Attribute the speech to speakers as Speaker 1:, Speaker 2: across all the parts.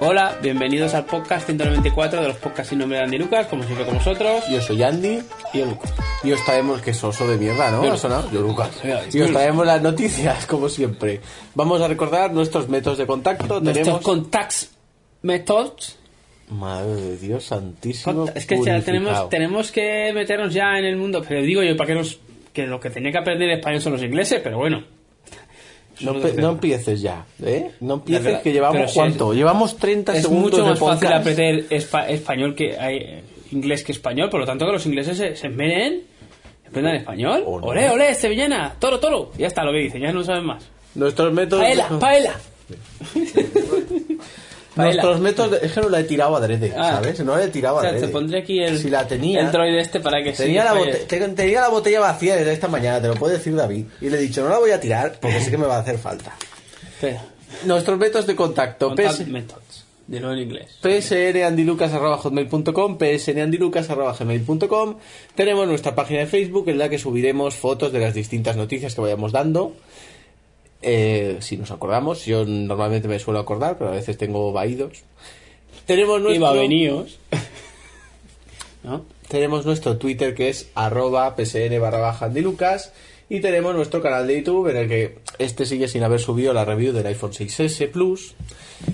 Speaker 1: Hola, bienvenidos al podcast 194 de los podcasts sin nombre de Andy Lucas, como siempre con vosotros.
Speaker 2: Yo soy Andy
Speaker 1: Y yo, Lucas.
Speaker 2: y os traemos... Que soso de mierda, ¿no?
Speaker 1: Yo no.
Speaker 2: Ha sonado. Yo Lucas.
Speaker 1: Mira,
Speaker 2: Y os
Speaker 1: yo-
Speaker 2: traemos las noticias, como siempre. Vamos a recordar nuestros métodos de contacto.
Speaker 1: Nuestros
Speaker 2: Tenemos...
Speaker 1: contacts methods.
Speaker 2: Madre de Dios santísimo.
Speaker 1: Conta- Es que ya tenemos,
Speaker 2: purificado.
Speaker 1: tenemos que meternos ya en el mundo. Pero digo yo, para que nos. Que lo que tenía que aprender español son los ingleses, pero bueno.
Speaker 2: No,
Speaker 1: Son
Speaker 2: pe-
Speaker 1: otros
Speaker 2: no
Speaker 1: temas.
Speaker 2: empieces ya, ¿eh? No
Speaker 1: La
Speaker 2: empieces
Speaker 1: verdad-
Speaker 2: que llevamos
Speaker 1: pero si es-
Speaker 2: cuánto? llevamos 30
Speaker 1: es
Speaker 2: segundos
Speaker 1: mucho
Speaker 2: de
Speaker 1: más fácil
Speaker 2: podcast.
Speaker 1: aprender espa- español que eh, inglés que español, por lo tanto que los ingleses se, se esmeren, aprendan español.
Speaker 2: O no.
Speaker 1: Olé, olé, sevillana, toro, toro. Y Ya está lo que dicen, ya no saben más.
Speaker 2: Nuestros métodos.
Speaker 1: Paela, paela.
Speaker 2: Nuestros métodos. de- Es que no la he tirado adrede,
Speaker 1: Ah.
Speaker 2: ¿sabes? No la he tirado
Speaker 1: O sea,
Speaker 2: adrede.
Speaker 1: te pondré aquí el,
Speaker 2: Si la tenía.
Speaker 1: el droid este para que
Speaker 2: Tenía,
Speaker 1: sí,
Speaker 2: la
Speaker 1: oye.
Speaker 2: bote- te- tenía la botella vacía desde esta mañana, te lo puede decir David. Y le he dicho, no la voy a tirar porque sé que me va a hacer falta.
Speaker 1: Espera.
Speaker 2: Nuestros métodos de contacto.
Speaker 1: Contact
Speaker 2: PS
Speaker 1: methods. De nuevo en inglés.
Speaker 2: psnandilucas.com, psnandilucas.gmail.com. Tenemos nuestra página de Facebook en la que subiremos fotos de las distintas noticias que vayamos dando. Eh, si nos acordamos, yo normalmente me suelo acordar, pero a veces tengo vaídos. Tenemos
Speaker 1: Y
Speaker 2: nuestro,
Speaker 1: baveníos. ¿No?
Speaker 2: tenemos nuestro Twitter que es arroba psn barra baja andilucas y tenemos nuestro canal de YouTube en el que este sigue sin haber subido la review del iPhone 6S Plus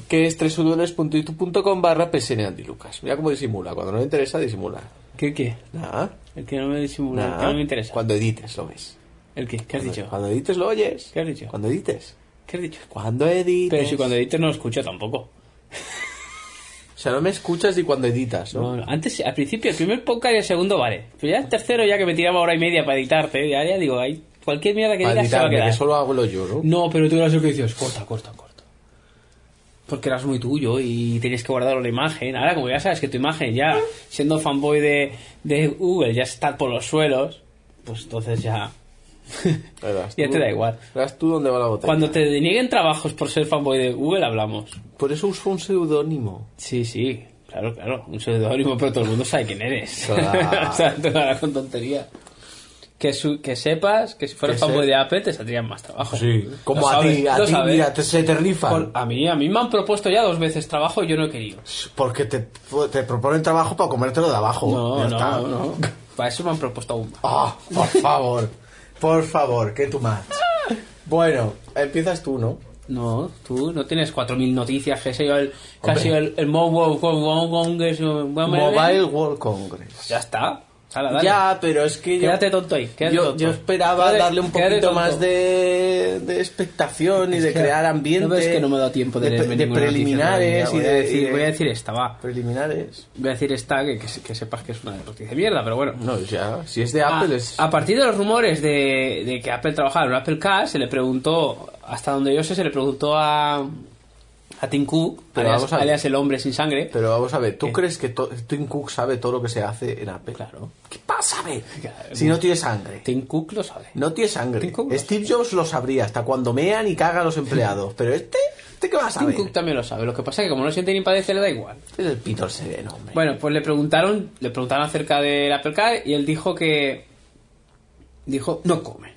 Speaker 2: que es www.youtube.com barra psnandilucas. Mira cómo disimula, cuando no le interesa disimula.
Speaker 1: ¿Qué, qué?
Speaker 2: Nada,
Speaker 1: El que no me disimula, el que
Speaker 2: nada.
Speaker 1: no me interesa.
Speaker 2: Cuando edites lo ves.
Speaker 1: ¿El qué? ¿Qué has dicho?
Speaker 2: Cuando edites lo oyes.
Speaker 1: ¿Qué has dicho?
Speaker 2: Cuando edites.
Speaker 1: ¿Qué has dicho?
Speaker 2: Cuando edites.
Speaker 1: Pero si cuando editas no lo escucho tampoco.
Speaker 2: O sea, no me escuchas ni cuando editas,
Speaker 1: No,
Speaker 2: ¿no?
Speaker 1: no, Antes, al principio, el primer podcast y el segundo vale. Pero ya el tercero, ya que me tiraba hora y media para editarte, ya, ya digo, ahí, cualquier mierda que
Speaker 2: Para
Speaker 1: digas se va a
Speaker 2: editarme,
Speaker 1: quedar.
Speaker 2: que solo hago yo, ¿no?
Speaker 1: No, pero tú eras el que dices, corta, corta, corta. Porque eras muy tuyo y tenías que guardar la imagen. Ahora, como ya sabes que tu imagen, ya siendo fanboy de, de Google, ya está por los suelos, pues entonces ya. Ya
Speaker 2: Verás tú-
Speaker 1: te este da igual.
Speaker 2: Verás tú dónde va la botella.
Speaker 1: Cuando te denieguen trabajos por ser fanboy de Google, hablamos.
Speaker 2: Por eso uso un seudónimo.
Speaker 1: Sí, sí, claro, claro. Un pseudónimo, pero todo el mundo sabe quién eres.
Speaker 2: Claro.
Speaker 1: o sea, te lo hará con tontería. Que, su- que sepas que si fueras
Speaker 2: Que
Speaker 1: fanboy
Speaker 2: se-
Speaker 1: de Apple te saldrían más trabajo. Pues Lo
Speaker 2: Como a
Speaker 1: sabes,
Speaker 2: ti, a
Speaker 1: lo
Speaker 2: ti,
Speaker 1: sabes.
Speaker 2: mira, te- se te
Speaker 1: Con-
Speaker 2: rifan.
Speaker 1: a mí, a mí me han propuesto ya dos veces trabajo y yo no he querido.
Speaker 2: Porque te, te proponen trabajo para comértelo de abajo.
Speaker 1: No,
Speaker 2: Ya
Speaker 1: no,
Speaker 2: está.
Speaker 1: Oh, no. Para eso me han propuesto aún más.
Speaker 2: Ah, por favor. por favor, que tú más. Bueno, empiezas tú, ¿no?
Speaker 1: No, tú no tienes 4.000 noticias, que ha sido el, que ha sido el, el Mobile World Congress, o-
Speaker 2: Mobile World Congress.
Speaker 1: Ya está. Hala, Ah, dale.
Speaker 2: Ya, pero es que yo-
Speaker 1: Quédate tonto ahí, quédate
Speaker 2: yo,
Speaker 1: tonto.
Speaker 2: yo esperaba
Speaker 1: Quédate-
Speaker 2: darle un
Speaker 1: quédate
Speaker 2: poquito
Speaker 1: tonto.
Speaker 2: más de, de expectación y de
Speaker 1: que-
Speaker 2: crear ambiente.
Speaker 1: ¿no ves que no me da tiempo de,
Speaker 2: de,
Speaker 1: leerme
Speaker 2: de
Speaker 1: ninguna
Speaker 2: preliminares
Speaker 1: noticia?
Speaker 2: y
Speaker 1: Voy a
Speaker 2: de,
Speaker 1: decir-
Speaker 2: y de-
Speaker 1: voy a decir esta, va.
Speaker 2: preliminares.
Speaker 1: Voy a decir esta, que, que se- que sepas que es una noticia de mierda, pero bueno.
Speaker 2: No, ya, si es de
Speaker 1: A,
Speaker 2: Apple es
Speaker 1: Ah, a partir de los rumores de, de que Apple trabajaba en un Apple Car, se le preguntó, hasta donde yo sé, se le preguntó a, a Tim Cook,
Speaker 2: Pero
Speaker 1: alias,
Speaker 2: vamos a ver.
Speaker 1: alias el hombre sin sangre.
Speaker 2: Pero vamos a ver, ¿tú
Speaker 1: ¿Qué?
Speaker 2: crees que to- Tim Cook sabe todo lo que se hace en Apple?
Speaker 1: Claro.
Speaker 2: ¿Qué pasa, ve?
Speaker 1: Claro.
Speaker 2: Si no tiene sangre.
Speaker 1: Tim Cook lo sabe.
Speaker 2: No tiene sangre.
Speaker 1: Tim Cook no
Speaker 2: Steve Jobs lo sabría hasta cuando mean y caga a los empleados. Pero este, ¿este qué va a
Speaker 1: Tim
Speaker 2: saber?
Speaker 1: Cook también lo sabe. Lo que pasa es que como no siente ni padece, le da igual.
Speaker 2: Este es el Peter Sereno, hombre.
Speaker 1: Bueno, pues le preguntaron, le preguntaron acerca del Apple Car y él dijo que dijo no comen,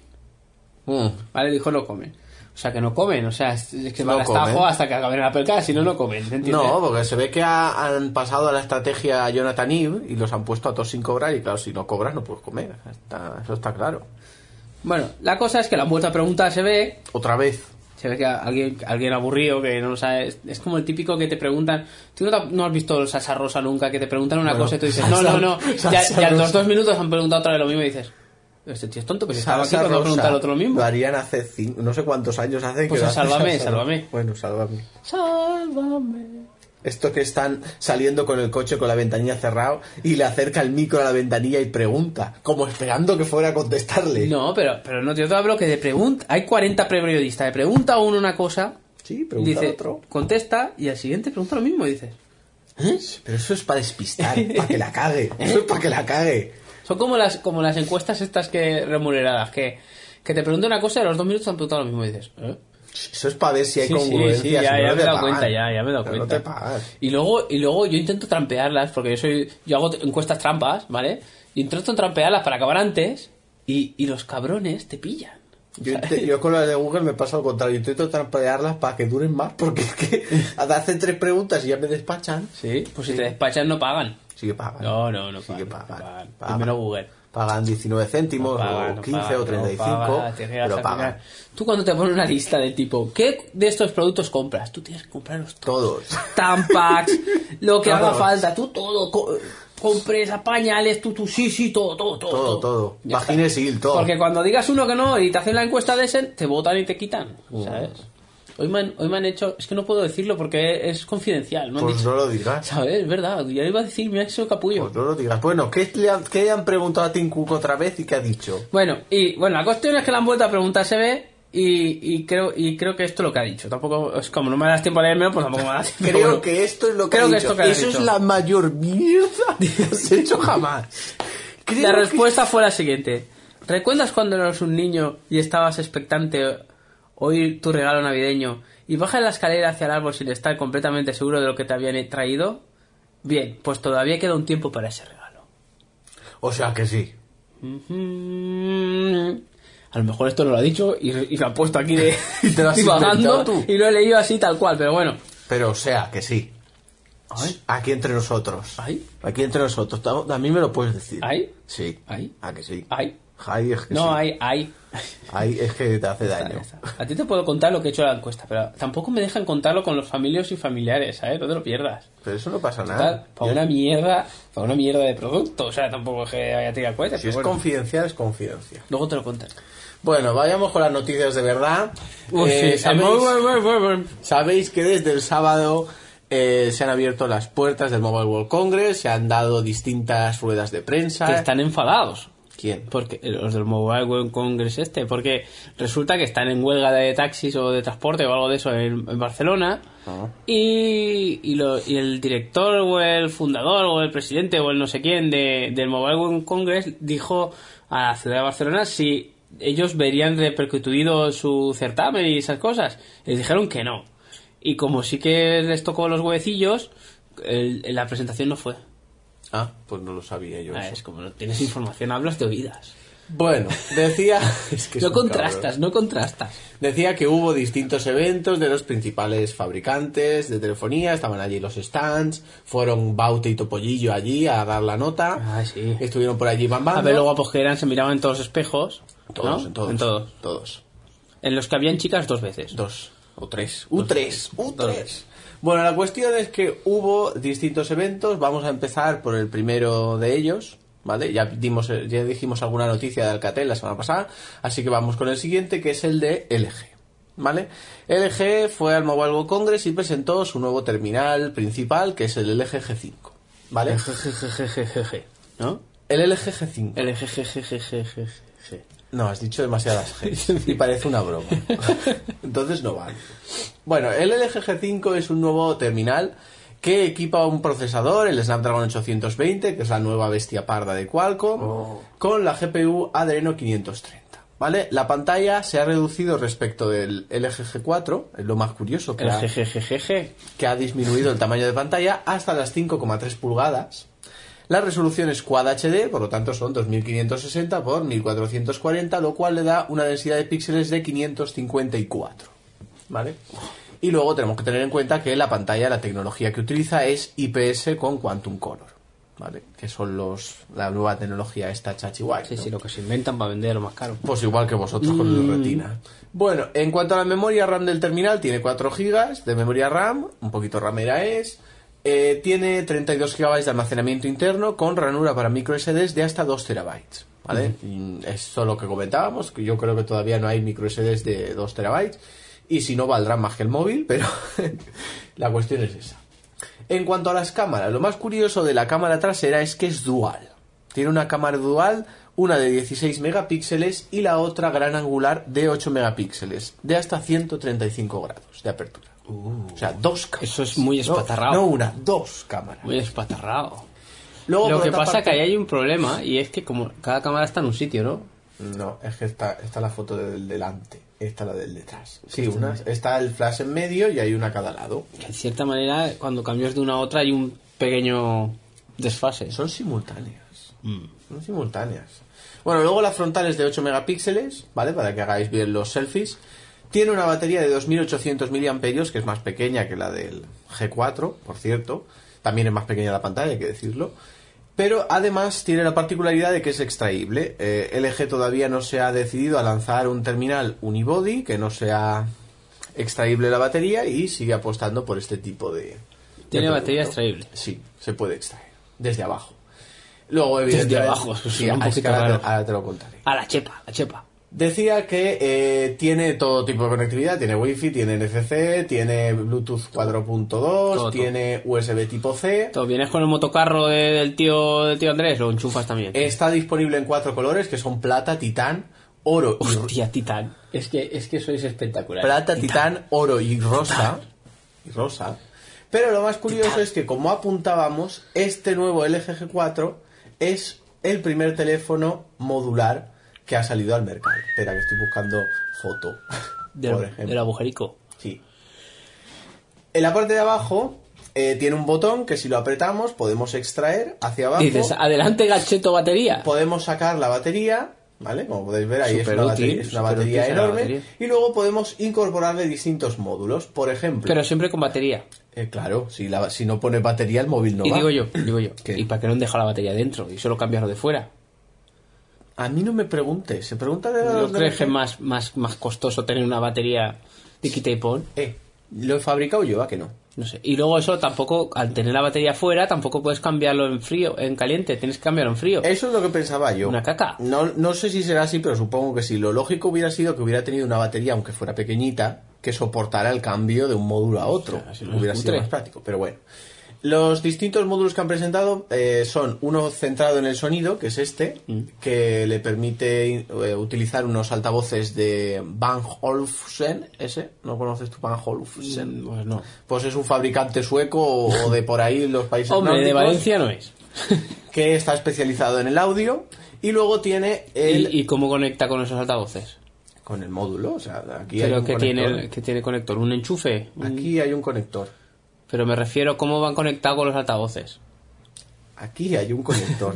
Speaker 2: Mm.
Speaker 1: ¿vale? Dijo no comen. O sea que no comen, o sea, es es que
Speaker 2: No
Speaker 1: van a estajo
Speaker 2: comen.
Speaker 1: hasta que acaben el Apple Car, si no no comen, ¿se entiende?
Speaker 2: No, porque se ve que ha- han pasado a la estrategia Jonathan Eve y los han puesto a todos sin cobrar. Y claro, si no cobras, no puedes comer. Está- eso está claro.
Speaker 1: Bueno, la cosa es que la vuelta a preguntar se ve,
Speaker 2: Otra vez.
Speaker 1: se ve que alguien, alguien aburrido que no lo sabe, es, es como el típico que te preguntan, tú no, te- no has visto salsa rosa nunca, que te preguntan una
Speaker 2: Bueno,
Speaker 1: cosa y tú dices, no,
Speaker 2: salsa-
Speaker 1: no, no, ya,
Speaker 2: salsa
Speaker 1: ya en los
Speaker 2: rosa.
Speaker 1: dos minutos han preguntado otra vez lo mismo y dices, este tío es tonto, pues estaba aquí
Speaker 2: Salsa
Speaker 1: cuando
Speaker 2: rosa.
Speaker 1: preguntar otro lo mismo.
Speaker 2: Lo harían hace cinco, no sé cuántos años hace
Speaker 1: Pues
Speaker 2: que lo
Speaker 1: a
Speaker 2: hacen
Speaker 1: Sálvame,
Speaker 2: salsa rosa.
Speaker 1: Sálvame.
Speaker 2: Bueno, sálvame.
Speaker 1: Sálvame.
Speaker 2: Esto que están saliendo con el coche con la ventanilla cerrado y le acerca el micro a la ventanilla y pregunta, como esperando que fuera a contestarle.
Speaker 1: No, pero, pero no, yo te hablo que de pregunta. Hay 40 periodistas. Le pregunta a uno una cosa,
Speaker 2: Sí, pregunta
Speaker 1: dice,
Speaker 2: al otro.
Speaker 1: contesta, y al siguiente pregunta lo mismo. Y dices,
Speaker 2: ¿Eh? Pero eso es para despistar, para que la cague. Eso es para que la cague.
Speaker 1: son como las, como las encuestas estas que remuneradas, que, que te pregunta una cosa y a los dos minutos te han preguntado lo mismo. Y dices, ¿eh?
Speaker 2: Eso es para ver si hay
Speaker 1: Sí, sí,
Speaker 2: congruencia.
Speaker 1: sí, ya,
Speaker 2: si no,
Speaker 1: ya
Speaker 2: no
Speaker 1: me
Speaker 2: te
Speaker 1: he dado
Speaker 2: pagan.
Speaker 1: cuenta, ya, ya me he dado
Speaker 2: Pero
Speaker 1: cuenta.
Speaker 2: No te pagas.
Speaker 1: Y luego, y luego yo intento trampearlas, porque yo soy, yo hago encuestas trampas, ¿vale? Y intento trampearlas para acabar antes, y, y los cabrones te pillan.
Speaker 2: Yo, inte- yo con las de Google me pasa lo contrario. Intento trampearlas para que duren más, porque es que hacen tres preguntas y ya me despachan.
Speaker 1: Sí, pues si te despachan no pagan.
Speaker 2: Sí que pagan.
Speaker 1: No, no, no
Speaker 2: Sí que
Speaker 1: pagan,
Speaker 2: pagan.
Speaker 1: no pagan.
Speaker 2: Pagan.
Speaker 1: Primero Google.
Speaker 2: Pagan 19 céntimos,
Speaker 1: No pagan,
Speaker 2: o
Speaker 1: no
Speaker 2: 15
Speaker 1: pagan,
Speaker 2: o
Speaker 1: no
Speaker 2: 35,
Speaker 1: pagan, te llegas
Speaker 2: pero
Speaker 1: a
Speaker 2: pagan.
Speaker 1: final. Tú cuando te pones una lista del tipo, ¿qué de estos productos compras? Tú tienes que comprarlos todos.
Speaker 2: Todos.
Speaker 1: Tampax, lo que haga
Speaker 2: Todos.
Speaker 1: falta, tú todo. co- compres, pañales, tú, tú, sí, sí, todo, todo, todo.
Speaker 2: Todo, todo.
Speaker 1: Ya está.
Speaker 2: Vagines y todo.
Speaker 1: Porque cuando digas uno que no y te hacen la encuesta de ese, te votan y te quitan,
Speaker 2: Mm.
Speaker 1: ¿sabes? Hoy me, han, hoy me han hecho... Es que no puedo decirlo porque es confidencial, ¿no? han
Speaker 2: Pues
Speaker 1: dicho-
Speaker 2: no lo digas.
Speaker 1: ¿Sabes? Es verdad. Ya iba a decir, me ha hecho capullo.
Speaker 2: Pues no lo digas. Bueno, ¿qué le han, qué han preguntado a Tim Cook otra vez y qué ha dicho?
Speaker 1: Bueno, y bueno, la cuestión es que la han vuelto a preguntar se ve y, y creo y creo que esto es lo que ha dicho. Tampoco es como no me das tiempo a leerme, pues tampoco me das tiempo.
Speaker 2: Creo
Speaker 1: Bueno,
Speaker 2: que esto es lo que
Speaker 1: creo
Speaker 2: ha
Speaker 1: que
Speaker 2: dicho.
Speaker 1: esto que ha
Speaker 2: Eso
Speaker 1: dicho.
Speaker 2: es la mayor mierda que has hecho jamás. Creo
Speaker 1: La
Speaker 2: que-
Speaker 1: respuesta fue la siguiente. ¿Recuerdas cuando eras un niño y estabas expectante oír tu regalo navideño y bajas la escalera hacia el árbol sin estar completamente seguro de lo que te habían traído? Bien, pues todavía queda un tiempo para ese regalo.
Speaker 2: O sea que sí.
Speaker 1: Ujú. A lo mejor esto no lo ha dicho y, y lo ha puesto aquí de
Speaker 2: Y te lo has
Speaker 1: divagando
Speaker 2: inventado tú.
Speaker 1: y lo he leído así tal cual, pero bueno.
Speaker 2: Pero o sea que sí.
Speaker 1: Ay.
Speaker 2: Aquí entre nosotros.
Speaker 1: Ay.
Speaker 2: Aquí entre nosotros. Ta- A mí me lo puedes decir.
Speaker 1: Ay.
Speaker 2: Sí.
Speaker 1: Ay.
Speaker 2: ¿A que sí?
Speaker 1: Ay.
Speaker 2: Ay, es que
Speaker 1: No,
Speaker 2: sí.
Speaker 1: hay, hay.
Speaker 2: Ay, es que te hace daño.
Speaker 1: A ti te puedo contar lo que he hecho en la encuesta, pero tampoco me dejan contarlo con los familios y familiares, ¿sabes? No te lo pierdas.
Speaker 2: Pero eso no pasa nada.
Speaker 1: Total, para una mierda, para una mierda de producto, o sea, tampoco es que haya tirado cohetes.
Speaker 2: Si
Speaker 1: pero
Speaker 2: es
Speaker 1: bueno.
Speaker 2: confidencial, es confidencia.
Speaker 1: Luego te lo contaré.
Speaker 2: Bueno, vayamos con las noticias de verdad. Eh, ¿sabéis, sabéis que desde el sábado eh, se han abierto las puertas del Mobile World Congress, se han dado distintas ruedas de prensa.
Speaker 1: Que están enfadados.
Speaker 2: ¿Quién?
Speaker 1: Porque eh, los del Mobile World Congress este, porque resulta que están en huelga de taxis o de transporte o algo de eso en, en Barcelona
Speaker 2: Ah.
Speaker 1: y, y, lo- y el director o el fundador o el presidente o el no sé quién de, del Mobile World Congress dijo a la ciudad de Barcelona si ellos verían repercutido su certamen y esas cosas. Les dijeron que no. Y como sí que les tocó los huevecillos, el- la presentación no fue.
Speaker 2: Ah, pues no lo sabía yo.
Speaker 1: Ah,
Speaker 2: eso.
Speaker 1: es como no tienes información, hablas de oídas.
Speaker 2: Bueno, decía... es que es
Speaker 1: No
Speaker 2: un
Speaker 1: contrastas,
Speaker 2: cabrón.
Speaker 1: no contrastas.
Speaker 2: Decía que hubo distintos eventos de los principales fabricantes de telefonía, estaban allí los stands, fueron Baute y Topollillo allí a dar la nota,
Speaker 1: Ah, sí.
Speaker 2: estuvieron por allí
Speaker 1: A
Speaker 2: bambando.
Speaker 1: ver lo guapos que eran, se miraban en todos los espejos. ¿no?
Speaker 2: Ah, todos, en todos,
Speaker 1: En todos.
Speaker 2: todos.
Speaker 1: En los que habían chicas dos veces.
Speaker 2: Dos. O tres.
Speaker 1: Dos.
Speaker 2: U3. U3.
Speaker 1: Dos.
Speaker 2: Bueno, la cuestión es que hubo distintos eventos. Vamos a empezar por el primero de ellos. ¿Vale? Ya, dimos, ya dijimos alguna noticia de Alcatel la semana pasada. Así que vamos con el siguiente, que es el de LG. ¿Vale? LG fue al Mobile World Congress y presentó su nuevo terminal principal, que es el LG G5. ¿Vale?
Speaker 1: El jejejejejeje, ¿No?
Speaker 2: El LG G5.
Speaker 1: El jejejejejejeje.
Speaker 2: No, has dicho demasiadas G y parece una broma. Entonces no vale. Bueno, el LG G5 es un nuevo terminal que equipa un procesador, el Snapdragon 820, que es la nueva bestia parda de Qualcomm, con la GPU Adreno 530. ¿Vale? La pantalla se ha reducido respecto del LG G4, es lo más curioso, que,
Speaker 1: El
Speaker 2: ha,
Speaker 1: jejejejeje.
Speaker 2: que ha disminuido el tamaño de pantalla hasta las 5,3 pulgadas. La resolución es Quad HD, por lo tanto son 2560 por 1440, lo cual le da una densidad de píxeles de 554. ¿Vale? Y luego tenemos que tener en cuenta que la pantalla, la tecnología que utiliza es IPS con Quantum Color. ¿Vale? Que son los la nueva tecnología esta chachi guay,
Speaker 1: Sí,
Speaker 2: ¿no?
Speaker 1: sí, lo que se inventan para vender lo más caro.
Speaker 2: Pues igual que vosotros con el Retina. Bueno, en cuanto a la memoria RAM del terminal, tiene 4 GB de memoria RAM, un poquito ramera es. eh, tiene 32 GB de almacenamiento interno con ranura para microSDs de hasta 2 TB. ¿Vale? Y Eso lo que comentábamos, que yo creo que todavía no hay microSDs de 2 TB. Y si no, valdrán más que el móvil, pero la cuestión es esa. En cuanto a las cámaras, lo más curioso de la cámara trasera es que es dual. Tiene una cámara dual, una de 16 megapíxeles y la otra gran angular de 8 megapíxeles, de hasta 135 grados de apertura. o sea, dos cámaras.
Speaker 1: Uh. Eso es muy
Speaker 2: No-
Speaker 1: espatarrao.
Speaker 2: No, una, dos cámaras.
Speaker 1: Muy espatarrado.
Speaker 2: Luego,
Speaker 1: Lo
Speaker 2: por
Speaker 1: que
Speaker 2: otra
Speaker 1: pasa
Speaker 2: parte-
Speaker 1: que ahí hay un problema y es que como cada cámara está en un sitio, ¿no?
Speaker 2: No, es que está, está la foto del delante, está la del detrás. Sí, una, está el flash en medio y hay una a cada lado.
Speaker 1: Que en cierta manera, cuando cambias de una a otra hay un pequeño desfase.
Speaker 2: Son simultáneas.
Speaker 1: Mm.
Speaker 2: Son simultáneas. Bueno, luego la frontal es de 8 megapíxeles, ¿vale? Para que hagáis bien los selfies. Tiene una batería de 2800 mAh, que es más pequeña que la del G4, por cierto. También es más pequeña la pantalla, hay que decirlo. Pero además tiene la particularidad de que es extraíble. Eh, LG todavía no se ha decidido a lanzar un terminal unibody que no sea extraíble la batería y sigue apostando por este tipo de. de
Speaker 1: Tiene
Speaker 2: producto.
Speaker 1: batería extraíble.
Speaker 2: Sí, se puede extraer desde abajo. Luego,
Speaker 1: Desde
Speaker 2: evidentemente.
Speaker 1: abajo, eso
Speaker 2: sí,
Speaker 1: suena pues, un
Speaker 2: ah, es que
Speaker 1: poquito
Speaker 2: ahora, te,
Speaker 1: raro.
Speaker 2: ahora te lo contaré.
Speaker 1: A Ah, la chepa, a la chepa.
Speaker 2: Decía que eh, tiene todo tipo de conectividad, tiene wifi, tiene NFC, tiene Bluetooth 4.2,
Speaker 1: todo.
Speaker 2: tiene USB tipo C.
Speaker 1: Tú vienes con el motocarro de- del tío del tío Andrés, lo enchufas también.
Speaker 2: Está disponible en cuatro colores, que son plata, titán, oro y ro-
Speaker 1: Hostia, Titán. Es que, es que sois espectacular.
Speaker 2: plata, titán, oro y rosa. Y rosa. Pero lo más curioso es que, como apuntábamos, este nuevo LG G4 es el primer teléfono modular que ha salido al mercado. Espera, que estoy buscando foto.
Speaker 1: Del,
Speaker 2: por ejemplo.
Speaker 1: del agujerico.
Speaker 2: Sí. En la parte de abajo eh, tiene un botón que si lo apretamos podemos extraer hacia abajo.
Speaker 1: Dices, adelante, gacheto, batería.
Speaker 2: podemos sacar la batería, ¿vale? Como podéis ver ahí es
Speaker 1: Súper útil,
Speaker 2: una, batería, es una
Speaker 1: súper
Speaker 2: batería
Speaker 1: útil esa
Speaker 2: enorme.
Speaker 1: batería.
Speaker 2: Y luego podemos incorporarle distintos módulos. Por ejemplo,
Speaker 1: Pero siempre con batería.
Speaker 2: eh, claro, si, la- si no pone batería el móvil no
Speaker 1: y
Speaker 2: va.
Speaker 1: digo yo, digo yo.
Speaker 2: ¿Qué?
Speaker 1: ¿Y para qué no han dejado la batería dentro? Y solo cambias lo de fuera.
Speaker 2: A mí no me preguntes, se pregunta de
Speaker 1: ¿No
Speaker 2: los de-
Speaker 1: crees que es más, más, más costoso tener una batería de quita y pon?
Speaker 2: Eh, lo he fabricado yo, ¿a que no?
Speaker 1: No sé. Y luego eso tampoco, al tener la batería fuera, tampoco puedes cambiarlo en frío, en caliente. Tienes que cambiarlo en frío.
Speaker 2: Eso es lo que pensaba Eh, yo. Mm.
Speaker 1: Una caca.
Speaker 2: No, no sé si será así, pero supongo que sí. Lo lógico hubiera sido que hubiera tenido una batería, aunque fuera pequeñita, que soportara el cambio de un módulo a otro.
Speaker 1: sea, si no es
Speaker 2: hubiera sido
Speaker 1: cutre.
Speaker 2: más práctico, pero bueno. Los distintos módulos que han presentado eh, son uno centrado en el sonido, que es este,
Speaker 1: Mm.
Speaker 2: que le permite eh, utilizar unos altavoces de Bang Olufsen. ¿Ese? ¿No conoces tu Bang Olufsen?
Speaker 1: Mm, Pues no.
Speaker 2: Pues es un fabricante sueco o o de por ahí los países
Speaker 1: Hombre, de
Speaker 2: nórdicos
Speaker 1: Valencia no es.
Speaker 2: que está especializado en el audio y luego tiene el
Speaker 1: ¿Y, y cómo conecta con esos altavoces?
Speaker 2: con el módulo, o sea, aquí hay
Speaker 1: Pero
Speaker 2: un
Speaker 1: que
Speaker 2: conector. Ah.
Speaker 1: tiene, Mm. que tiene conector, un enchufe.
Speaker 2: Aquí hay un conector.
Speaker 1: Pero me refiero cómo van conectados con los altavoces.
Speaker 2: Aquí hay un conector.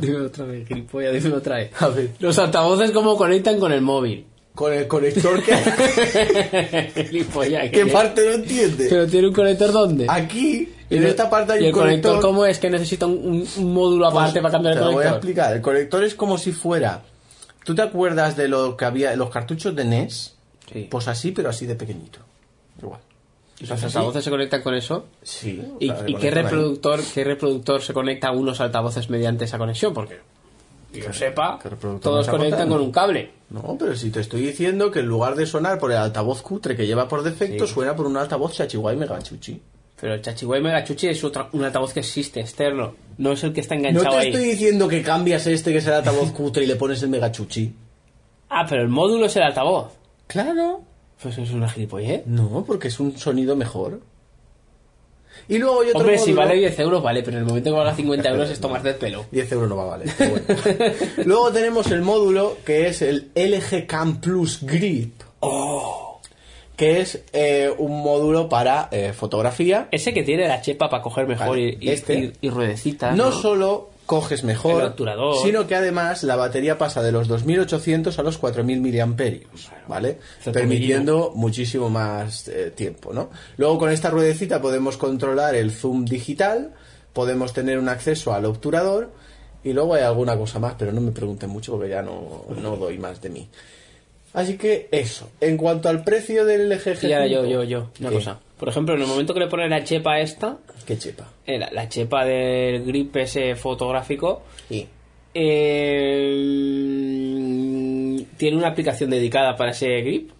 Speaker 1: Dime otra vez, gilipollas, dime otra vez.
Speaker 2: A ver,
Speaker 1: Los altavoces cómo conectan con el móvil.
Speaker 2: con el conector que
Speaker 1: gilipollas.
Speaker 2: ¿qué
Speaker 1: que-
Speaker 2: parte no entiende?
Speaker 1: Pero tiene un conector dónde?
Speaker 2: Aquí
Speaker 1: Y
Speaker 2: en
Speaker 1: no-
Speaker 2: esta parte hay
Speaker 1: ¿Y
Speaker 2: un
Speaker 1: el conector,
Speaker 2: conector. Pues,
Speaker 1: cómo es que necesita un, un- un módulo aparte para cambiar el
Speaker 2: Te lo voy a
Speaker 1: conector?
Speaker 2: explicar. El conector es como si fuera ¿Tú te acuerdas de lo que había los cartuchos de NES?
Speaker 1: Sí.
Speaker 2: Pues así, pero así de pequeñito. Igual.
Speaker 1: ¿Y
Speaker 2: Pues
Speaker 1: ¿Los
Speaker 2: así.
Speaker 1: altavoces se conectan con eso?
Speaker 2: Sí. o
Speaker 1: ¿Y,
Speaker 2: sea,
Speaker 1: y qué,
Speaker 2: conectan ahí.
Speaker 1: reproductor, qué reproductor se conecta a unos altavoces mediante esa conexión? Porque, que yo sepa,
Speaker 2: qué reproductor me
Speaker 1: todos
Speaker 2: está
Speaker 1: conectan
Speaker 2: contando?
Speaker 1: con un cable.
Speaker 2: No, pero si te estoy diciendo que en lugar de sonar por el altavoz cutre que lleva por defecto, suena por un altavoz Shachihuay Megachuchi.
Speaker 1: Pero el Chachihuay Megachuchi es otra, un altavoz que existe externo. No es el que está
Speaker 2: No
Speaker 1: enganchado
Speaker 2: te
Speaker 1: ahí.
Speaker 2: estoy diciendo que cambias este que es el altavoz cutre y le pones el Megachuchi.
Speaker 1: Ah, pero el módulo es el altavoz.
Speaker 2: Claro.
Speaker 1: Pues es una gilipollez.
Speaker 2: No, porque es un sonido mejor. Y luego hay otro
Speaker 1: Hombre, si
Speaker 2: módulo-
Speaker 1: vale 10 euros, vale, pero en el momento que valga 50 euros es tomarte el pelo.
Speaker 2: 10 euros no va a valer. pero bueno. Luego tenemos el módulo que es el LG Cam Plus Grip.
Speaker 1: Oh.
Speaker 2: Que es eh, un módulo para eh, fotografía.
Speaker 1: Ese que tiene la chepa para coger mejor
Speaker 2: Vale,
Speaker 1: y, y-
Speaker 2: este.
Speaker 1: y- y ruedecitas.
Speaker 2: no,
Speaker 1: ¿no?
Speaker 2: solo coges mejor,
Speaker 1: El obturador.
Speaker 2: sino que además la batería pasa de los 2800 a los 4000 miliamperios, ¿vale?
Speaker 1: certo
Speaker 2: Permitiendo muchísimo más eh, tiempo, ¿no? Luego con esta ruedecita podemos controlar el zoom digital, podemos tener un acceso al obturador y luego hay alguna cosa más, pero no me pregunten mucho porque ya no, no doy más de mí. Así que eso, en cuanto al precio del LG
Speaker 1: Y ahora yo, yo, yo. Una
Speaker 2: ¿Qué?
Speaker 1: cosa. Por ejemplo, en el momento que le pones la chepa a esta,
Speaker 2: Qué chepa.
Speaker 1: eh, la, la chepa del grip ese fotográfico,
Speaker 2: Y
Speaker 1: eh, tiene una aplicación dedicada para ese grip.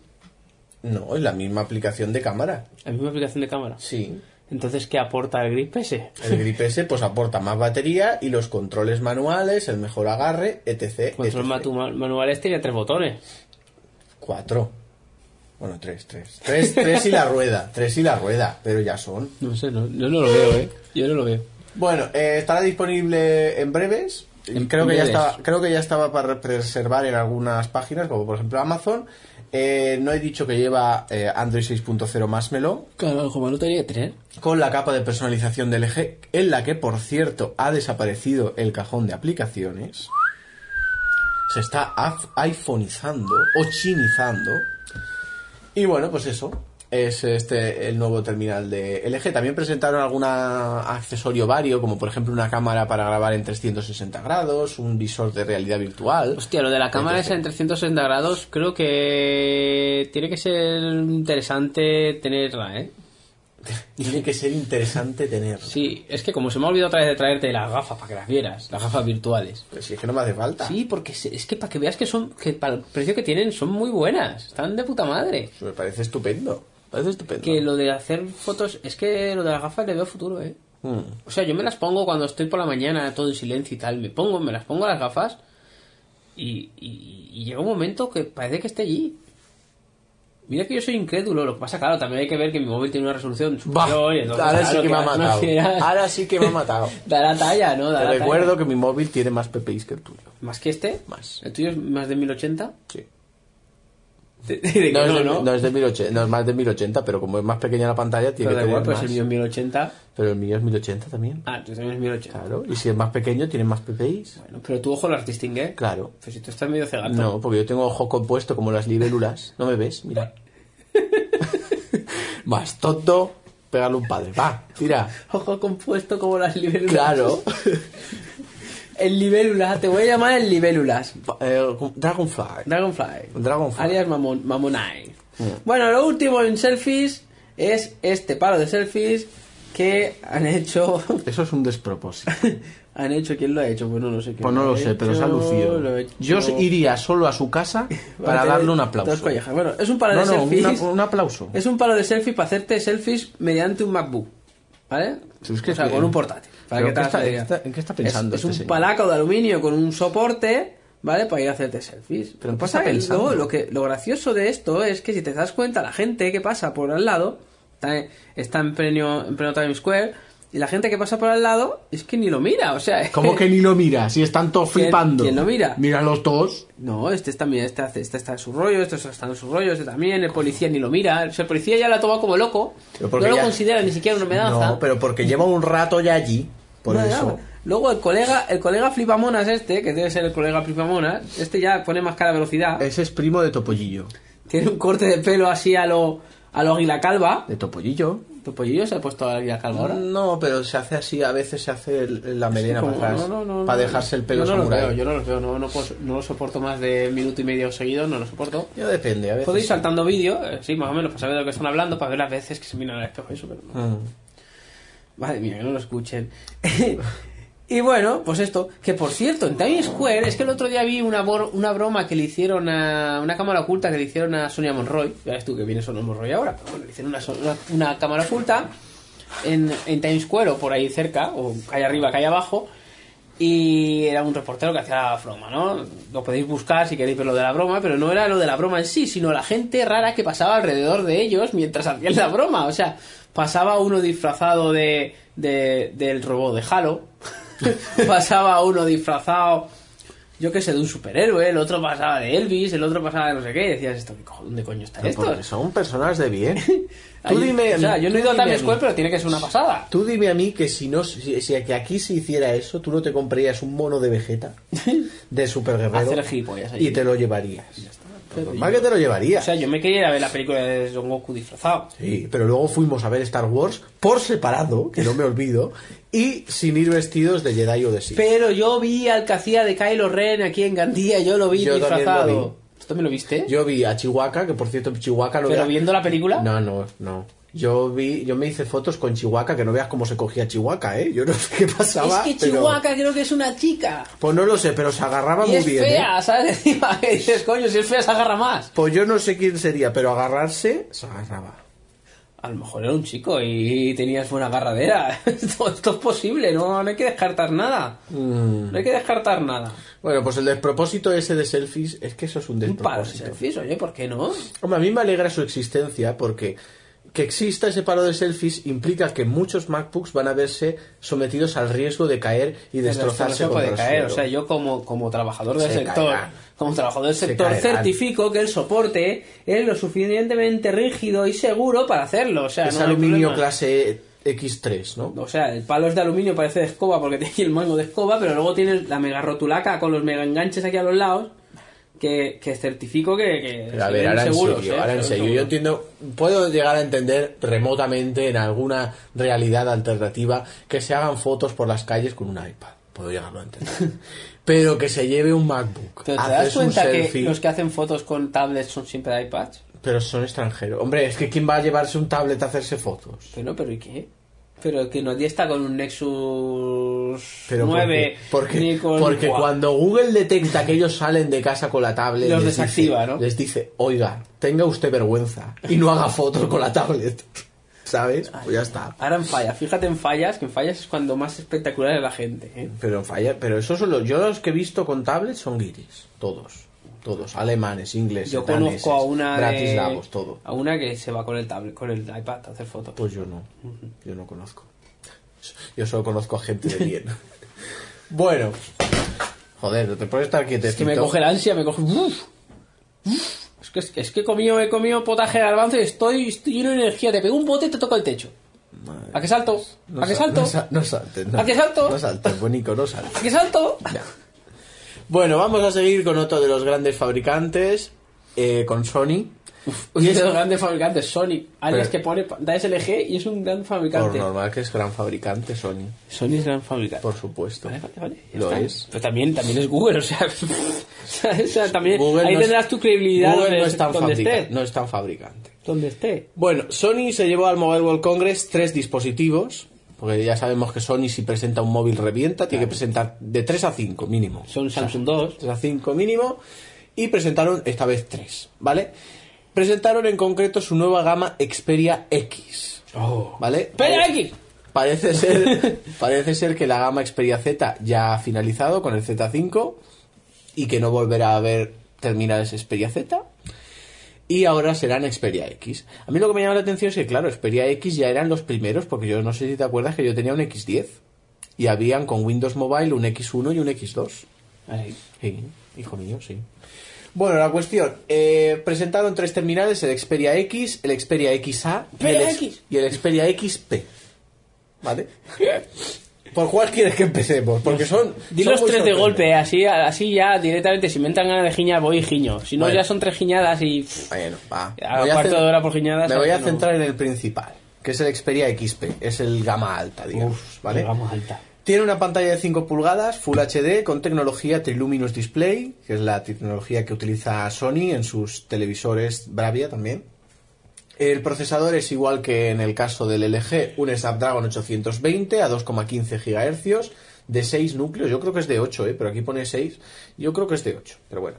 Speaker 2: no, es la misma aplicación de cámara.
Speaker 1: La misma aplicación de cámara.
Speaker 2: Sí.
Speaker 1: Entonces, ¿qué aporta el grip ese?
Speaker 2: El grip S pues aporta más batería y los controles manuales, el mejor agarre, etc.
Speaker 1: Control
Speaker 2: etc..
Speaker 1: matu- manual este tenía tres botones.
Speaker 2: Cuatro. Bueno, tres, tres. Tres, tres y la rueda. Tres y la rueda, pero ya son.
Speaker 1: No sé, no, yo no lo veo, ¿eh? Yo no lo veo.
Speaker 2: Bueno, eh, estará disponible en breves.
Speaker 1: En
Speaker 2: creo, que ya
Speaker 1: breves.
Speaker 2: estaba, creo que ya estaba para preservar en algunas páginas, como por ejemplo Amazon. Eh, no he dicho que lleva eh, Android 6.0 más melón,
Speaker 1: Claro, como no tenía que tener.
Speaker 2: con la capa de personalización del eje, en la que, por cierto, ha desaparecido el cajón de aplicaciones. se está af- iPhoneizando o chinizando. Y bueno, pues eso. Es este el nuevo terminal de LG. También presentaron algún accesorio vario, como por ejemplo una cámara para grabar en 360 grados, un visor de realidad virtual.
Speaker 1: Hostia, lo de la cámara esa en 360 grados creo que tiene que ser interesante tenerla, ¿eh?
Speaker 2: Tiene que ser interesante tener.
Speaker 1: Sí, es que como se me ha olvidado otra vez de traerte las gafas para que las vieras, las gafas virtuales.
Speaker 2: Pero Pues si es que no me hace falta.
Speaker 1: Sí, porque se- es que para que veas que son, que para el precio que tienen son muy buenas, están de puta madre.
Speaker 2: Me parece estupendo. Me parece estupendo.
Speaker 1: Que lo de hacer fotos, es que lo de las gafas le veo futuro, ¿eh?
Speaker 2: Mm.
Speaker 1: O sea, yo me las pongo cuando estoy por la mañana, todo en silencio y tal. Me pongo, me las pongo las gafas. Y, y- y llega un momento que parece que esté allí. Mira que yo soy incrédulo. Lo que pasa, claro, también hay que ver que mi móvil tiene una resolución
Speaker 2: Bah,
Speaker 1: superior. y entonces,
Speaker 2: ahora
Speaker 1: claro,
Speaker 2: sí que me ha
Speaker 1: las
Speaker 2: matado.
Speaker 1: máquinas-
Speaker 2: Ahora sí que me ha matado.
Speaker 1: Dará talla, ¿no? Dará
Speaker 2: Te
Speaker 1: talla.
Speaker 2: recuerdo que mi móvil tiene más PPIs que el tuyo.
Speaker 1: ¿Más que este?
Speaker 2: Más.
Speaker 1: ¿El tuyo es más de 1080?
Speaker 2: Sí.
Speaker 1: De- de-
Speaker 2: No,
Speaker 1: no,
Speaker 2: es de,
Speaker 1: no.
Speaker 2: no es de 1080, no es más de 1080, pero como es más pequeña la pantalla, tiene
Speaker 1: Pero da
Speaker 2: que
Speaker 1: igual,
Speaker 2: tener
Speaker 1: pues el
Speaker 2: más.
Speaker 1: mío es 1080.
Speaker 2: Pero el mío es 1080 también.
Speaker 1: Ah, tú también es 1080.
Speaker 2: Claro. Y si es más pequeño, tiene más PPIs.
Speaker 1: Bueno, pero tu ojo las distingue.
Speaker 2: Claro.
Speaker 1: Pues si tú estás medio cegato.
Speaker 2: No, porque yo tengo ojo compuesto como las libélulas. ¿No me ves? Mira. más tonto, pégale un padre. Va, tira.
Speaker 1: Ojo compuesto como las libélulas.
Speaker 2: Claro.
Speaker 1: El libélulas, te voy a llamar el libélulas.
Speaker 2: Eh, Dragonfly.
Speaker 1: Dragonfly.
Speaker 2: Dragonfly. Mm.
Speaker 1: Alias Mamon, Mamonai. Bueno, lo último en selfies es este paro de selfies que han hecho.
Speaker 2: Eso es un despropósito.
Speaker 1: han hecho, ¿quién lo ha hecho? Pues no lo sé. quién
Speaker 2: Pues no lo
Speaker 1: ha
Speaker 2: sé, pero se ha
Speaker 1: hecho,
Speaker 2: lucido.
Speaker 1: lo ha hecho.
Speaker 2: Yo iría solo a su casa
Speaker 1: Va a
Speaker 2: para
Speaker 1: tener
Speaker 2: darle un
Speaker 1: dos
Speaker 2: aplauso.
Speaker 1: collejas. Bueno, es un paro de
Speaker 2: No, no,
Speaker 1: selfies.
Speaker 2: una- un aplauso.
Speaker 1: Es un palo de selfies para hacerte selfies mediante un MacBook. ¿Vale?
Speaker 2: Sí, es que
Speaker 1: o sea,
Speaker 2: es que-
Speaker 1: con un portátil. ¿Para que te
Speaker 2: Pero ¿qué
Speaker 1: hagas
Speaker 2: está-
Speaker 1: la idea.
Speaker 2: está- en qué está pensando
Speaker 1: Es, es
Speaker 2: este
Speaker 1: un
Speaker 2: señor?
Speaker 1: palaco de aluminio con un soporte, ¿vale? Para ir a hacerte selfies. Lo
Speaker 2: Pero ¿en
Speaker 1: que
Speaker 2: qué
Speaker 1: pasa
Speaker 2: está
Speaker 1: es que luego
Speaker 2: pensando?
Speaker 1: lo, que, lo gracioso de esto es que si te das cuenta, la gente que pasa por al lado está, en- está en, pleno, en pleno Times Square y la gente que pasa por al lado es que ni lo mira. O sea, es
Speaker 2: ¿Cómo que ni lo mira? Si están todos
Speaker 1: ¿Quién-
Speaker 2: flipando.
Speaker 1: quién lo mira?
Speaker 2: Mira los dos.
Speaker 1: No, este está, mira, este, hace- este está en su rollo, este está en su rollo, este también, el policía ni lo mira, o sea, el policía ya lo ha tomado como loco, no
Speaker 2: Pero porque
Speaker 1: lo
Speaker 2: ya-
Speaker 1: considera ni siquiera una amenaza.
Speaker 2: porque lleva un rato ya allí.
Speaker 1: No, nada. Luego el colega, el colega flipamonas este, que debe ser el colega flipamonas, este ya pone más cara a velocidad,
Speaker 2: Ese es primo de Topollillo.
Speaker 1: tiene un corte de pelo así a lo, a lo águila calva. Pues,
Speaker 2: ¿De Topollillo?
Speaker 1: ¿Tu pollillo se ha puesto a la águila calva ahora?
Speaker 2: No, pero se hace así, a veces se hace el- la melena
Speaker 1: Como-
Speaker 2: para, atrás, para dejarse el pelo
Speaker 1: yo no los
Speaker 2: samurái.
Speaker 1: veo, yo no los veo, no, no, puedo- no los soporto más de minuto y medio seguido, no los soporto.
Speaker 2: Yo depende, a veces.
Speaker 1: Podéis ir saltando vídeo, eh, sí, más o menos, para saber de lo que están hablando, para ver las veces que se miran al espejo y eso, pero no.
Speaker 2: Mm.
Speaker 1: Madre mía, que no lo escuchen. y bueno, pues esto, que por cierto, en Times Square, es que el otro día vi una, bor- una broma que le hicieron a. una cámara oculta que le hicieron a Sonia Monroy. Ya ves tú que viene Sonia Monroy ahora, pero bueno, le hicieron una, so- una- una cámara oculta en, en Times Square o por ahí cerca, o calle arriba, calle abajo. Y era un reportero que hacía la broma, ¿no? Lo podéis buscar si queréis ver lo de la broma, pero no era lo de la broma en sí, sino la gente rara que pasaba alrededor de ellos mientras hacían la broma. O sea, pasaba uno disfrazado de, de- del robot de Halo, pasaba uno disfrazado, yo qué sé, de un superhéroe, el otro pasaba de Elvis, el otro pasaba de no sé qué, y decías esto, ¿qué cojo- ¿dónde coño están
Speaker 2: Pero
Speaker 1: estos?
Speaker 2: porque son personas de bien.
Speaker 1: Ay,
Speaker 2: Tú dime,
Speaker 1: o sea, yo no he ido a
Speaker 2: tú dime
Speaker 1: Times
Speaker 2: mí.
Speaker 1: Square, pero tiene que ser una pasada.
Speaker 2: Tú dime a mí que si no si, si- que aquí se hiciera eso, tú no te comprarías un mono de Vegeta de superguerrero
Speaker 1: Hacer gilipollas ahí.
Speaker 2: y te lo llevarías.
Speaker 1: Pero
Speaker 2: Normal que te lo
Speaker 1: O
Speaker 2: llevarías.
Speaker 1: sea, yo me quería ir a ver la película de Son Goku disfrazado.
Speaker 2: Sí, pero luego fuimos a ver Star Wars por separado, que no me olvido, y sin ir vestidos de Jedi o de Sith.
Speaker 1: Pero yo vi al que hacía de Kylo Ren aquí en Gandía, yo lo vi
Speaker 2: Yo también
Speaker 1: disfrazado.
Speaker 2: lo vi.
Speaker 1: ¿Tú también lo viste?
Speaker 2: Yo vi a Chihuahua, que por cierto Chihuahua no
Speaker 1: ¿Pero
Speaker 2: vea-
Speaker 1: viendo la película?
Speaker 2: No, no, no. Yo vi, yo me hice fotos con Chihuahua, que no veas cómo se cogía Chihuahua, ¿eh? Yo no sé qué
Speaker 1: es
Speaker 2: pasaba.
Speaker 1: que
Speaker 2: pero-
Speaker 1: Chihuahua creo que es una chica.
Speaker 2: Pues no lo sé, pero se agarraba
Speaker 1: Y
Speaker 2: muy
Speaker 1: es
Speaker 2: bien. ¿eh?
Speaker 1: fea, ¿sabes? Encima que dices, coño, si es fea se agarra más.
Speaker 2: Pues yo no sé quién sería, pero agarrarse se agarraba.
Speaker 1: A lo mejor era un chico y tenías buena agarradera. esto, esto es posible, no, no hay que descartar nada.
Speaker 2: Mm.
Speaker 1: No hay que descartar nada.
Speaker 2: Bueno, pues el despropósito ese de selfies es que eso es un
Speaker 1: Un paro de
Speaker 2: despropósito.
Speaker 1: selfies, oye, ¿por qué no?
Speaker 2: Hombre, a mí me alegra su existencia porque que exista ese paro de selfies implica que muchos MacBooks van a verse sometidos al riesgo de caer y destrozarse
Speaker 1: Esto no se
Speaker 2: contra
Speaker 1: puede
Speaker 2: el
Speaker 1: caer.
Speaker 2: suelo.
Speaker 1: O sea, yo como, como trabajador del
Speaker 2: Se
Speaker 1: sector,
Speaker 2: caerán.
Speaker 1: como trabajador del
Speaker 2: Se
Speaker 1: sector,
Speaker 2: caerán.
Speaker 1: certifico que el soporte es lo suficientemente rígido y seguro para hacerlo. O sea,
Speaker 2: es
Speaker 1: no hay
Speaker 2: aluminio
Speaker 1: problema.
Speaker 2: clase X3, ¿no?
Speaker 1: O sea, el palo es de aluminio, parece de escoba porque tiene el mango de escoba, pero luego tiene la mega rotulaca con los mega enganches aquí a los lados. que, que certifico que, que
Speaker 2: Pero a
Speaker 1: se
Speaker 2: ver,
Speaker 1: ven
Speaker 2: ahora en
Speaker 1: seguros,
Speaker 2: serio,
Speaker 1: ¿eh?
Speaker 2: ahora
Speaker 1: Se
Speaker 2: en
Speaker 1: ven
Speaker 2: serio. Yo
Speaker 1: seguros.
Speaker 2: entiendo, puedo llegar a entender remotamente en alguna realidad alternativa que se hagan fotos por las calles con un iPad. Puedo llegarlo a entender. Pero que se lleve un MacBook.
Speaker 1: Pero ¿Te das
Speaker 2: haces un
Speaker 1: cuenta que
Speaker 2: selfie.
Speaker 1: los que hacen fotos con tablets son siempre de iPads?
Speaker 2: Pero son extranjeros. Hombre, es que ¿quién va a llevarse un tablet a hacerse fotos?
Speaker 1: Pero, pero ¿y qué? Pero que no está con un Nexus
Speaker 2: Pero
Speaker 1: 9,
Speaker 2: porque,
Speaker 1: ni
Speaker 2: porque,
Speaker 1: con-
Speaker 2: porque
Speaker 1: Buah.
Speaker 2: cuando Google detecta que ellos salen de casa con la tablet,
Speaker 1: Los
Speaker 2: les dice-
Speaker 1: desactiva, ¿no?
Speaker 2: Les dice, oiga, tenga usted vergüenza y no haga fotos con la tablet. ¿Sabes? Pues ya está.
Speaker 1: Ahora en fallas, fíjate en fallas, que en fallas es cuando más espectacular es la gente. ¿eh?
Speaker 2: Pero falla, pero esos son los, yo los que he visto con tablets son guiris, todos, todos, alemanes, ingleses,
Speaker 1: Yo
Speaker 2: daneses,
Speaker 1: conozco a una de-
Speaker 2: bratislavos, todo.
Speaker 1: A una que se va con el tablet, con el iPad a hacer fotos.
Speaker 2: Pues yo no, yo no conozco. Yo solo conozco a gente de bien. bueno, joder, no te puedes estar quieto.
Speaker 1: es que me coge la ansia, me coge... ¡Uf! ¡Uf! Es que, es, que- es que he comido, he comido potaje de garbanzo y estoy, estoy lleno de energía. Te pego un bote y te toco el techo. ¿A qué salto? ¿A qué salto?
Speaker 2: No, sa- no saltes, no.
Speaker 1: ¿A que salto?
Speaker 2: No saltes, buenico, no saltes.
Speaker 1: ¿A qué salto?
Speaker 2: Bueno, vamos a seguir con otro de los grandes fabricantes, eh, con Sony.
Speaker 1: Uno de los grandes fabricantes, Sony. Alias
Speaker 2: Pero-
Speaker 1: que pone, da SLG y es un gran
Speaker 2: Por
Speaker 1: fabricante.
Speaker 2: normal que es gran fabricante Sony,
Speaker 1: Sony es gran fabricante.
Speaker 2: por supuesto.
Speaker 1: Vale, vale, vale. ya
Speaker 2: Lo
Speaker 1: está.
Speaker 2: es.
Speaker 1: Pero también, también es Google, o sea. o sea, o sea, también,
Speaker 2: Google
Speaker 1: ahí
Speaker 2: no es-
Speaker 1: tendrás tu credibilidad
Speaker 2: Google
Speaker 1: donde,
Speaker 2: no es tan
Speaker 1: donde
Speaker 2: fabrica-
Speaker 1: esté.
Speaker 2: no es tan fabricante.
Speaker 1: Donde esté.
Speaker 2: Bueno, Sony se llevó al Mobile World Congress tres dispositivos, porque ya sabemos que Sony si presenta un móvil revienta, tiene que presentar de 3 a 5 mínimo.
Speaker 1: Son Samsung 2.
Speaker 2: 3 a 5 mínimo, y presentaron esta vez tres, ¿vale? Presentaron en concreto su nueva gama Xperia X, ¿vale?
Speaker 1: ¡Espera, X!
Speaker 2: Parece ser, parece ser que la gama Xperia Z ya ha finalizado con el Z5 y que no volverá a haber terminales Xperia Z. Y ahora serán Xperia X. A mí lo que me llama la atención es que, claro, Xperia X ya eran los primeros, porque yo no sé si te acuerdas que yo tenía un X10. Y habían con Windows Mobile un X1 y un X2.
Speaker 1: Así.
Speaker 2: Sí, hijo mío, sí. Bueno, la cuestión. eh, presentaron tres terminales, el Xperia X, el Xperia XA y el,
Speaker 1: Xperia
Speaker 2: ex-
Speaker 1: X.
Speaker 2: y el Xperia XP. ¿Vale? ¿Por cuál quieres que empecemos? Porque son...
Speaker 1: Di
Speaker 2: son
Speaker 1: los
Speaker 2: muy
Speaker 1: tres de
Speaker 2: sorprendentes.
Speaker 1: golpe, así, así ya directamente, si me entran ganas de giñar, voy y giño. Si no,
Speaker 2: Bueno.
Speaker 1: ya son tres giñadas y. pff,
Speaker 2: Bueno, va.
Speaker 1: A
Speaker 2: Me voy
Speaker 1: cuarto
Speaker 2: cen-
Speaker 1: de hora por giñada,
Speaker 2: Me
Speaker 1: sabes
Speaker 2: voy a
Speaker 1: que no.
Speaker 2: centrar en el principal, que es el Xperia XP. Es el gama alta, digamos. ¿vale?
Speaker 1: Vamos alta.
Speaker 2: Tiene una pantalla de 5 pulgadas, Full HD, con tecnología Triluminous Display, que es la tecnología que utiliza Sony en sus televisores Bravia también. El procesador es igual que en el caso del LG, un Snapdragon 820 a 2,15 GHz de 6 núcleos, yo creo que es de 8, eh, pero aquí pone 6, yo creo que es de 8, pero bueno.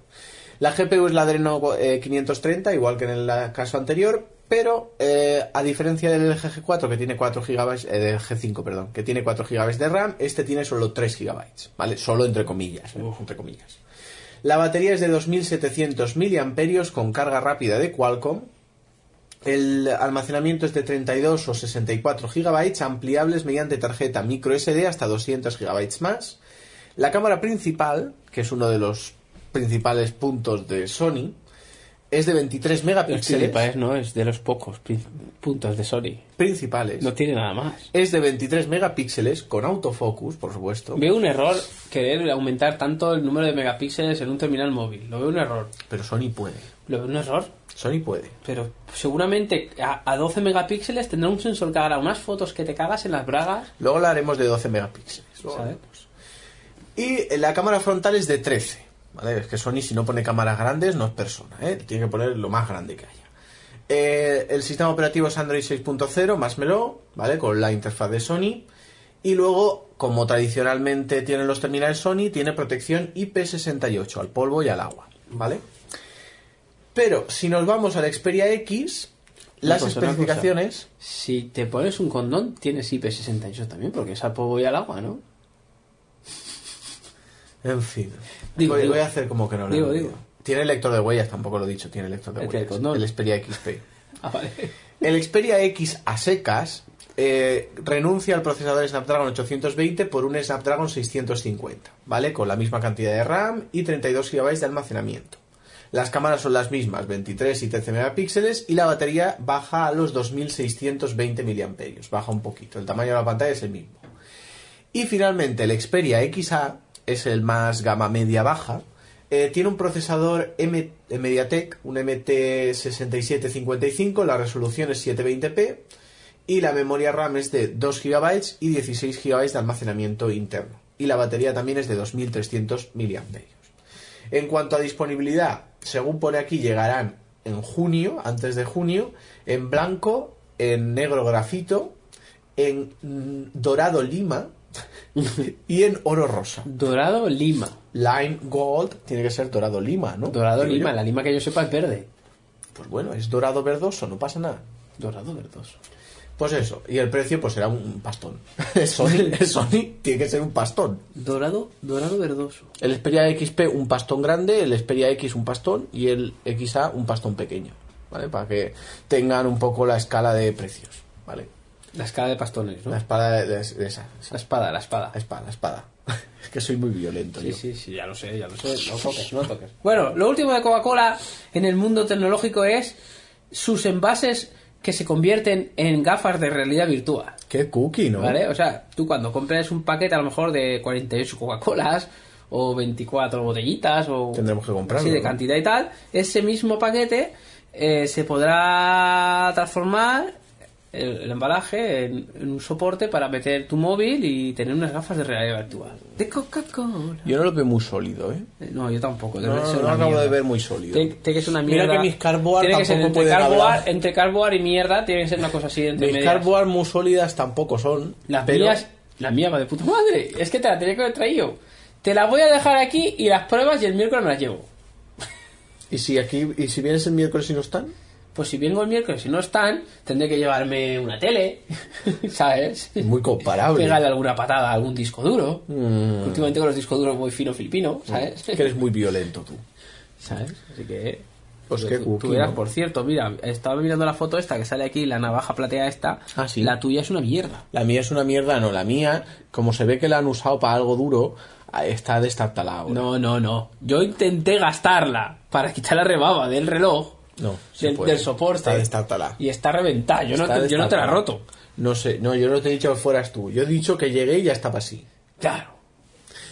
Speaker 2: La GPU es la Adreno eh, 530, igual que en el la- caso anterior, pero eh, a diferencia del LG G4 que tiene 4 GB, eh, del G5, perdón, que tiene 4 GB de RAM, este tiene solo 3 GB, ¿vale? Solo entre comillas, eh, entre comillas. La batería es de 2700 mAh con carga rápida de Qualcomm. El almacenamiento es de 32 o 64 GB, ampliables mediante tarjeta microSD hasta 200 GB más. La cámara principal, que es uno de los principales puntos de Sony, es de 23
Speaker 1: El
Speaker 2: megapíxeles.
Speaker 1: Filipa es, no, es de los pocos prin- puntos de Sony.
Speaker 2: Principales.
Speaker 1: No tiene nada más.
Speaker 2: Es de 23 megapíxeles con autofocus, por supuesto.
Speaker 1: Veo un error querer aumentar tanto el número de megapíxeles en un terminal móvil. Lo veo un error.
Speaker 2: Pero Sony puede.
Speaker 1: Lo veo un error.
Speaker 2: Sony puede.
Speaker 1: Pero seguramente a, a 12 megapíxeles tendrá un sensor que hará unas fotos que te cagas en las bragas.
Speaker 2: Luego la haremos de 12 megapíxeles. Luego
Speaker 1: ¿Sabes?
Speaker 2: haremos. Y la cámara frontal es de 13. ¿vale? Es que Sony, si no pone cámaras grandes, no es persona. ¿eh? Tiene que poner lo más grande que haya. Eh, el sistema operativo es Android 6.0, más melo, ¿vale? Con la interfaz de Sony. Y luego, como tradicionalmente tienen los terminales Sony, tiene protección IP68 al polvo y al agua, ¿vale? Pero si nos vamos al Xperia X,
Speaker 1: Una
Speaker 2: las
Speaker 1: cosa, una cosa.
Speaker 2: especificaciones.
Speaker 1: Si te pones un condón, tienes IP68 también, porque es al polvo y al agua, ¿no?
Speaker 2: En fin.
Speaker 1: Digo,
Speaker 2: voy,
Speaker 1: digo.
Speaker 2: voy a hacer como que no lo he
Speaker 1: Digo,
Speaker 2: oído.
Speaker 1: digo.
Speaker 2: Tiene lector de huellas, tampoco lo he dicho, tiene lector de
Speaker 1: El
Speaker 2: huellas.
Speaker 1: telecondón.
Speaker 2: El Xperia XP.
Speaker 1: Ah, vale.
Speaker 2: El Xperia X a secas eh, renuncia al procesador Snapdragon 820 por un Snapdragon 650, ¿vale? Con la misma cantidad de RAM y 32 GB de almacenamiento. Las cámaras son las mismas, 23 y 13 megapíxeles, y la batería baja a los 2620 mAh, baja un poquito, el tamaño de la pantalla es el mismo. Y finalmente el Xperia XA es el más gama media baja, Eh, tiene un procesador M Mediatek, un MT6755, la resolución es 720p y la memoria RAM es de 2 GB y 16 GB de almacenamiento interno. Y la batería también es de 2300 mAh. En cuanto a disponibilidad, según pone aquí, llegarán en junio, antes de junio, en blanco, en negro grafito, en mm, dorado lima y en oro rosa.
Speaker 1: Dorado Lima.
Speaker 2: Lime Gold tiene que ser dorado lima, ¿no?
Speaker 1: Dorado
Speaker 2: Digo
Speaker 1: Lima,
Speaker 2: yo.
Speaker 1: la Lima que yo sepa es verde.
Speaker 2: Pues bueno, es dorado verdoso, no pasa nada.
Speaker 1: Dorado verdoso.
Speaker 2: Pues eso, y el precio pues será un pastón. El Sony, el Sony tiene que ser un pastón.
Speaker 1: Dorado, dorado verdoso.
Speaker 2: El Xperia XP un pastón grande, el Xperia X un pastón y el XA un pastón pequeño, ¿vale? Para que tengan un poco la escala de precios, ¿vale?
Speaker 1: La escala de pastones, ¿no?
Speaker 2: La
Speaker 1: La,
Speaker 2: espada de, de- de esa, esa,
Speaker 1: espada, la espada.
Speaker 2: la espada, la espada. Es que soy muy violento,
Speaker 1: Sí,
Speaker 2: yo.
Speaker 1: sí, sí, ya lo sé, ya lo sé. No toques, no toques. Bueno, lo último de Coca-Cola en el mundo tecnológico es sus envases que se convierten en gafas de realidad virtual.
Speaker 2: Qué cookie, ¿no?
Speaker 1: ¿Vale? O sea, tú cuando compras un paquete a lo mejor de 48 Coca-Colas o 24 botellitas o...
Speaker 2: Tendremos que comprarlo,
Speaker 1: Sí, de
Speaker 2: ¿no?
Speaker 1: cantidad y tal. Ese mismo paquete eh, se podrá transformar el, el embalaje en, en un soporte para meter tu móvil y tener unas gafas de realidad virtual. De Coca-Cola.
Speaker 2: Yo no lo veo muy sólido, ¿eh?
Speaker 1: Eh, No, yo tampoco.
Speaker 2: No,
Speaker 1: debe
Speaker 2: no,
Speaker 1: ser
Speaker 2: no
Speaker 1: una
Speaker 2: acabo de
Speaker 1: mierda.
Speaker 2: ver muy sólido.
Speaker 1: Tiene, tiene que ser una
Speaker 2: Mira
Speaker 1: mierda.
Speaker 2: que mis Carboar
Speaker 1: Tiene que ser
Speaker 2: tampoco
Speaker 1: entre
Speaker 2: pueden
Speaker 1: Carboar,
Speaker 2: hablar.
Speaker 1: entre Carboar y mierda tiene que ser una cosa así entre
Speaker 2: Mis
Speaker 1: medias.
Speaker 2: carboard muy sólidas tampoco son.
Speaker 1: Las
Speaker 2: pero
Speaker 1: mías, la mía va de puta madre. Es que te la tenía que haber traído. Te la voy a dejar aquí y las pruebas y el miércoles me las llevo.
Speaker 2: ¿Y si aquí y si vienes el miércoles y no están?
Speaker 1: Pues si vengo el miércoles y no están, tendré que llevarme una tele, ¿sabes?
Speaker 2: Muy comparable.
Speaker 1: Pegarle alguna patada a algún disco duro.
Speaker 2: Mm.
Speaker 1: Últimamente con los discos duros voy fino filipino, ¿sabes?
Speaker 2: Que eres muy violento tú.
Speaker 1: ¿Sabes? Así que...
Speaker 2: Pues
Speaker 1: tú-
Speaker 2: qué
Speaker 1: tú
Speaker 2: cookie,
Speaker 1: verás,
Speaker 2: ¿no?
Speaker 1: por cierto, mira, estaba mirando la foto esta que sale aquí, la navaja platea esta.
Speaker 2: Ah, sí.
Speaker 1: La tuya es una mierda.
Speaker 2: La mía es una mierda, no. La mía, como se ve que la han usado para algo duro, ah, está destartalada ahora.
Speaker 1: No, no, no. Yo intenté gastarla para quitar la rebaba del reloj.
Speaker 2: No, se
Speaker 1: Del,
Speaker 2: puede.
Speaker 1: del soporte.
Speaker 2: Está destartalada.
Speaker 1: Y está reventada. Yo, no
Speaker 2: Está
Speaker 1: te, yo no te la he
Speaker 2: destartalada.
Speaker 1: roto.
Speaker 2: No sé, no, yo no te he dicho que fueras tú. Yo he dicho que llegué y ya estaba así.
Speaker 1: Claro.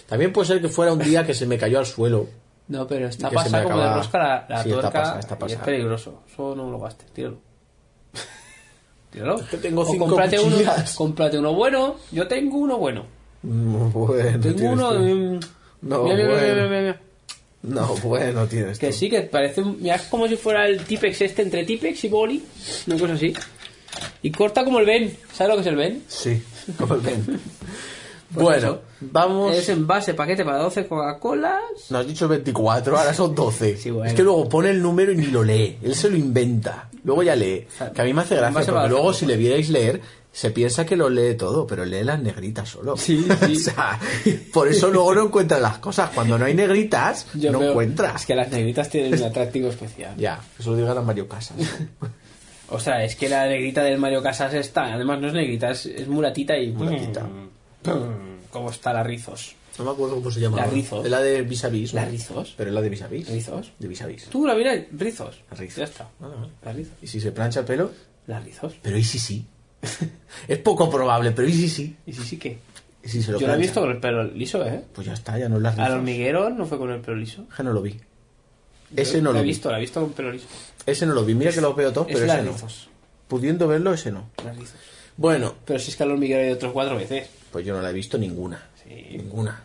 Speaker 2: También puede ser que fuera un día que se me cayó al suelo.
Speaker 1: No, pero está
Speaker 2: Que se me
Speaker 1: pasada como de
Speaker 2: acaba-
Speaker 1: rosca la, la
Speaker 2: Sí, está
Speaker 1: tuerca
Speaker 2: pasada, está
Speaker 1: y
Speaker 2: pasada.
Speaker 1: es peligroso. Solo no lo gastes. Tíralo. Tíralo.
Speaker 2: que tengo
Speaker 1: O
Speaker 2: cinco
Speaker 1: cómprate uno,
Speaker 2: cuchillas.
Speaker 1: cómprate uno bueno. Yo tengo uno bueno.
Speaker 2: Mm, Bueno,
Speaker 1: Tengo
Speaker 2: tienes
Speaker 1: uno...
Speaker 2: tú.
Speaker 1: mm,
Speaker 2: No,
Speaker 1: mira, mira, mira,
Speaker 2: bueno.
Speaker 1: mira, mira, mira.
Speaker 2: No, bueno, tienes
Speaker 1: Que
Speaker 2: tú.
Speaker 1: sí, que parece un- mira, es como si fuera el Tipex este entre Tipex y Boli, una cosa así. Y corta como el Ben, ¿sabes lo que es el Ben?
Speaker 2: Sí, como el Ben. bueno,
Speaker 1: eso.
Speaker 2: vamos...
Speaker 1: Es envase, paquete para 12 Coca-Colas.
Speaker 2: No has dicho 24, ahora son 12.
Speaker 1: Sí, bueno.
Speaker 2: Es que luego pone el número y ni lo lee. Él se lo inventa. Luego ya lee. Que a mí me hace
Speaker 1: En base
Speaker 2: gracia,
Speaker 1: a la-
Speaker 2: porque luego si le vierais leer, se piensa que lo lee todo, pero lee las negritas solo.
Speaker 1: Sí, sí.
Speaker 2: o sea, por eso luego no encuentra las cosas. Cuando no hay negritas,
Speaker 1: Yo
Speaker 2: no
Speaker 1: veo-
Speaker 2: encuentras.
Speaker 1: Es que las negritas tienen un atractivo especial.
Speaker 2: Ya, eso lo digan a Mario Casas.
Speaker 1: O sea, es que la negrita del Mario Casas está, además no es negrita, es, es mulatita y...
Speaker 2: Mulatita.
Speaker 1: Mm, ¿Cómo está la Rizos?
Speaker 2: No me acuerdo cómo se llama.
Speaker 1: La
Speaker 2: ahora.
Speaker 1: Rizos.
Speaker 2: Es la de Vis a Vis. ¿no?
Speaker 1: La Rizos.
Speaker 2: Pero es la de Vis a Vis.
Speaker 1: Rizos.
Speaker 2: De Vis a Vis.
Speaker 1: Tú la miras, Rizos.
Speaker 2: La Rizos.
Speaker 1: Ya está.
Speaker 2: Vale, vale.
Speaker 1: La Rizos.
Speaker 2: ¿Y si se plancha el pelo?
Speaker 1: La Rizos.
Speaker 2: Pero y si sí. es poco probable, pero y si sí.
Speaker 1: Y sí, sí que...
Speaker 2: ¿Y si se lo
Speaker 1: Yo la he
Speaker 2: plancha?
Speaker 1: visto con el pelo liso, ¿eh?
Speaker 2: Pues ya está, ya no las
Speaker 1: Al
Speaker 2: rizas.
Speaker 1: hormiguero no fue con el pelo liso.
Speaker 2: Que no lo vi. Ese no
Speaker 1: la
Speaker 2: lo
Speaker 1: he
Speaker 2: vi.
Speaker 1: visto, la he visto con pelo liso.
Speaker 2: Ese no lo vi. Mira que los veo todos,
Speaker 1: Es
Speaker 2: pero
Speaker 1: la
Speaker 2: ese no.
Speaker 1: rizos.
Speaker 2: Pudiendo verlo, ese no.
Speaker 1: la rizos.
Speaker 2: Bueno,
Speaker 1: Pero si es que al hormiguero hay otros cuatro veces.
Speaker 2: pues yo no la he visto ninguna.
Speaker 1: Sí.
Speaker 2: Ninguna.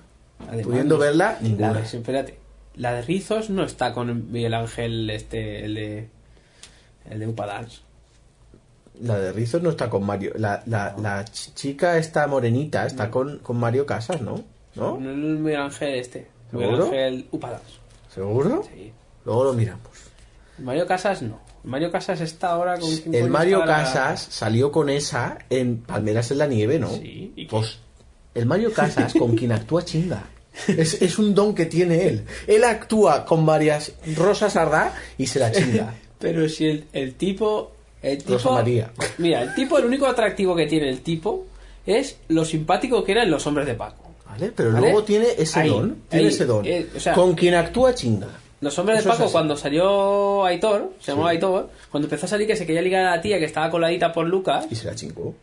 Speaker 1: Además,
Speaker 2: Pudiendo
Speaker 1: no-
Speaker 2: verla,
Speaker 1: La
Speaker 2: ninguna.
Speaker 1: de, espérate. La de rizos no está con Miguel Ángel, este, el de. El de Upadance.
Speaker 2: La de Rizos no está con Mario. La, la, la ch- chica esta morenita está con, con Mario Casas, ¿no?
Speaker 1: No,
Speaker 2: ¿No?
Speaker 1: es el Miguel Ángel este. Miguel
Speaker 2: ¿Seguro?
Speaker 1: Ángel Upadance.
Speaker 2: ¿Seguro?
Speaker 1: Sí.
Speaker 2: Luego lo miramos.
Speaker 1: Mario Casas no. Mario Casas está ahora con. ¿quién
Speaker 2: El
Speaker 1: coño
Speaker 2: Mario
Speaker 1: está la-
Speaker 2: Casas salió con esa en Palmeras en la Nieve, ¿no?
Speaker 1: Sí, ¿y qué?
Speaker 2: Pues el Mario Casas con quien actúa chinga. Es, es un don que tiene él. Él actúa con varias rosas ardá y se la chinga.
Speaker 1: Pero si el, el tipo. El tipo
Speaker 2: Rosa María.
Speaker 1: Mira, el tipo, el único atractivo que tiene el tipo es lo simpático que eran los hombres de Paco.
Speaker 2: ¿Vale? Pero
Speaker 1: ¿Vale?
Speaker 2: luego tiene ese
Speaker 1: Ahí,
Speaker 2: don. Tiene
Speaker 1: ahí,
Speaker 2: ese don.
Speaker 1: eh, o sea-
Speaker 2: con quien actúa chinga.
Speaker 1: Los hombres
Speaker 2: Eso
Speaker 1: de
Speaker 2: es
Speaker 1: Paco,
Speaker 2: así.
Speaker 1: cuando salió Aitor, se llamaba Aitor, cuando empezó a salir que se quería ligar a la tía que estaba coladita por Lucas,
Speaker 2: Y se la chingó.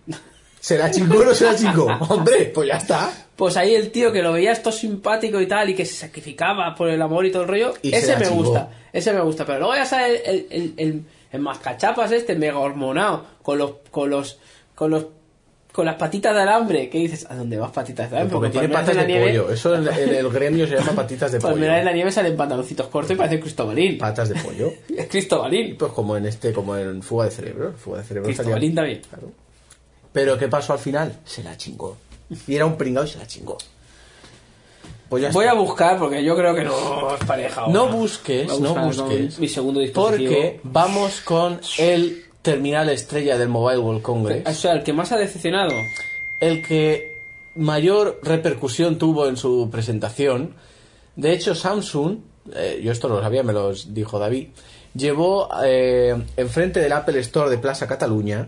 Speaker 2: ¿Será chico o no será chico? Hombre, pues ya está.
Speaker 1: Pues ahí el tío que lo veías todo simpático y tal, y que se sacrificaba por el amor y todo el rollo,
Speaker 2: Y se
Speaker 1: ese
Speaker 2: la
Speaker 1: me
Speaker 2: chingó.
Speaker 1: gusta, ese me gusta. Pero luego ya sale el, el, el, el mascachapas este, mega hormonado, con los, con los, con los, con las patitas de alambre, ¿qué dices? ¿A dónde vas patitas de alambre?
Speaker 2: Porque
Speaker 1: Pues
Speaker 2: tiene
Speaker 1: palmeras
Speaker 2: patas de
Speaker 1: en la nieve-
Speaker 2: pollo. Eso en, en el gremio se llama patitas de
Speaker 1: Palmeras en la
Speaker 2: pollo.
Speaker 1: nieve salen pantaloncitos cortos y parece Cristobalín.
Speaker 2: Patas de pollo.
Speaker 1: Es Cristobalín.
Speaker 2: Pues como en este, como en fuga de cerebro. Fuga de cerebro estaría-
Speaker 1: Cristobalín también.
Speaker 2: Claro. Pero ¿qué pasó al final? Se la chingó. Y era un pringado y se la chingó. Pues ya
Speaker 1: Voy a
Speaker 2: está.
Speaker 1: buscar porque yo creo que no es pareja. ahora.
Speaker 2: No busques,
Speaker 1: Voy a
Speaker 2: no
Speaker 1: buscar con
Speaker 2: busques.
Speaker 1: Mi segundo dispositivo.
Speaker 2: Porque vamos con el terminal estrella del Mobile World
Speaker 1: O
Speaker 2: Congress.
Speaker 1: sea, el que más ha decepcionado.
Speaker 2: El que mayor repercusión tuvo en su presentación. De hecho, Samsung, eh, yo esto no lo sabía, me lo dijo David, llevó eh, enfrente del Apple Store de Plaza Cataluña,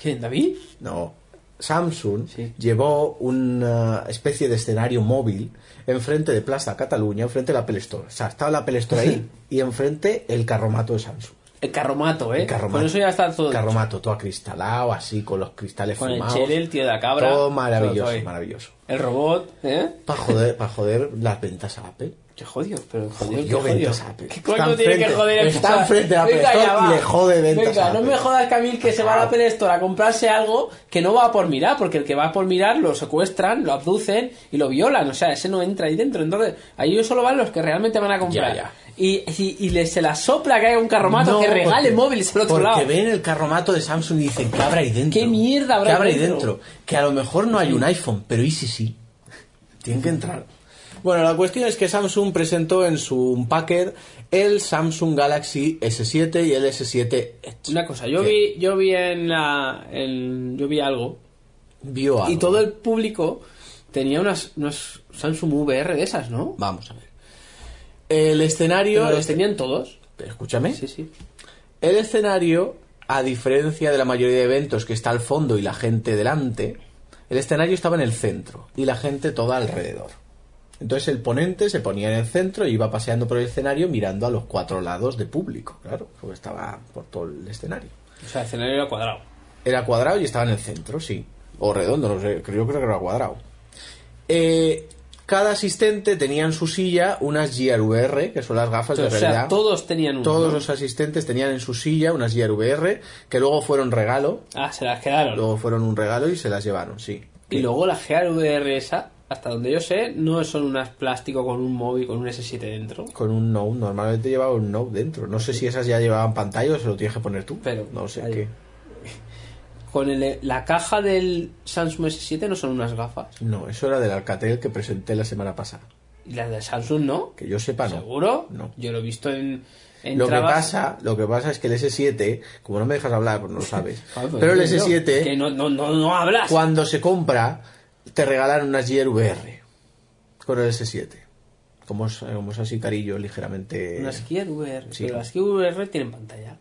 Speaker 1: ¿Quién, David?
Speaker 2: no, Samsung
Speaker 1: Sí.
Speaker 2: llevó una especie de escenario móvil enfrente de Plaza Cataluña, enfrente del Apple Store. O sea, estaba el Apple Store ahí y enfrente el carromato de Samsung.
Speaker 1: El carromato, ¿eh?
Speaker 2: El carromato.
Speaker 1: Con eso ya está todo.
Speaker 2: Carromato, todo acristalado, así, con los cristales
Speaker 1: Con el
Speaker 2: fumados.
Speaker 1: chel, el tío de la cabra.
Speaker 2: Todo maravilloso,
Speaker 1: Todo ahí.
Speaker 2: maravilloso.
Speaker 1: El robot, ¿eh?
Speaker 2: Para joder, pa' joder las ventas a Apple.
Speaker 1: Qué jodido, pero
Speaker 2: Joder,
Speaker 1: jodido. qué
Speaker 2: yo
Speaker 1: jodido.
Speaker 2: ventas ah, a Apple.
Speaker 1: ¿Qué
Speaker 2: Está
Speaker 1: coño tiene que
Speaker 2: enfrente,
Speaker 1: joder el
Speaker 2: está
Speaker 1: chaval?
Speaker 2: enfrente de Apple
Speaker 1: Venga,
Speaker 2: Store
Speaker 1: ya
Speaker 2: y
Speaker 1: va.
Speaker 2: le jode ventas
Speaker 1: Venga,
Speaker 2: a
Speaker 1: no
Speaker 2: Apple.
Speaker 1: me jodas, Camil, que se va a la
Speaker 2: Claro.
Speaker 1: Apple Store a comprarse algo que no va por mirar, porque el que va por mirar lo secuestran, lo abducen y lo violan. O sea, ese no entra ahí dentro. Entonces, ahí ellos solo van los que realmente van a comprar.
Speaker 2: Ya, ya.
Speaker 1: Y, y, y le, se la sopla que haga un carromato que regale
Speaker 2: porque-
Speaker 1: móviles al otro
Speaker 2: porque
Speaker 1: lado.
Speaker 2: ven el carromato de Samsung y dicen, ¿qué habrá ahí dentro?
Speaker 1: ¿Qué mierda habrá
Speaker 2: ¿Qué
Speaker 1: ahí
Speaker 2: habrá ahí
Speaker 1: dentro?
Speaker 2: dentro? Que a lo mejor no hay un iPhone, pero y si sí. Tienen que entrar. Bueno, la cuestión es que Samsung presentó en su Unpacked el Samsung Galaxy S7 y el S7 Edge.
Speaker 1: Una cosa, yo
Speaker 2: ¿Qué?
Speaker 1: vi, yo vi en la. en- yo vi algo. Y
Speaker 2: Vio algo.
Speaker 1: todo el público tenía unas, unas Samsung VR de esas, ¿no?
Speaker 2: Vamos a ver. El escenario...
Speaker 1: Pero los tenían todos.
Speaker 2: Escúchame.
Speaker 1: Sí, sí.
Speaker 2: El escenario, a diferencia de la mayoría de eventos que está al fondo y la gente delante, el escenario estaba en el centro y la gente toda alrededor. Entonces el ponente se ponía en el centro y iba paseando por el escenario mirando a los cuatro lados de público, claro, porque estaba por todo el escenario.
Speaker 1: O sea, el escenario era cuadrado.
Speaker 2: Era cuadrado y estaba en el centro, sí. O redondo, no sé, creo, creo que era cuadrado. Eh, cada asistente tenía en su silla unas GRVR, que son las gafas
Speaker 1: o
Speaker 2: Pues de realidad.
Speaker 1: sea, todos tenían uno.
Speaker 2: Todos
Speaker 1: ¿no?
Speaker 2: los asistentes tenían en su silla unas Gear VR que luego fueron regalo,
Speaker 1: Ah, se las quedaron.
Speaker 2: luego fueron un regalo y se las llevaron, sí.
Speaker 1: Y luego la Gear VR esa, hasta donde yo sé, no son unas plástico con un móvil, con un S7 dentro.
Speaker 2: Con un Note, normalmente llevaba un Note dentro. No sé si esas ya llevaban pantalla o se lo tienes que poner tú.
Speaker 1: Pero,
Speaker 2: no sé
Speaker 1: ahí.
Speaker 2: qué.
Speaker 1: Con el- la caja del Samsung S7 no son unas gafas.
Speaker 2: No, eso era del Alcatel que presenté la semana pasada.
Speaker 1: Y las del Samsung no.
Speaker 2: Que yo sepa, Ah, no.
Speaker 1: ¿Seguro?
Speaker 2: No.
Speaker 1: Yo lo he visto en... en
Speaker 2: Lo que,
Speaker 1: trabas-
Speaker 2: pasa, lo que pasa es que el S7, como no me dejas hablar, pues no lo sabes.
Speaker 1: Ah, pues
Speaker 2: pero el
Speaker 1: yo digo
Speaker 2: S7,
Speaker 1: Que no, no, no, no hablas.
Speaker 2: cuando se compra, te regalan unas Gear VR con el S7. Como es, como es así carillo, ligeramente...
Speaker 1: Unas Gear VR.
Speaker 2: Sí.
Speaker 1: Pero las Gear VR tienen pantalla.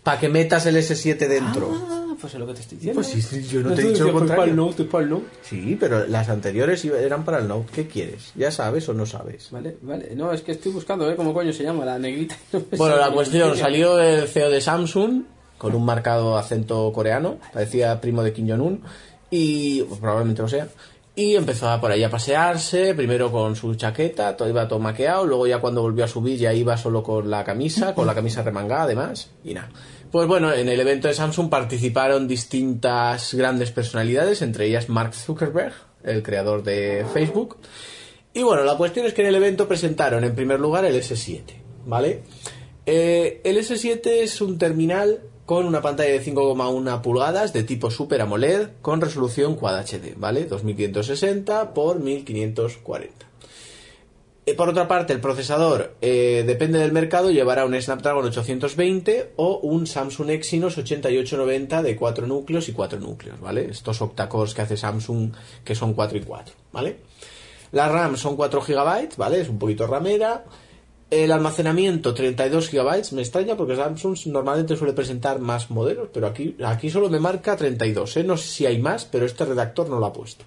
Speaker 2: Para que metas el S7 dentro.
Speaker 1: Ah, pues es lo que te estoy pues, diciendo.
Speaker 2: Pues sí, sí, yo no te he
Speaker 1: Entonces,
Speaker 2: dicho lo
Speaker 1: que fue
Speaker 2: contrario.
Speaker 1: pa'l Note, fue pa'l Note.
Speaker 2: Sí, pero las anteriores iba- eran para el Note. ¿Qué quieres? ¿Ya sabes o no sabes?
Speaker 1: Vale, vale. No, es que estoy buscando, ¿eh? ¿Cómo coño se llama? La negrita. No me
Speaker 2: Bueno,
Speaker 1: sale
Speaker 2: la
Speaker 1: ni
Speaker 2: cuestión,
Speaker 1: siquiera.
Speaker 2: salió el CEO de Samsung con un marcado acento coreano, parecía primo de Kim Jong-un, y pues, probablemente lo sea. Y empezó a por ahí a pasearse, primero con su chaqueta, todo iba todo maqueado, luego ya cuando volvió a subir ya iba solo con la camisa, con la camisa remangada además, y nada. Pues bueno, en el evento de Samsung participaron distintas grandes personalidades, entre ellas Mark Zuckerberg, el creador de Facebook, y bueno, la cuestión es que en el evento presentaron en primer lugar el S7, ¿vale? Eh, el S7 es un terminal con una pantalla de 5,1 pulgadas de tipo Super AMOLED con resolución Quad HD, ¿vale? 2560 por 1540. Eh, por otra parte, el procesador, eh, depende del mercado, llevará un Snapdragon 820 o un Samsung Exynos 8890 de 4 núcleos y 4 núcleos, ¿vale? Estos octacores que hace Samsung que son 4 y 4, ¿vale? La RAM son 4 GB, ¿vale? Es un poquito ramera. El almacenamiento 32 GB, me extraña porque Samsung normalmente suele presentar más modelos, pero aquí, aquí solo me marca 32, ¿eh? No sé si hay más, pero este redactor no lo ha puesto.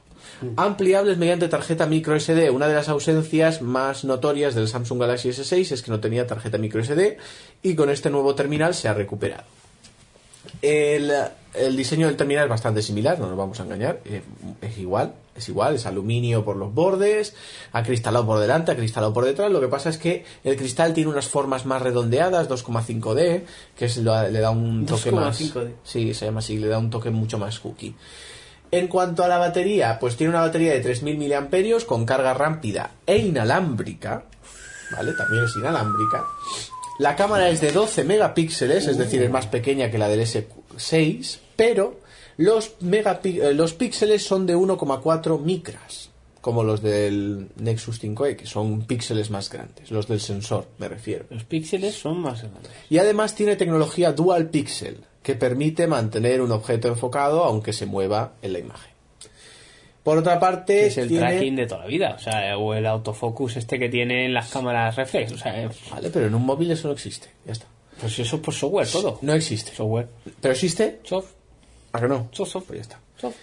Speaker 2: Ampliables mediante tarjeta micro SD. Una de las ausencias más notorias del Samsung Galaxy S6 es que no tenía tarjeta micro SD y con este nuevo terminal se ha recuperado. El, el diseño del terminal es bastante similar, no nos vamos a engañar. eh, Es igual, es igual, es aluminio por los bordes, acristalado por delante, acristalado por detrás. Lo que pasa es que el cristal tiene unas formas más redondeadas, 2,5D, que es, lo- le da un toque más.
Speaker 1: 2,5D.
Speaker 2: Sí, se llama así, le da un toque mucho más cookie. En cuanto a la batería, pues tiene una batería de 3.000 mAh con carga rápida e inalámbrica. ¿Vale? También es inalámbrica. La cámara es de 12 megapíxeles, es decir, es más pequeña que la del S6, pero los, megapi- eh, los píxeles son de 1,4 micras, como los del Nexus 5e, que son píxeles más grandes, los del sensor, me refiero.
Speaker 1: Los píxeles son más grandes.
Speaker 2: Y además tiene tecnología Dual Pixel, que permite mantener un objeto enfocado aunque se mueva en la imagen. Por otra parte,
Speaker 1: Es el
Speaker 2: Eh, tiene-
Speaker 1: tracking de toda la vida, o sea, o el autofocus este que tienen las cámaras reflex, o sea, eh,
Speaker 2: Vale, pero en un móvil eso no existe, ya está.
Speaker 1: pues eso es por software todo.
Speaker 2: No existe.
Speaker 1: Software.
Speaker 2: ¿Pero existe?
Speaker 1: Soft,
Speaker 2: ¿A que no?
Speaker 1: soft, soft,
Speaker 2: Pues ya está.
Speaker 1: soft.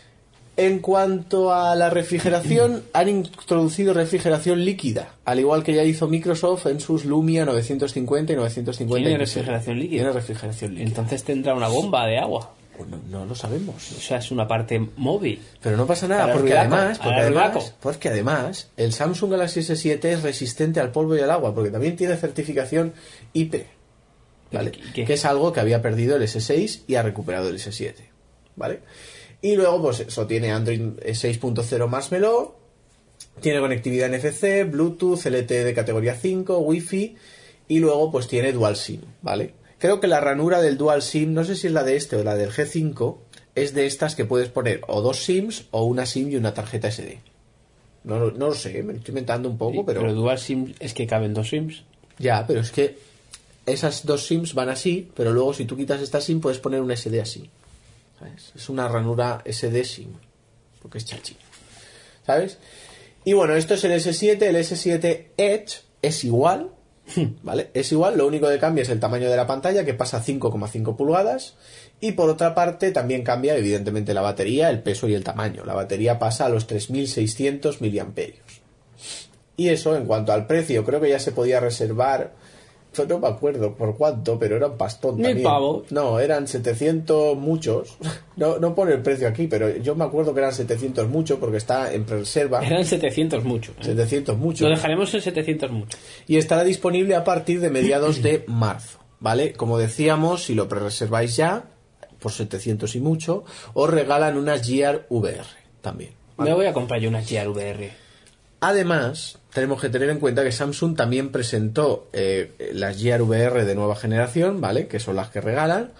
Speaker 2: En cuanto a la refrigeración, han introducido refrigeración líquida, al igual que ya hizo Microsoft en sus Lumia 950 y 950.
Speaker 1: Tiene refrigeración líquida.
Speaker 2: Tiene refrigeración líquida.
Speaker 1: Entonces tendrá una bomba de agua.
Speaker 2: Pues no, no lo sabemos.
Speaker 1: O sea, es una parte móvil.
Speaker 2: Pero no pasa nada,
Speaker 1: Para el
Speaker 2: porque
Speaker 1: ruidaco,
Speaker 2: además,
Speaker 1: para
Speaker 2: porque
Speaker 1: el
Speaker 2: además,
Speaker 1: ruidaco.
Speaker 2: porque además, el Samsung Galaxy S7 es resistente al polvo y al agua, porque también tiene certificación IP, ¿vale?
Speaker 1: ¿Pero qué-
Speaker 2: Que es algo que había perdido el S6 y ha recuperado el S7, ¿vale? Y luego, pues eso, tiene Android eh, 6.0 Marshmallow, tiene conectividad NFC, Bluetooth, LTE de categoría 5, Wi-Fi y luego pues tiene Dual SIM, ¿vale? Creo que la ranura del Dual SIM, no sé si es la de este o la del G5, es de estas que puedes poner o dos SIMs o una SIM y una tarjeta SD. No, lo- no lo sé, me lo estoy inventando un poco, pero...
Speaker 1: Pero dual sim es que caben dos sims.
Speaker 2: Ya, pero es que esas dos SIMs van así, pero luego si tú quitas esta SIM puedes poner una SD así. ¿Sabes? Es una ranura SD SIM, porque es chachi. ¿Sabes? Y bueno, esto es el S7, el S7 Edge es igual, ¿vale? Es igual, lo único que cambia es el tamaño de la pantalla, que pasa a 5,5 pulgadas, y por otra parte también cambia evidentemente la batería, el peso y el tamaño. La batería pasa a los 3600 miliamperios. Y eso, en cuanto al precio, creo que ya se podía reservar. Yo no me acuerdo por cuánto, pero era un pastón
Speaker 1: Mil
Speaker 2: también.
Speaker 1: pavos.
Speaker 2: No, eran 700 muchos. No, no pone el precio aquí, pero yo me acuerdo que eran 700 muchos porque está en reserva.
Speaker 1: Eran 700 mucho. ¿eh?
Speaker 2: 700
Speaker 1: Lo
Speaker 2: muchos.
Speaker 1: dejaremos en 700 mucho.
Speaker 2: Y estará disponible a partir de mediados de marzo, ¿vale? Como decíamos, si lo pre-reserváis ya, por 700 y mucho, os regalan unas Gear VR también.
Speaker 1: Me voy a comprar yo una Gear VR.
Speaker 2: Además, tenemos que tener en cuenta que Samsung también presentó eh, las Gear VR de nueva generación, ¿vale? Que son las que regalan.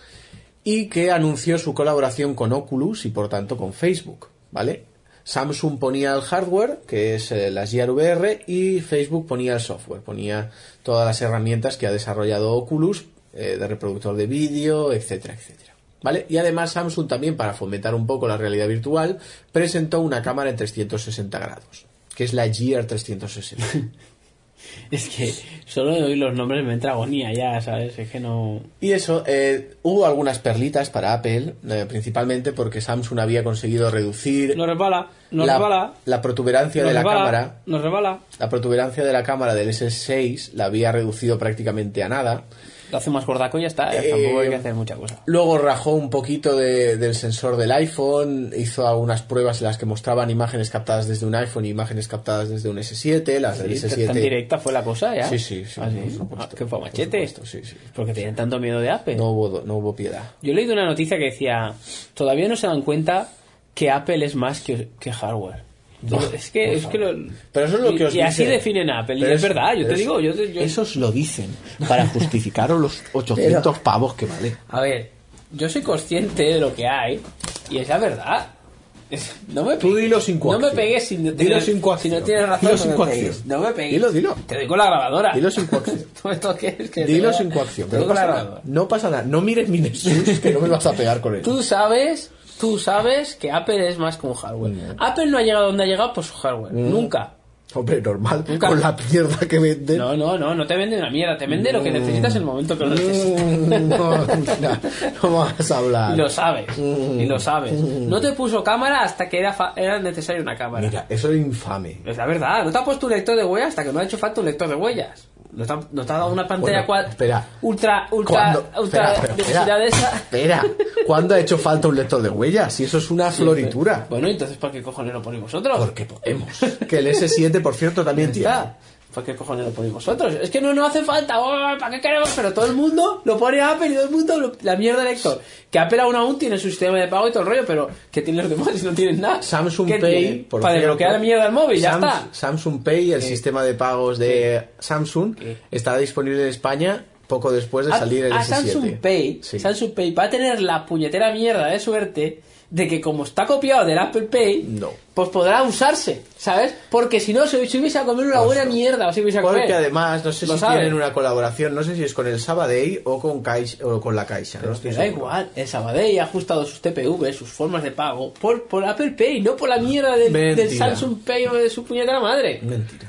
Speaker 2: Y que anunció su colaboración con Oculus y por tanto con Facebook, ¿vale? Samsung ponía el hardware, que es eh, las Gear VR, y Facebook ponía el software, ponía todas las herramientas que ha desarrollado Oculus, eh, de reproductor de vídeo, etcétera, etcétera. ¿Vale? Y además Samsung también, para fomentar un poco la realidad virtual, presentó una cámara en 360 grados, que es la Gear 360.
Speaker 1: Es que solo de oír los nombres me entra agonía ya, ¿sabes? Es que no...
Speaker 2: y eso, eh, hubo algunas perlitas para Apple, eh, principalmente porque Samsung había conseguido reducir
Speaker 1: Nos resbala, nos
Speaker 2: la,
Speaker 1: resbala,
Speaker 2: la protuberancia
Speaker 1: nos
Speaker 2: de la
Speaker 1: resbala,
Speaker 2: cámara.
Speaker 1: nos resbala.
Speaker 2: La protuberancia de la cámara del S6 la había reducido prácticamente a nada.
Speaker 1: Lo hace más gordaco y ya está. ¿eh?
Speaker 2: Eh,
Speaker 1: Tampoco hay que hacer mucha cosa.
Speaker 2: Luego rajó un poquito de- del sensor del iPhone, hizo algunas pruebas en las que mostraban imágenes captadas desde un iPhone y imágenes captadas desde un S7, las del
Speaker 1: Sí,
Speaker 2: S7.
Speaker 1: Tan directa fue la cosa, ¿ya?
Speaker 2: Sí, sí, sí,
Speaker 1: Ah,
Speaker 2: por supuesto,
Speaker 1: Ah, que fue
Speaker 2: por
Speaker 1: machete.
Speaker 2: supuesto, sí, sí.
Speaker 1: Porque tenían tanto miedo de Apple.
Speaker 2: No hubo, do- no hubo piedad.
Speaker 1: Yo he leído una noticia que decía, todavía no se dan cuenta que Apple es más que, que hardware. es que,
Speaker 2: por
Speaker 1: es que
Speaker 2: favor.
Speaker 1: lo-
Speaker 2: Pero eso es lo que os
Speaker 1: y, y así
Speaker 2: dice.
Speaker 1: definen a Apple.
Speaker 2: Pero
Speaker 1: y es
Speaker 2: eso-
Speaker 1: verdad, yo te
Speaker 2: eso-
Speaker 1: digo, yo, te- yo-
Speaker 2: Esos lo dicen para justificar los 800
Speaker 1: Pero-
Speaker 2: pavos que vale.
Speaker 1: A ver, yo soy consciente de lo que hay y es la verdad. Es- No me
Speaker 2: Tú
Speaker 1: pegues.
Speaker 2: dilo sin coacción.
Speaker 1: No me pegues si no,
Speaker 2: Dilo
Speaker 1: tienes-
Speaker 2: sin coacción.
Speaker 1: si no tienes razón.
Speaker 2: Dilo
Speaker 1: no
Speaker 2: sin
Speaker 1: me
Speaker 2: coacción.
Speaker 1: pegues. No me pegues.
Speaker 2: Dilo, dilo.
Speaker 1: Te doy con la grabadora.
Speaker 2: Dilo sin coacción.
Speaker 1: No me toques, que te
Speaker 2: Dilo
Speaker 1: doy-
Speaker 2: sin coacción.
Speaker 1: Te
Speaker 2: pero
Speaker 1: doy con
Speaker 2: no
Speaker 1: la
Speaker 2: pasa nada.
Speaker 1: grabadora.
Speaker 2: No pasa nada. No mires mi Nexus, que no me vas a pegar con él.
Speaker 1: Tú sabes, tú sabes que Apple es más que un hardware.
Speaker 2: Mm.
Speaker 1: Apple no ha llegado donde ha llegado por su hardware. Nunca.
Speaker 2: Hombre, normal.
Speaker 1: Nunca.
Speaker 2: Con la mierda que venden.
Speaker 1: No, no, no, no te vende una mierda. Te vende lo que necesitas en el momento que lo necesitas.
Speaker 2: Mm, no, mira, no vas a hablar.
Speaker 1: Y lo sabes,
Speaker 2: Mm.
Speaker 1: y lo sabes. No te puso cámara hasta que era, fa- era necesaria una cámara.
Speaker 2: Mira, eso es infame.
Speaker 1: Es la verdad, no te ha puesto un lector de huellas hasta que no ha hecho falta un lector de huellas. No te ha, no te ha dado una pantalla
Speaker 2: Bueno,
Speaker 1: cuad-
Speaker 2: espera.
Speaker 1: ultra, ultra,
Speaker 2: Cuando-
Speaker 1: ultra
Speaker 2: espera, espera,
Speaker 1: densidad
Speaker 2: espera,
Speaker 1: de esa.
Speaker 2: espera. ¿Cuándo ha hecho falta un lector de huellas? Y eso es una floritura.
Speaker 1: Bueno, entonces, ¿para qué cojones lo ponéis vosotros?
Speaker 2: Porque podemos. Que el S7, por cierto, también tiene.
Speaker 1: está. ¿Para qué cojones lo ponéis vosotros? Es que no nos hace falta, ¡oh! ¿para qué queremos? Pero todo el mundo lo pone Apple y todo el mundo lo- la mierda de Héctor. Que Apple aún aún tiene su sistema de pago y todo el rollo, pero que tienen los demás y no tienen nada.
Speaker 2: Samsung
Speaker 1: ¿Qué
Speaker 2: Pay,
Speaker 1: tienen?
Speaker 2: por
Speaker 1: Para
Speaker 2: cierto.
Speaker 1: desbloquear la mierda del móvil, ya
Speaker 2: Sams-
Speaker 1: está.
Speaker 2: Samsung Pay, el sistema de pagos de Samsung,
Speaker 1: ¿Qué?
Speaker 2: estará disponible en España poco después de
Speaker 1: A-
Speaker 2: salir el
Speaker 1: a
Speaker 2: S7.
Speaker 1: Samsung Pay,
Speaker 2: Sí.
Speaker 1: Samsung Pay va a tener la puñetera mierda de suerte de que como está copiado del Apple Pay,
Speaker 2: No.
Speaker 1: pues podrá usarse, ¿sabes? Porque si no, se se hubiese a comer una buena mierda, o se hubiese a comer.
Speaker 2: Porque además, no sé
Speaker 1: Lo
Speaker 2: si
Speaker 1: sabe.
Speaker 2: tienen una colaboración, no sé si es con el Sabadell o con, Caixa- o con la Caixa. no
Speaker 1: Pero
Speaker 2: estoy
Speaker 1: que da
Speaker 2: seguro.
Speaker 1: igual, el Sabadell ha ajustado sus TPV, sus formas de pago, por, por Apple Pay, no por la mierda del, del
Speaker 2: Mentira.
Speaker 1: Samsung Pay o de su puñetera madre.
Speaker 2: Mentira.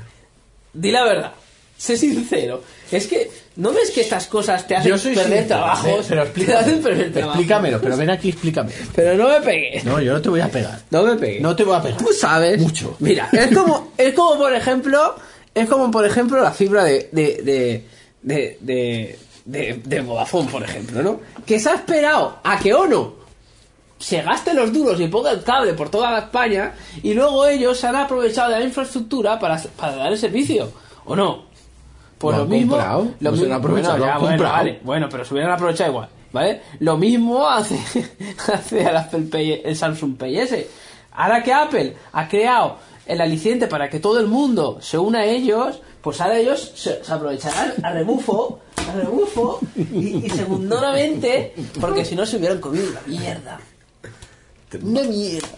Speaker 1: Di la verdad, sé sincero. Es que, ¿no ves que estas cosas te hacen perder
Speaker 2: sincero,
Speaker 1: trabajos?
Speaker 2: ¿eh? Pero
Speaker 1: te
Speaker 2: explícamelo.
Speaker 1: hacen perder trabajos.
Speaker 2: Explícamelo, pero ven aquí, explícame.
Speaker 1: Pero no me pegues.
Speaker 2: No, yo no te voy a pegar.
Speaker 1: No me pegues.
Speaker 2: No te voy a pegar.
Speaker 1: Tú sabes.
Speaker 2: Mucho.
Speaker 1: Mira, eh. es como, es como por ejemplo, es como por ejemplo la fibra de de de de, de, de- de Vodafone, por ejemplo, ¿no? Que se ha esperado a que Ono se gaste los duros y ponga el cable por toda España y luego ellos se han aprovechado de la infraestructura para, para dar el servicio, ¿o no? Por
Speaker 2: Lo
Speaker 1: lo,
Speaker 2: han
Speaker 1: mismo,
Speaker 2: comprado,
Speaker 1: lo
Speaker 2: no se
Speaker 1: mi-
Speaker 2: lo han aprovechado,
Speaker 1: bueno,
Speaker 2: lo
Speaker 1: ya,
Speaker 2: han
Speaker 1: bueno,
Speaker 2: comprado.
Speaker 1: vale. Bueno, pero se hubieran aprovechado igual, ¿vale? Lo mismo hace, hace al Apple Pay- el Samsung Pay S. Ahora que Apple ha creado el aliciente para que todo el mundo se una a ellos, pues ahora ellos se, se aprovecharán a rebufo, a rebufo y, y secundonamente, porque si no se hubieran comido una mierda. Una mierda.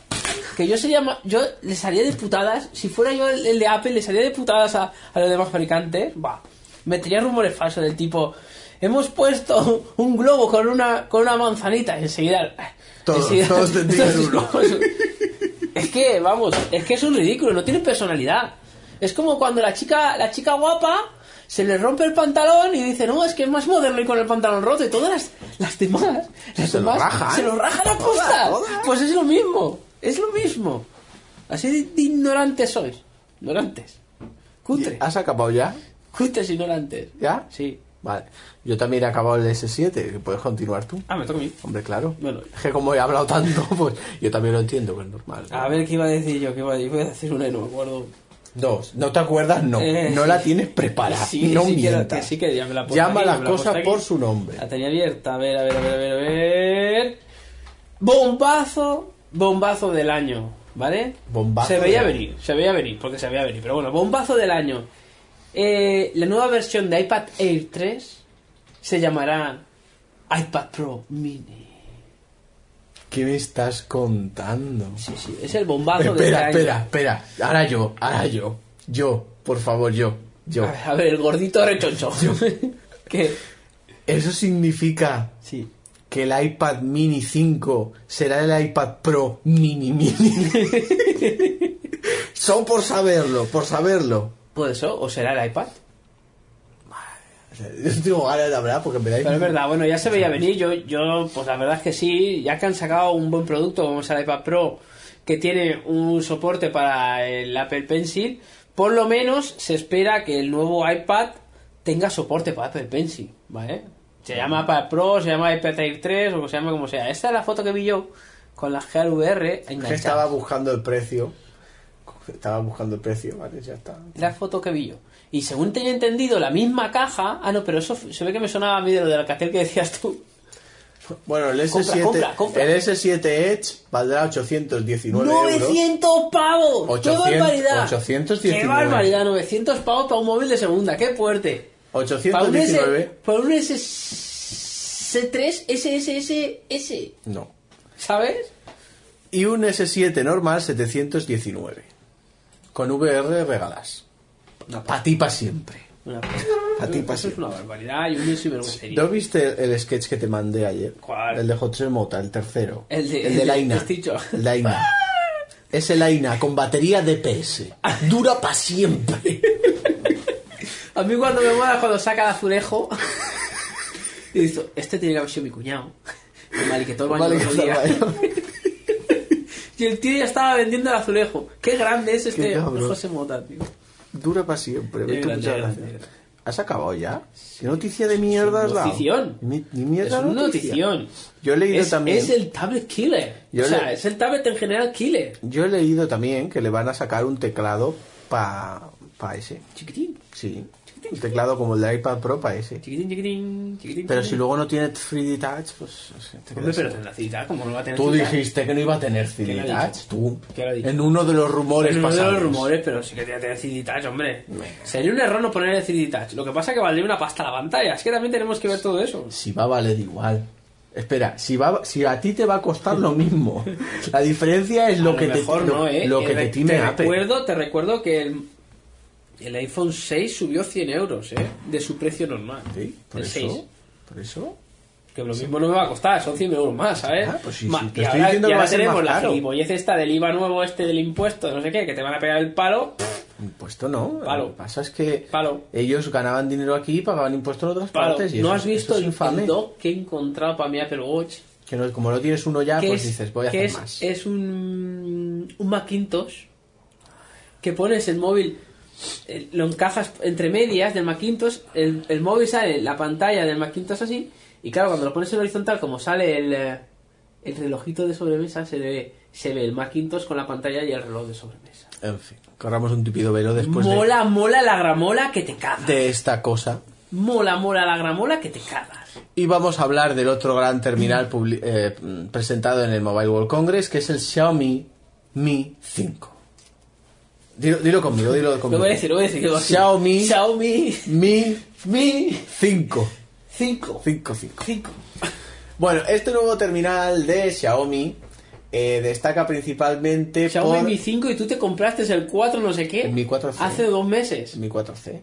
Speaker 1: Que yo sería ma- yo les haría de putadas, si fuera yo el, el de Apple, les haría de putadas a, a los demás fabricantes, va. Metería rumores falsos del tipo, hemos puesto un globo con una con una manzanita y enseguida.
Speaker 2: Todos, todos tendrían uno.
Speaker 1: Es que, vamos, es que es un ridículo, no tiene personalidad. Es como cuando la chica, la chica guapa se le rompe el pantalón y dice, no, es que es más moderno y con el pantalón roto y todas las, las demás, las
Speaker 2: Se lo
Speaker 1: demás,
Speaker 2: rajan.
Speaker 1: se lo rajan a
Speaker 2: Todas,
Speaker 1: cosas.
Speaker 2: todas.
Speaker 1: Pues es lo mismo, es lo mismo. Así de, de ignorantes sois, ignorantes. Cutres,
Speaker 2: ¿Has acabado ya?
Speaker 1: cutres ignorantes.
Speaker 2: ¿Ya?
Speaker 1: Sí.
Speaker 2: Vale. Yo también he acabado el S7. Puedes continuar tú.
Speaker 1: Ah, me toca a mí.
Speaker 2: Hombre, claro.
Speaker 1: Bueno.
Speaker 2: Es que como he hablado tanto, pues yo también lo entiendo, que es normal.
Speaker 1: A ver qué iba a decir yo, qué iba a decir. Voy a decir una y no me acuerdo.
Speaker 2: Dos. ¿No te acuerdas? No.
Speaker 1: Eh,
Speaker 2: no
Speaker 1: sí.
Speaker 2: la tienes preparada.
Speaker 1: Sí,
Speaker 2: no
Speaker 1: sí que la-
Speaker 2: mientas.
Speaker 1: que sí que ya me la puse
Speaker 2: Llama
Speaker 1: aquí,
Speaker 2: las
Speaker 1: me la puse
Speaker 2: cosas
Speaker 1: aquí.
Speaker 2: por su nombre.
Speaker 1: La tenía abierta, a ver, a ver, a ver, a ver, a ver. Bombazo, bombazo del año, ¿vale?
Speaker 2: Bombazo
Speaker 1: Se veía
Speaker 2: del año.
Speaker 1: venir, se veía venir, porque se veía venir, pero bueno, bombazo del año. Eh, la nueva versión de iPad Air 3 se llamará iPad Pro Mini.
Speaker 2: ¿Qué me estás contando?
Speaker 1: Sí, sí, es el bombazo de
Speaker 2: espera,
Speaker 1: este
Speaker 2: espera,
Speaker 1: año.
Speaker 2: espera. Ahora yo, ahora yo. Yo, por favor, yo. Yo.
Speaker 1: A ver, a ver, el gordito rechoncho. que
Speaker 2: Eso significa
Speaker 1: sí.
Speaker 2: que el iPad Mini 5 será el iPad Pro Mini Mini. Son por saberlo, por saberlo.
Speaker 1: Puede ser, o será el iPad.
Speaker 2: O sea, Yo tengo ganas de hablar porque me da
Speaker 1: Pero es verdad, bueno, ya se veía venir. Yo, yo, pues la verdad es que sí, ya que han sacado un buen producto como es el iPad Pro, que tiene un soporte para el Apple Pencil, por lo menos se espera que el nuevo iPad tenga soporte para Apple Pencil, ¿vale? Se llama iPad Pro, se llama iPad Air 3 o se llama como sea. Esta es la foto que vi yo con la GLVR
Speaker 2: que estaba
Speaker 1: enganchada.
Speaker 2: buscando el precio. Estaba buscando el precio, vale, ya está.
Speaker 1: La foto que vi yo. Y según tenía entendido, la misma caja... Ah, no, pero eso f- se ve que me sonaba a mí de lo del Alcatel que decías tú.
Speaker 2: Bueno, el S7,
Speaker 1: compra, compra.
Speaker 2: El S7 Edge valdrá 819 euros.
Speaker 1: 900 pavos.
Speaker 2: 800,
Speaker 1: ¡Qué barbaridad!
Speaker 2: 819.
Speaker 1: ¡Qué barbaridad! 900 pavos para un móvil de segunda. ¡Qué fuerte! Para un, S,
Speaker 2: 819.
Speaker 1: para un S3 SSSS.
Speaker 2: No.
Speaker 1: ¿Sabes?
Speaker 2: Y un S7 normal 719. Con VR regalas. Para ti para siempre.
Speaker 1: Una,
Speaker 2: A ti,
Speaker 1: eso es una barbaridad y un sinvergüencería.
Speaker 2: ¿No viste el sketch que te mandé ayer?
Speaker 1: ¿Cuál?
Speaker 2: El de José Mota, el tercero.
Speaker 1: El de- el de-
Speaker 2: Laina.
Speaker 1: has dicho.
Speaker 2: El de Aina. Es el Aina con batería DPS. Dura para siempre.
Speaker 1: A mí cuando me mola es cuando saca el azulejo. y dice, este tiene que haber sido mi cuñado. Qué mal, y que todo el baño
Speaker 2: Vale,
Speaker 1: lo
Speaker 2: que
Speaker 1: olía.
Speaker 2: está mal.
Speaker 1: Y el tío ya estaba vendiendo el azulejo. Qué grande es este
Speaker 2: cabrón.
Speaker 1: José Mota, tío.
Speaker 2: Dura para siempre.
Speaker 1: Es
Speaker 2: me hizo
Speaker 1: grande,
Speaker 2: mucha
Speaker 1: es grande,
Speaker 2: gracia.
Speaker 1: es grande.
Speaker 2: ¿Has acabado ya? ¿Qué noticia de mierda has dado?
Speaker 1: notición.
Speaker 2: Ni, ni mierda
Speaker 1: Es una
Speaker 2: noticia.
Speaker 1: notición.
Speaker 2: Yo he leído
Speaker 1: es,
Speaker 2: también.
Speaker 1: es el tablet killer.
Speaker 2: Yo
Speaker 1: o sea,
Speaker 2: le-
Speaker 1: es el tablet en general killer.
Speaker 2: Yo he leído también que le van a sacar un teclado para pa ese.
Speaker 1: Chiquitín,
Speaker 2: Sí. Un teclado como el de iPad Pro para ese.
Speaker 1: chiquitín, chiquitín, chiquitín.
Speaker 2: Pero si luego no tiene 3D Touch, pues. no sé, te
Speaker 1: Hombre,
Speaker 2: quedas-
Speaker 1: pero tendrá cita, como no va a tener
Speaker 2: Tú
Speaker 1: cita.
Speaker 2: dijiste que no iba a tener 3D
Speaker 1: ¿Quién lo ha dicho?
Speaker 2: Touch, tú.
Speaker 1: ¿Quién lo ha dicho?
Speaker 2: En uno de los rumores
Speaker 1: Es uno de
Speaker 2: pasados.
Speaker 1: los rumores, pero sí que tiene que tener CD Touch, hombre. Sería un error no poner el CD Touch. Lo que pasa es que valdría una pasta la pantalla. Es que también tenemos que ver todo eso.
Speaker 2: Si va a valer igual. Espera, si va, si a ti te va a costar lo mismo. La diferencia es lo
Speaker 1: A
Speaker 2: que
Speaker 1: lo
Speaker 2: te
Speaker 1: mejor
Speaker 2: lo,
Speaker 1: no, ¿eh?
Speaker 2: lo
Speaker 1: Y
Speaker 2: que
Speaker 1: re-
Speaker 2: te tiene Apple.
Speaker 1: recuerdo, te recuerdo que el, el iPhone 6 subió 100 euros, ¿eh? De su precio normal.
Speaker 2: Sí, por
Speaker 1: el
Speaker 2: eso.
Speaker 1: 6.
Speaker 2: Por eso.
Speaker 1: Que lo mismo no me va a costar, son 100 euros más, ¿sabes?
Speaker 2: Ah, pues sí,
Speaker 1: Ma-
Speaker 2: sí, te
Speaker 1: y
Speaker 2: estoy
Speaker 1: ahora,
Speaker 2: diciendo
Speaker 1: y
Speaker 2: que va
Speaker 1: ahora
Speaker 2: a ser
Speaker 1: tenemos
Speaker 2: más
Speaker 1: la
Speaker 2: caro.
Speaker 1: gilipollez esta del IVA nuevo, este del impuesto, de no sé qué, que te van a pegar el palo.
Speaker 2: Impuesto no.
Speaker 1: Palo.
Speaker 2: Lo que pasa es que
Speaker 1: Palo.
Speaker 2: ellos ganaban dinero aquí y pagaban impuestos en otras
Speaker 1: Palo.
Speaker 2: partes. Y
Speaker 1: ¿No
Speaker 2: eso-
Speaker 1: has
Speaker 2: eso
Speaker 1: visto
Speaker 2: es
Speaker 1: el,
Speaker 2: infame.
Speaker 1: el dock que he encontrado para mi Apple Watch?
Speaker 2: Que no- como no tienes uno ya,
Speaker 1: que
Speaker 2: pues
Speaker 1: es,
Speaker 2: dices, voy a
Speaker 1: que
Speaker 2: hacer
Speaker 1: es,
Speaker 2: más.
Speaker 1: es un, un Macintosh que pones el móvil, eh, lo encajas entre medias del Macintosh, el, el móvil sale en la pantalla del Macintosh así, y claro, cuando lo pones en horizontal, como sale el, eh, el relojito de sobremesa, se ve, se ve el Macintosh con la pantalla y el reloj de sobremesa.
Speaker 2: En fin, corramos un tupido velo después de-
Speaker 1: mola, mola la gramola que te cagas.
Speaker 2: de esta cosa.
Speaker 1: Mola, mola la gramola que te cagas.
Speaker 2: Y vamos a hablar del otro gran terminal publi- eh, mm, presentado en el Mobile World Congress, que es el Xiaomi Mi 5. Dilo, dilo conmigo, dilo
Speaker 1: Lo
Speaker 2: conmigo.
Speaker 1: voy a decir, lo voy a decir. lo voy a decir.
Speaker 2: Xiaomi.
Speaker 1: Xiaomi
Speaker 2: Mi
Speaker 1: Mi
Speaker 2: 5.
Speaker 1: 5.
Speaker 2: 5, 5.
Speaker 1: 5.
Speaker 2: Bueno, este nuevo terminal de Xiaomi eh, destaca principalmente
Speaker 1: Xiaomi
Speaker 2: por
Speaker 1: Mi 5 y tú te compraste el 4 no sé qué.
Speaker 2: El Mi 4C.
Speaker 1: Hace dos meses.
Speaker 2: Mi 4C.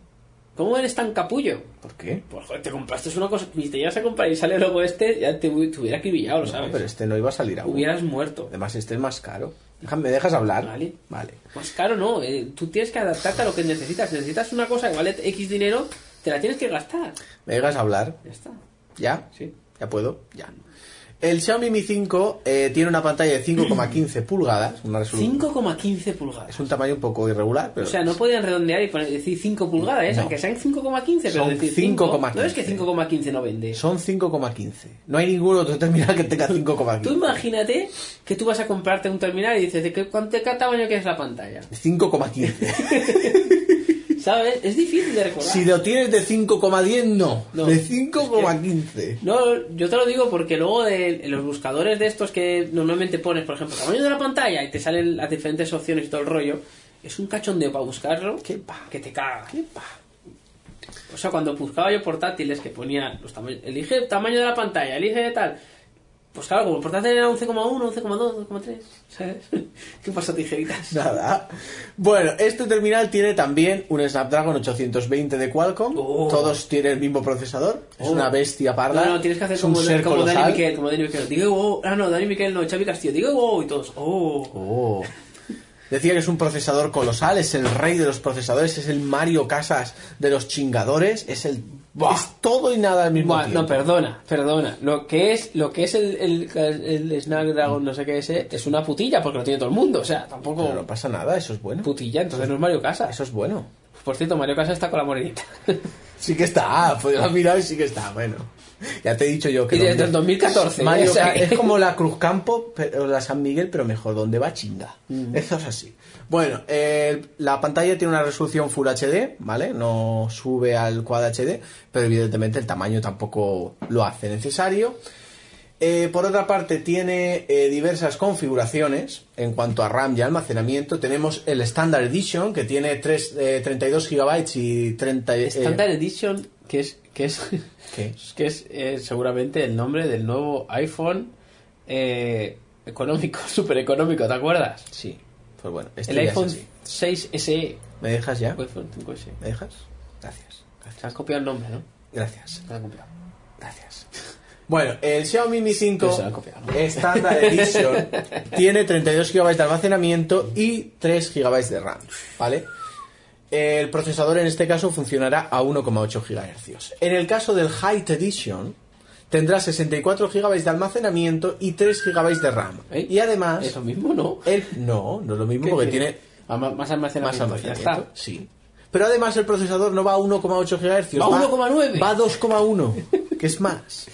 Speaker 1: ¿Cómo eres tan capullo?
Speaker 2: ¿Por qué?
Speaker 1: Pues joder, te compraste una cosa y te llegas a comprar y sale luego este, ya te, hu- te hubiera acribillado, lo
Speaker 2: No,
Speaker 1: sabes.
Speaker 2: pero este no iba a salir aún.
Speaker 1: Hubieras muerto.
Speaker 2: Además, este es más caro. Déjame, ¿me dejas hablar?
Speaker 1: Vale.
Speaker 2: Vale.
Speaker 1: Más caro no, eh, tú tienes que adaptarte a lo que necesitas. Si necesitas una cosa que vale X dinero, te la tienes que gastar.
Speaker 2: ¿Me dejas hablar?
Speaker 1: Ya está.
Speaker 2: ¿Ya?
Speaker 1: Sí.
Speaker 2: ¿Ya puedo? Ya. El Xiaomi Mi 5 eh, tiene una pantalla de 5,15 pulgadas. Una resolución.
Speaker 1: 5,15 pulgadas.
Speaker 2: Es un tamaño un poco irregular, pero.
Speaker 1: O sea, no podían redondear y poner- decir 5 pulgadas, ¿eh?
Speaker 2: No.
Speaker 1: aunque sean 5,15, pero
Speaker 2: Son
Speaker 1: decir 5.
Speaker 2: 5,15.
Speaker 1: No es que 5,15 no vende.
Speaker 2: eh, Son 5,15. No hay ningún otro terminal que tenga 5,15.
Speaker 1: Tú imagínate que tú vas a comprarte un terminal y dices, ¿de qué, cuánto, qué tamaño quieres la pantalla?
Speaker 2: 5,15.
Speaker 1: ¿Sabes? Es difícil de recordar.
Speaker 2: si lo tienes de 5,10, no.
Speaker 1: No.
Speaker 2: De 5,15.
Speaker 1: No, yo te lo digo porque luego de los buscadores de estos que normalmente pones, por ejemplo, tamaño de la pantalla y te salen las diferentes opciones y todo el rollo, es un cachondeo para buscarlo
Speaker 2: Qué pa.
Speaker 1: que te caga. O sea, cuando buscaba yo portátiles que ponía los tamaños, elige el tamaño de la pantalla, elige tal. Pues claro, como el portátil era 11,1, 11,2, 11,3, ¿sabes? ¿Qué pasa, tijeritas?
Speaker 2: Nada. Bueno, este terminal tiene también un Snapdragon 820 de Qualcomm.
Speaker 1: Oh.
Speaker 2: Todos tienen el mismo procesador. Es
Speaker 1: Oh.
Speaker 2: una bestia parda.
Speaker 1: No, no, tienes que hacer
Speaker 2: es un
Speaker 1: como,
Speaker 2: ser
Speaker 1: como Dani
Speaker 2: colosal.
Speaker 1: Miquel, como Dani Miquel. Digo, wow. Ah, no, Dani Miquel no, Xavi Castillo. Digo, wow, y todos, oh.
Speaker 2: Oh. Decía que es un procesador colosal, es el rey de los procesadores, es el Mario Casas de los chingadores, es el
Speaker 1: Buah.
Speaker 2: es todo y nada al mismo
Speaker 1: Buah,
Speaker 2: tiempo.
Speaker 1: no, perdona, perdona. Lo que es, lo que es el, el, el Snapdragon, no sé qué ese, es una putilla porque lo tiene todo el mundo. O sea, tampoco
Speaker 2: Pero no pasa nada, eso es bueno.
Speaker 1: putilla, entonces no es Mario Casas.
Speaker 2: Eso es bueno.
Speaker 1: Por cierto, Mario Casas está con la morenita.
Speaker 2: Sí que está, pues lo he mirado y sí que está, bueno. Ya te he dicho yo que...
Speaker 1: Y desde el 2014,
Speaker 2: Mario
Speaker 1: ¿eh? o sea
Speaker 2: Ca-
Speaker 1: que-
Speaker 2: Es como la Cruz Campo, pero la San Miguel, pero mejor, donde va chinga.
Speaker 1: Mm.
Speaker 2: Eso es así. Bueno, eh, la pantalla tiene una resolución Full HD, ¿vale? No sube al Quad HD, pero evidentemente el tamaño tampoco lo hace necesario. Eh, por otra parte, tiene eh, diversas configuraciones en cuanto a RAM y almacenamiento. Tenemos el Standard Edition, que tiene tres, eh, 32 GB y 30... eh,
Speaker 1: Standard Edition, que es, que es,
Speaker 2: ¿Qué?
Speaker 1: que es eh, seguramente el nombre del nuevo iPhone eh, económico, súper económico, ¿te acuerdas?
Speaker 2: Sí, pues bueno, este
Speaker 1: El
Speaker 2: ya es
Speaker 1: iPhone
Speaker 2: así.
Speaker 1: 6 SE.
Speaker 2: ¿Me dejas ya?
Speaker 1: iPhone 5S.
Speaker 2: ¿Me dejas? Pues- Gracias.
Speaker 1: Se han copiado el nombre, ¿no?
Speaker 2: Gracias.
Speaker 1: Se han copiado.
Speaker 2: Gracias. Bueno, el Xiaomi Mi
Speaker 1: Pero se lo han
Speaker 2: 5
Speaker 1: copiado, ¿no?
Speaker 2: Standard Edition tiene 32 GB de almacenamiento y 3 GB de RAM, ¿vale? El procesador en este caso funcionará a 1,8 GHz. En el caso del Height Edition tendrá 64 GB de almacenamiento y 3 GB de RAM.
Speaker 1: ¿Eh?
Speaker 2: Y además,
Speaker 1: Eso mismo, ¿no?
Speaker 2: el no, no es lo mismo
Speaker 1: ¿Qué
Speaker 2: porque
Speaker 1: tiene?
Speaker 2: tiene
Speaker 1: Ah, ma- Más almacenamiento.
Speaker 2: más almacenamiento.
Speaker 1: Ya está.
Speaker 2: Sí. Pero además el procesador no va a 1,8 GHz.
Speaker 1: Va a 1,9.
Speaker 2: Va a 2,1, que es más.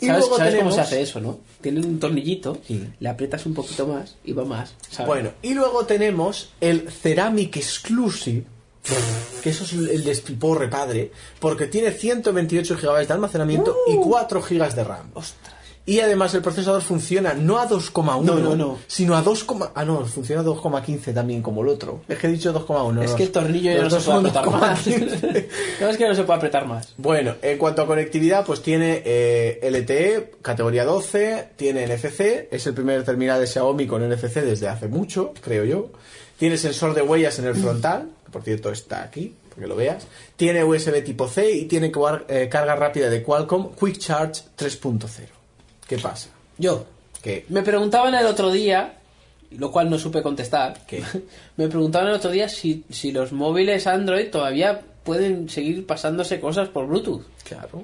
Speaker 2: Y
Speaker 1: ¿Sabes,
Speaker 2: luego
Speaker 1: sabes
Speaker 2: tenemos-
Speaker 1: cómo se hace eso, no? Tienen un tornillito, le aprietas un poquito más y va más. ¿sabes?
Speaker 2: Bueno, y luego tenemos el Ceramic Exclusive, que eso es el despiporre padre, porque tiene 128 GB de almacenamiento y
Speaker 1: Uh.
Speaker 2: 4 GB de RAM. Y además el procesador funciona no a 2,1,
Speaker 1: No, no, no.
Speaker 2: sino a 2, ah no, funciona a 2,15 también como el otro. Es que he dicho 2,1.
Speaker 1: es
Speaker 2: no,
Speaker 1: que el tornillo ya no
Speaker 2: los
Speaker 1: se
Speaker 2: dos
Speaker 1: puede
Speaker 2: son
Speaker 1: apretar más.
Speaker 2: 2,15.
Speaker 1: no es que no se puede apretar más.
Speaker 2: Bueno, en cuanto a conectividad, pues tiene eh, LTE, categoría 12, tiene NFC, es el primer terminal de Xiaomi con NFC desde hace mucho, creo yo. Tiene sensor de huellas en el frontal, que por cierto está aquí, para que lo veas. Tiene USB tipo C y tiene cuar- eh, carga rápida de Qualcomm Quick Charge 3.0. ¿Qué pasa?
Speaker 1: Yo,
Speaker 2: Que
Speaker 1: me preguntaban el otro día, lo cual no supe contestar,
Speaker 2: ¿Qué?
Speaker 1: me preguntaban el otro día si, si los móviles Android todavía pueden seguir pasándose cosas por Bluetooth.
Speaker 2: Claro.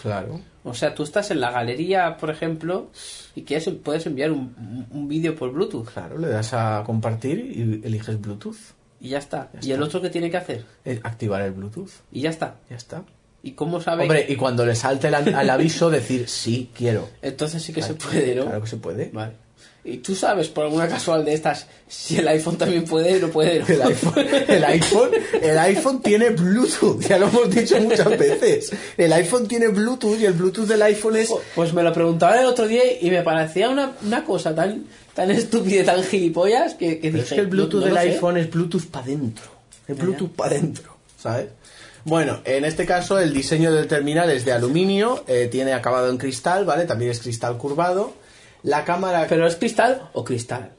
Speaker 2: Claro.
Speaker 1: O sea, tú estás en la galería, por ejemplo, y quieres, puedes enviar un, un- un vídeo por Bluetooth
Speaker 2: Claro, le das a compartir y eliges Bluetooth.
Speaker 1: y ya está.
Speaker 2: Ya
Speaker 1: ¿Y el
Speaker 2: está.
Speaker 1: otro qué tiene que hacer?
Speaker 2: Eh, Activar el Bluetooth.
Speaker 1: Y ya está.
Speaker 2: Ya está.
Speaker 1: ¿Y cómo sabe?
Speaker 2: Hombre, y cuando le salte el, an- al aviso, decir sí, quiero.
Speaker 1: Entonces sí que se puede, ¿no?
Speaker 2: Claro que se puede.
Speaker 1: Vale. ¿Y tú sabes por alguna casual de estas si el iPhone también puede o no puede?
Speaker 2: El iPhone, el iPhone, el iPhone tiene Bluetooth, ya lo hemos dicho muchas veces. El iPhone tiene Bluetooth y el Bluetooth del iPhone es.
Speaker 1: Pues me lo preguntaban el otro día y me parecía una, una cosa tan, tan estúpida, y tan gilipollas que, que
Speaker 2: Pero es
Speaker 1: dije,
Speaker 2: que el
Speaker 1: no-
Speaker 2: Bluetooth
Speaker 1: no
Speaker 2: del
Speaker 1: lo sé.
Speaker 2: iPhone es Bluetooth para dentro. Es
Speaker 1: Ya,
Speaker 2: Bluetooth para dentro, ¿sabes? Bueno, en este caso el diseño del terminal es de aluminio, eh, tiene acabado en cristal, ¿vale? También es cristal curvado. La cámara
Speaker 1: Pero es cristal o cristal.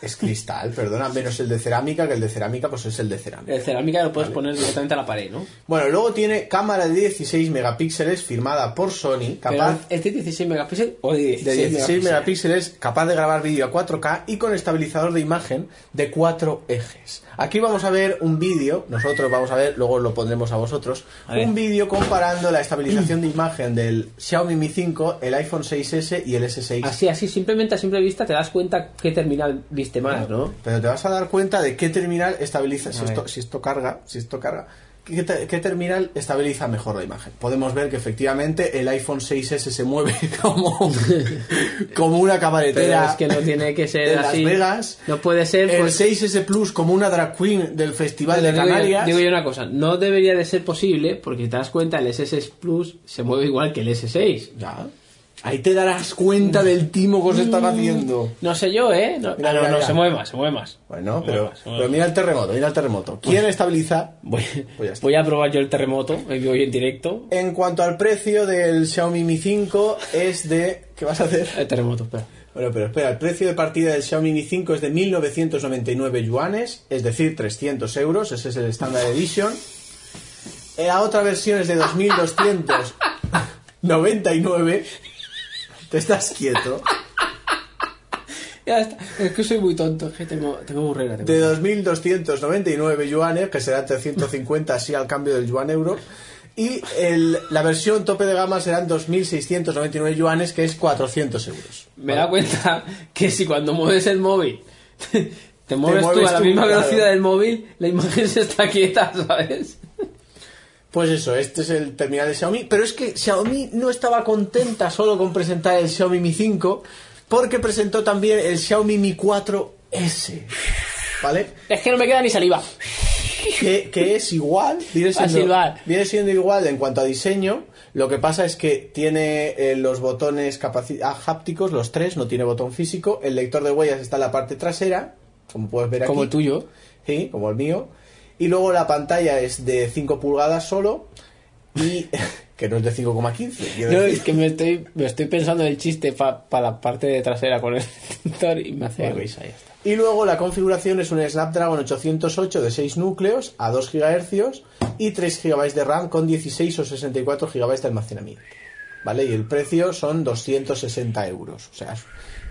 Speaker 2: es cristal, perdona, menos el de cerámica, que el de cerámica pues es el de cerámica.
Speaker 1: El cerámica lo puedes poner directamente a la pared, ¿no?
Speaker 2: Bueno, luego tiene cámara de 16 megapíxeles firmada por Sony, capaz
Speaker 1: Pero ¿Es de 16 megapíxeles o de 16,
Speaker 2: de
Speaker 1: megapíxeles?
Speaker 2: 16 megapíxeles, capaz de grabar vídeo a 4K y con estabilizador de imagen de 4 ejes. Aquí vamos a ver un vídeo, nosotros vamos a ver, luego lo pondremos a vosotros,
Speaker 1: A ver.
Speaker 2: un vídeo comparando la estabilización de imagen del Xiaomi Mi 5, el iPhone 6S y el S6.
Speaker 1: Así, así, simplemente a simple vista te das cuenta qué terminal viste más, ¿no?
Speaker 2: Pero te vas a dar cuenta de qué terminal estabiliza, si
Speaker 1: A
Speaker 2: esto,
Speaker 1: ver.
Speaker 2: si esto carga, si esto carga, qué, te- qué terminal estabiliza mejor la imagen. Podemos ver que efectivamente el iPhone 6S se mueve como, como una
Speaker 1: Pero
Speaker 2: cabaretera.
Speaker 1: es que no tiene que ser
Speaker 2: en Las
Speaker 1: así.
Speaker 2: Vegas,
Speaker 1: No puede ser.
Speaker 2: El
Speaker 1: pues,
Speaker 2: 6S Plus como una drag queen del Festival de
Speaker 1: digo yo-
Speaker 2: Canarias.
Speaker 1: digo yo una cosa, no debería de ser posible, porque si te das cuenta, el S6 Plus se mueve igual que el S6.
Speaker 2: Ya. Ahí te darás cuenta del timo que os están haciendo.
Speaker 1: No sé yo, ¿eh? No,
Speaker 2: Mira,
Speaker 1: ah, no,
Speaker 2: mira,
Speaker 1: no,
Speaker 2: mira.
Speaker 1: se mueve más, se mueve más.
Speaker 2: Bueno,
Speaker 1: Se mueve
Speaker 2: pero,
Speaker 1: más, se mueve
Speaker 2: pero
Speaker 1: más.
Speaker 2: mira el terremoto, mira el terremoto. ¿Quién estabiliza?
Speaker 1: Voy,
Speaker 2: Pues ya está.
Speaker 1: voy a probar yo el terremoto en vivo y en directo.
Speaker 2: En cuanto al precio del Xiaomi Mi 5 es de... ¿Qué vas a hacer?
Speaker 1: El terremoto, espera.
Speaker 2: Bueno, pero espera, el precio de partida del Xiaomi Mi 5 es de 1999 yuanes, es decir, 300 euros, ese es el Standard Edition. Eh, La otra versión es de 2299. Te estás quieto.
Speaker 1: Ya está. Es que soy muy tonto, es que tengo, tengo burrera. tengo
Speaker 2: De 2299 yuanes, que será 350 así al cambio del yuan euro. Y el- la versión tope de gama serán 2699 yuanes, que es 400 euros.
Speaker 1: Me he dado cuenta que si cuando mueves el móvil, te, mueves, tú
Speaker 2: mueves
Speaker 1: a la
Speaker 2: tú,
Speaker 1: misma
Speaker 2: claro.
Speaker 1: velocidad del móvil, la imagen se está quieta, ¿sabes?
Speaker 2: Pues eso, este es el terminal de Xiaomi. Pero es que Xiaomi no estaba contenta solo con presentar el Xiaomi Mi 5, porque presentó también el Xiaomi Mi 4S. ¿Vale?
Speaker 1: Es que no me queda ni saliva.
Speaker 2: Que, que es igual, viene
Speaker 1: Va a
Speaker 2: siendo,
Speaker 1: silbar.
Speaker 2: viene siendo igual en cuanto a diseño. Lo que pasa es que tiene eh, los botones capaci- ah, hápticos, los tres, no tiene botón físico. El lector de huellas está en la parte trasera, como puedes ver aquí.
Speaker 1: Como el tuyo.
Speaker 2: Sí, como el mío. Y luego la pantalla es de 5 pulgadas solo y que no es de 5,15. quiero
Speaker 1: No,
Speaker 2: decir.
Speaker 1: es que me estoy, me estoy pensando el chiste para la parte de trasera con el extintor y me hace
Speaker 2: Bueno.
Speaker 1: risa, ya está.
Speaker 2: Y luego la configuración es un Snapdragon 808 de 6 núcleos a 2 GHz y 3 GB de RAM con 16 o 64 GB de almacenamiento. ¿Vale? Y el precio son 260 euros. O sea, es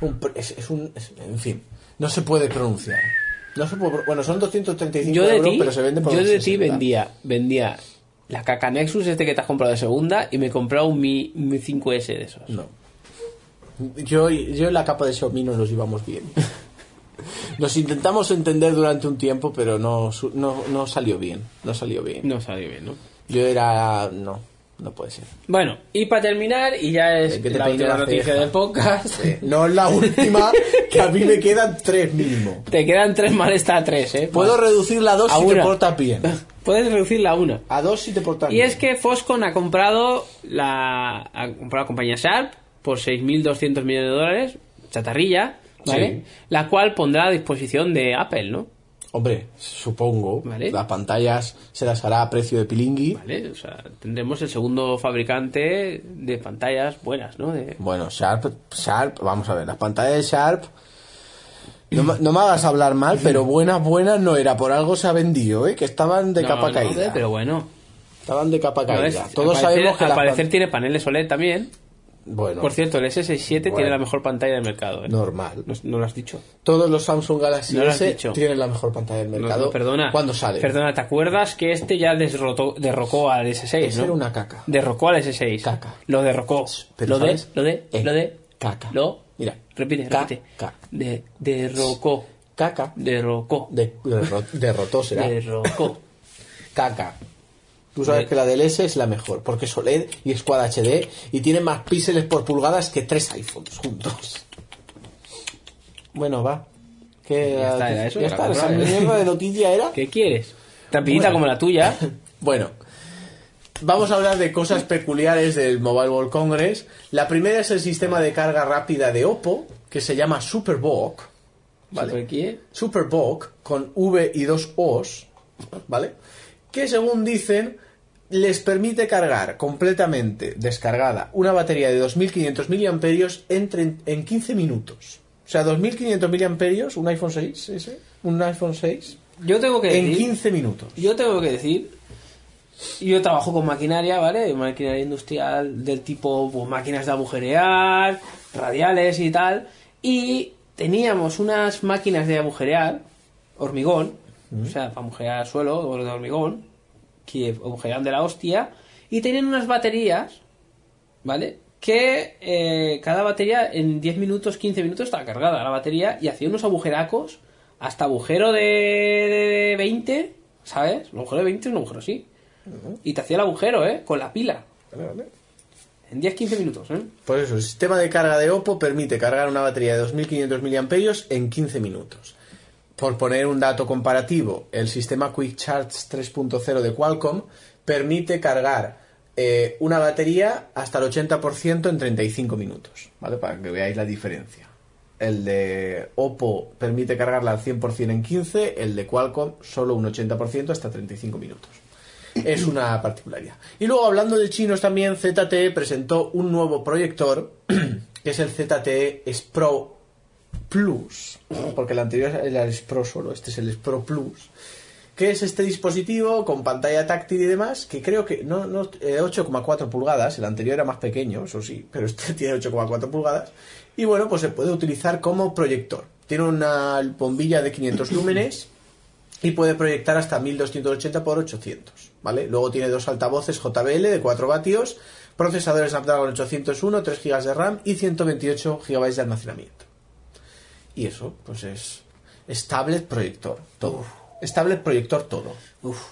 Speaker 2: un... pre- es- es un- es- en fin, no se puede pronunciar. No se puede pro- bueno, son 235
Speaker 1: Yo de
Speaker 2: euros,
Speaker 1: ti,
Speaker 2: pero se vende por
Speaker 1: yo de ti
Speaker 2: 260.
Speaker 1: vendía, vendía la caca Nexus este que te has comprado de segunda y me compraba un Mi, Mi 5S de esos.
Speaker 2: No. Yo, y- yo en la capa de Xiaomi no nos llevamos bien. Nos intentamos entender durante un tiempo, pero no, su- no, no salió bien. No salió bien.
Speaker 1: No salió bien, ¿no?
Speaker 2: Yo era. No, no puede ser.
Speaker 1: Bueno, y para terminar, y ya es
Speaker 2: Eh, que te
Speaker 1: la
Speaker 2: peine
Speaker 1: última
Speaker 2: la
Speaker 1: noticia
Speaker 2: ceja.
Speaker 1: del podcast.
Speaker 3: Eh, No es la última, que a mí me quedan tres mínimo.
Speaker 1: Te quedan tres mal está tres, ¿eh?
Speaker 2: Puedo
Speaker 1: Más.
Speaker 2: reducirla a dos
Speaker 1: A
Speaker 2: si te
Speaker 1: una.
Speaker 2: portas bien.
Speaker 1: Puedes reducirla a una.
Speaker 3: A dos si te portas
Speaker 1: Y
Speaker 3: bien.
Speaker 1: es que Foscon ha comprado la, ha comprado la compañía Sharp por 6.200 millones de dólares, chatarrilla, ¿vale? La cual pondrá a disposición de Apple, ¿no?
Speaker 2: Hombre, supongo.
Speaker 1: Vale.
Speaker 2: Las pantallas se las hará a precio de pilingui.
Speaker 1: ¿Vale? O sea, tendremos el segundo fabricante de pantallas buenas, ¿no? De-
Speaker 2: Bueno, Sharp, Sharp, vamos a ver, las pantallas de Sharp. No, me- no me hagas hablar mal, pero buenas, buenas no era. Por algo se ha vendido, ¿eh? Que estaban de
Speaker 1: No,
Speaker 2: capa
Speaker 1: no,
Speaker 2: caída.
Speaker 1: pero bueno.
Speaker 2: Estaban de capa
Speaker 1: No
Speaker 2: caída.
Speaker 1: es-
Speaker 2: Todos
Speaker 1: al parecer-
Speaker 2: sabemos que
Speaker 1: al
Speaker 2: las pan-
Speaker 1: parecer tiene paneles OLED también.
Speaker 2: Bueno,
Speaker 1: Por cierto, el S67
Speaker 2: Bueno.
Speaker 1: tiene la mejor pantalla del mercado. ¿eh?
Speaker 2: normal.
Speaker 1: No, no lo has dicho.
Speaker 2: Todos los Samsung Galaxy
Speaker 1: No lo has
Speaker 2: S
Speaker 1: dicho.
Speaker 2: tienen la mejor pantalla del
Speaker 1: No,
Speaker 2: mercado.
Speaker 1: no, perdona.
Speaker 2: ¿Cuándo sale?
Speaker 1: Perdona, ¿te acuerdas que este ya desrotó, derrocó al S6?
Speaker 2: Ese
Speaker 1: ¿no?
Speaker 2: era una caca.
Speaker 1: Derrocó al S6.
Speaker 2: Caca.
Speaker 1: Lo derrocó.
Speaker 2: Pero
Speaker 1: lo de,
Speaker 2: ¿sabes?
Speaker 1: lo de,
Speaker 2: Eh,
Speaker 1: lo de.
Speaker 2: caca.
Speaker 1: Lo.
Speaker 2: Mira.
Speaker 1: Repite,
Speaker 2: Ca-
Speaker 1: repite.
Speaker 2: ca-
Speaker 1: De, derrocó.
Speaker 2: Caca.
Speaker 1: Derrocó.
Speaker 2: De, derro- derrotó será.
Speaker 1: Derrocó.
Speaker 2: Caca. Tú sabes
Speaker 1: De-
Speaker 2: que la del S es la mejor, porque es OLED y es Quad HD y tiene más píxeles por pulgadas que tres iPhones juntos. Bueno, va. ¿Qué
Speaker 1: Ya está, era eso,
Speaker 2: Ya
Speaker 1: era
Speaker 2: está, esa
Speaker 1: comprar, ¿eh?
Speaker 2: mierda de noticia era.
Speaker 1: ¿Qué quieres? Trampillita
Speaker 2: Bueno.
Speaker 1: como la tuya.
Speaker 2: Bueno, vamos a hablar de cosas peculiares del Mobile World Congress. La primera es el sistema de carga rápida de Oppo, que se llama Superbook. ¿vale?
Speaker 1: ¿Sobre quién?
Speaker 2: Superbook con V y dos O's, ¿vale? Que según dicen les permite cargar completamente descargada una batería de 2.500 miliamperios en, tren- en 15 minutos. O sea, 2.500 miliamperios, un iPhone 6, ese, un iPhone 6,
Speaker 1: Yo tengo que
Speaker 2: en
Speaker 1: decir-
Speaker 2: 15 minutos.
Speaker 1: Yo tengo que decir, yo trabajo con maquinaria, ¿vale? Maquinaria industrial del tipo pues, máquinas de agujerear, radiales y tal. Y teníamos unas máquinas de agujerear, hormigón, o sea, para agujerear suelo, o de hormigón, que agujerean de la hostia, y tenían unas baterías, ¿vale? Que eh, cada batería en 10 minutos, 15 minutos estaba cargada la batería y hacía unos agujeracos hasta agujero de, de 20, ¿sabes? Un agujero de 20 es un agujero así. Y te hacía el agujero, ¿eh? Con la pila. En 10, 15 minutos, ¿eh?
Speaker 2: Por eso, el sistema de carga de Oppo permite cargar una batería de 2.500 miliamperios en 15 minutos. Por poner un dato comparativo, el sistema Quick Charge 3.0 de Qualcomm permite cargar eh, una batería hasta el 80% en 35 minutos, ¿vale? Para que veáis la diferencia. El de Oppo permite cargarla al 100% en 15, el de Qualcomm solo un 80% hasta 35 minutos. Es una particularidad. Y luego, hablando de chinos también, ZTE presentó un nuevo proyector, que es el ZTE Pro Plus, porque el anterior era el Pro solo, este es el Pro Plus, que es este dispositivo con pantalla táctil y demás, que creo que no, no eh, 8,4 pulgadas, el anterior era más pequeño, eso sí, pero este tiene 8,4 pulgadas, y bueno, pues se puede utilizar como proyector. Tiene una bombilla de 500 lúmenes y puede proyectar hasta 1280 por 800, ¿vale? Luego tiene dos altavoces JBL de 4 vatios, procesadores Snapdragon 801, 3 GB de RAM y 128 GB de almacenamiento. Y eso, pues es, es tablet proyector, todo. Es tablet proyector todo.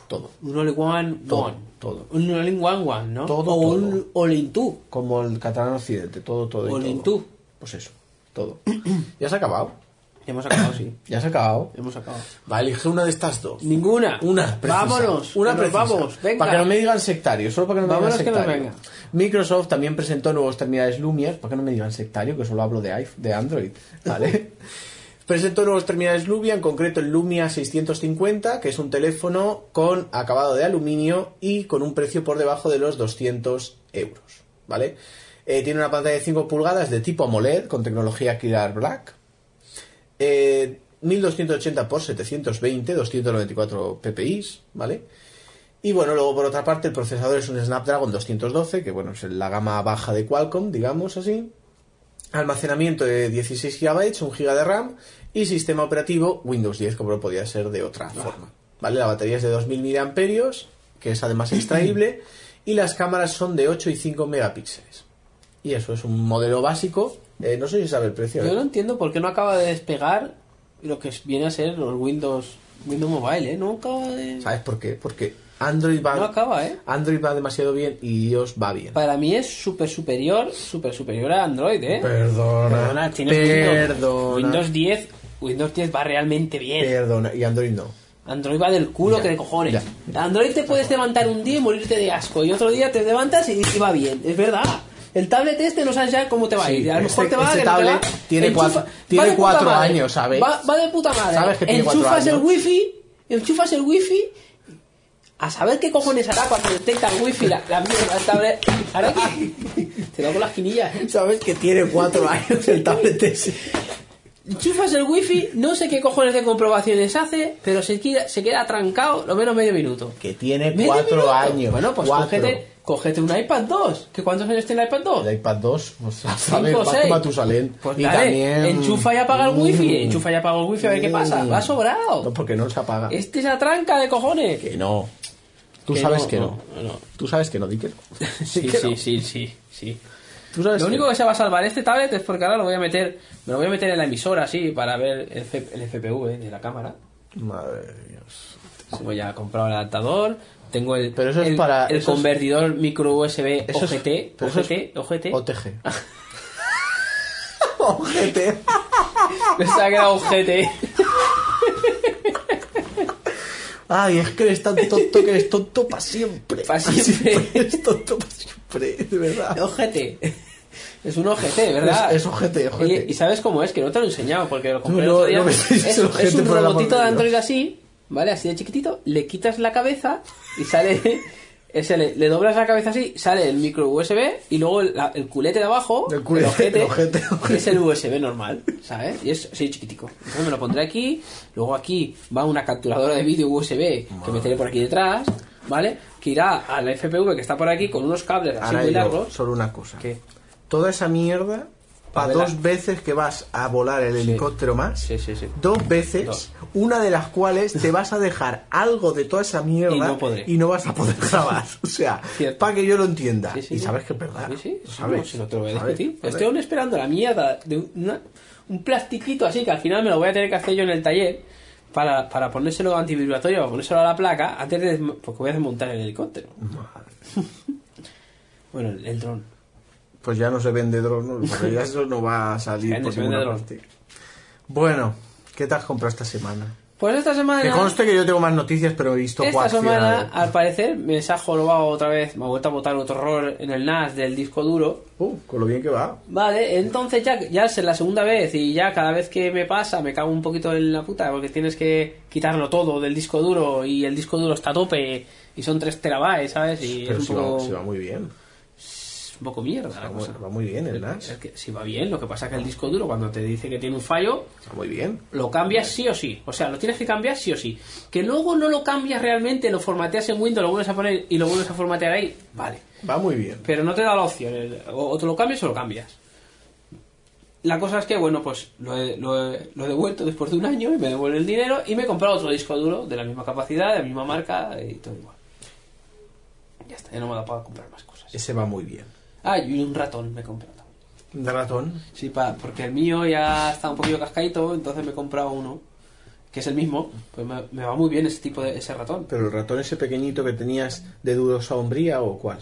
Speaker 2: todo.
Speaker 1: Un all in one,
Speaker 2: Todo,
Speaker 1: one.
Speaker 2: todo.
Speaker 1: Un all in one, one, ¿no?
Speaker 2: Todo,
Speaker 1: o
Speaker 2: todo.
Speaker 1: un all in two.
Speaker 2: Como el catalán occidente, todo, todo. y
Speaker 1: All in
Speaker 2: todo.
Speaker 1: two.
Speaker 2: Pues eso, todo. ya se ha acabado,
Speaker 1: Ya hemos acabado, sí.
Speaker 2: ya se ha acabado.
Speaker 1: Ya hemos acabado.
Speaker 2: Vale, elige una de estas dos.
Speaker 1: Ninguna.
Speaker 2: Una precisa.
Speaker 1: Vámonos.
Speaker 2: Una
Speaker 1: Nos
Speaker 2: precisa.
Speaker 1: vamos. Venga.
Speaker 2: Para que no me digan sectario, solo para que no me
Speaker 1: Vámonos que
Speaker 2: digan
Speaker 1: nos
Speaker 2: sectario.
Speaker 1: venga.
Speaker 2: Microsoft también presentó nuevos terminales Lumia, para que no me digan sectario, que solo hablo de iPhone, de Android, ¿vale? presentó nuevos terminales Lumia, en concreto el Lumia 650, que es un teléfono con acabado de aluminio y con un precio por debajo de los 200 euros, ¿vale? Eh, tiene una pantalla de 5 pulgadas de tipo AMOLED con tecnología Clear Black, eh, 1280 por 720, 294 ppi, ¿vale? Y bueno, luego por otra parte el procesador es un Snapdragon 212, que bueno, es la gama baja de Qualcomm, digamos así. Almacenamiento de 16 GB, 1 GB de RAM y sistema operativo Windows 10, como no podía ser de otra forma. ¿Vale? La batería es de 2000 mAh, que es además extraíble, y las cámaras son de 8 y 5 megapíxeles. Y eso es un modelo básico. Eh, no sé si sabe el precio.
Speaker 1: Yo
Speaker 2: ¿eh?
Speaker 1: no entiendo por qué no acaba de despegar lo que viene a ser los Windows Windows Mobile, ¿eh? No acaba de...
Speaker 2: ¿Sabes por qué? Porque Android va,
Speaker 1: No acaba, ¿eh?
Speaker 2: Android va demasiado bien y iOS va bien.
Speaker 1: Para mí es súper superior, súper superior a Android, ¿eh?
Speaker 2: Perdona,
Speaker 1: Perdona, tienes
Speaker 2: perdona,
Speaker 1: Windows, Windows 10. Windows 10 va realmente bien.
Speaker 2: perdona. Y Android no.
Speaker 1: Android va del culo que de cojones. Android te puedes levantar un día y morirte de asco. Y otro día te levantas y, y va bien. Es verdad. El tablet este no sabes ya cómo te va a
Speaker 2: Sí,
Speaker 1: ir. A lo
Speaker 2: este-
Speaker 1: mejor te va
Speaker 2: este
Speaker 1: que no te
Speaker 2: tablet
Speaker 1: va.
Speaker 2: tiene
Speaker 1: Enchufa-
Speaker 2: cuatro-
Speaker 1: va
Speaker 2: tiene
Speaker 1: de puta
Speaker 2: cuatro
Speaker 1: madre.
Speaker 2: años, ¿sabes?
Speaker 1: Va, va de puta madre.
Speaker 2: Sabes que tiene cuatro
Speaker 1: enchufas el
Speaker 2: años.
Speaker 1: wifi, enchufas el wifi. A saber qué cojones hará cuando detecta el wifi la, la mierda del tablet. ¿Hará qué? Te da con las quinillas. ¿eh?
Speaker 2: Sabes que tiene cuatro años el tablet ese.
Speaker 1: Enchufas el wifi, no sé qué cojones de comprobaciones hace, pero se queda, se queda trancado lo menos medio minuto.
Speaker 2: Que tiene
Speaker 1: ¿Medio
Speaker 2: cuatro
Speaker 1: minuto?
Speaker 2: años.
Speaker 1: Bueno, pues
Speaker 2: cuatro.
Speaker 1: cógete, cógete un iPad 2. ¿Que ¿Cuántos años tiene el iPad 2?
Speaker 2: El iPad 2, pues a saber,
Speaker 1: Cinco,
Speaker 2: más que
Speaker 1: seis.
Speaker 2: Matusalén.
Speaker 1: Pues
Speaker 2: y
Speaker 1: dale,
Speaker 2: también.
Speaker 1: enchufa y apaga el wifi,
Speaker 2: Mm.
Speaker 1: enchufa y apaga el wifi a ver qué pasa,
Speaker 2: Mm.
Speaker 1: va sobrado.
Speaker 2: No, porque no se apaga.
Speaker 1: Este se atranca de cojones.
Speaker 2: Que no. Tú
Speaker 1: Que
Speaker 2: sabes
Speaker 1: no,
Speaker 2: que no.
Speaker 1: no, no.
Speaker 2: Tú sabes que no, di que no.
Speaker 1: Sí,
Speaker 2: que
Speaker 1: sí,
Speaker 2: no.
Speaker 1: sí, sí, sí.
Speaker 2: Tú sabes
Speaker 1: Lo
Speaker 2: que
Speaker 1: único
Speaker 2: no.
Speaker 1: que se va a salvar este tablet es porque ahora lo voy a meter, me lo voy a meter en la emisora así para ver el, F- el FPV de la cámara.
Speaker 2: Madre de Dios.
Speaker 1: Como ya he comprado el adaptador, tengo el,
Speaker 2: Pero eso es
Speaker 1: el-
Speaker 2: para-
Speaker 1: el
Speaker 2: eso es-
Speaker 1: convertidor micro USB
Speaker 2: Eso es-
Speaker 1: OGT,
Speaker 2: pero eso
Speaker 1: OGT,
Speaker 2: es-
Speaker 1: OGT.
Speaker 2: OTG. OGT.
Speaker 1: Pensaba que era OGT.
Speaker 2: Ay, es que eres tan tonto que eres tonto para siempre.
Speaker 1: Pa' siempre.
Speaker 2: Eres tonto para siempre, de verdad.
Speaker 1: OGT. Es un OGT, ¿verdad?
Speaker 2: Es- es OGT, OGT.
Speaker 1: Oye, Y, sabes cómo es, que no te lo he enseñado porque lo compré
Speaker 2: No,
Speaker 1: el otro
Speaker 2: no,
Speaker 1: día.
Speaker 2: no me enseñes
Speaker 1: es,
Speaker 2: el
Speaker 1: es
Speaker 2: OGT,
Speaker 1: un
Speaker 2: por el amor
Speaker 1: robotito
Speaker 2: de
Speaker 1: de
Speaker 2: Dios.
Speaker 1: Android así, ¿vale? Así de chiquitito, le quitas la cabeza y sale... ese, le, le doblas la cabeza así, sale el micro USB y luego el, la- el culete de abajo,
Speaker 2: El culete,
Speaker 1: ojete,
Speaker 2: el ojete, el ojete.
Speaker 1: es el USB normal, ¿sabes? Y es así chiquitico. Entonces me lo pondré aquí, luego aquí va una capturadora de vídeo USB que meteré por aquí detrás, ¿vale? Que irá a la FPV que está por aquí con unos cables así
Speaker 2: Ahora
Speaker 1: muy
Speaker 2: yo,
Speaker 1: largos.
Speaker 2: solo una cosa.
Speaker 1: ¿Qué?
Speaker 2: Toda esa mierda, para
Speaker 1: Pamela.
Speaker 2: dos veces que vas a volar el helicóptero más,
Speaker 1: Sí, sí, sí.
Speaker 2: dos veces,
Speaker 1: Dos.
Speaker 2: una de las cuales te vas a dejar algo de toda esa mierda
Speaker 1: Y no podré.
Speaker 2: y no vas a poder grabar. O sea,
Speaker 1: Cierto.
Speaker 2: para que yo lo entienda.
Speaker 1: Sí, sí,
Speaker 2: y
Speaker 1: sí.
Speaker 2: sabes que es verdad.
Speaker 1: Sí, sí,
Speaker 2: lo
Speaker 1: sí,
Speaker 2: sabes,
Speaker 1: no, si no te lo voy a Este
Speaker 2: lo sabes,
Speaker 1: discutir.
Speaker 2: joder.
Speaker 1: Estoy aún esperando la mierda de una- un plastiquito así que al final me lo voy a tener que hacer yo en el taller para, para ponérselo antivibratorio, para ponérselo a la placa antes de. desm- Porque voy a desmontar el helicóptero.
Speaker 2: Madre.
Speaker 1: Bueno, el, el dron.
Speaker 2: Pues ya no se vende dron, ¿no? Porque ya eso no va a salir
Speaker 1: Se vende,
Speaker 2: por
Speaker 1: se vende
Speaker 2: ninguna
Speaker 1: dron.
Speaker 2: parte. Bueno, ¿qué te has comprado esta semana?
Speaker 1: Pues esta semana.
Speaker 2: Que conste que yo tengo más noticias, pero he visto
Speaker 1: Esta semana,
Speaker 2: coaccionado.
Speaker 1: al parecer, me se ha jorobado otra vez, me ha vuelto a botar otro error en el NAS del disco duro.
Speaker 2: Uh, con lo bien que va.
Speaker 1: Vale, entonces ya, ya es la segunda vez y ya cada vez que me pasa me cago un poquito en la puta porque tienes que quitarlo todo del disco duro y el disco duro está a tope y son 3 terabytes, ¿sabes? Y
Speaker 2: Pero
Speaker 1: es
Speaker 2: si
Speaker 1: un
Speaker 2: va-
Speaker 1: poco,
Speaker 2: si va muy bien.
Speaker 1: un poco mierda la
Speaker 2: Va, muy-
Speaker 1: cosa.
Speaker 2: va muy bien ¿eh? el NAS.
Speaker 1: Es que si va bien, lo que pasa es que el disco duro cuando te dice que tiene un fallo,
Speaker 2: Está muy bien.
Speaker 1: lo cambias sí o sí. O sea, lo tienes que cambiar sí o sí. Que luego no lo cambias realmente, lo formateas en Windows, lo vuelves a poner y lo vuelves a formatear ahí, vale.
Speaker 2: Va muy bien.
Speaker 1: Pero no te da la opción. el- o, o te lo cambias o lo cambias. La cosa es que, bueno, pues lo he, lo he- lo he devuelto después de un año y me devuelve el dinero y me he comprado otro disco duro de la misma capacidad, de la misma marca y todo igual. Ya está, ya no me da para comprar más cosas.
Speaker 2: Ese va muy bien.
Speaker 1: Ah, y un ratón me he comprado. también.
Speaker 2: ¿De ratón?
Speaker 1: Sí, pa, porque el mío ya está un poquito cascaito, entonces me he comprado uno que es el mismo. Pues me, me va muy bien ese tipo de ese ratón.
Speaker 2: ¿Pero el ratón ese pequeñito que tenías de dudosa hombría o cuál?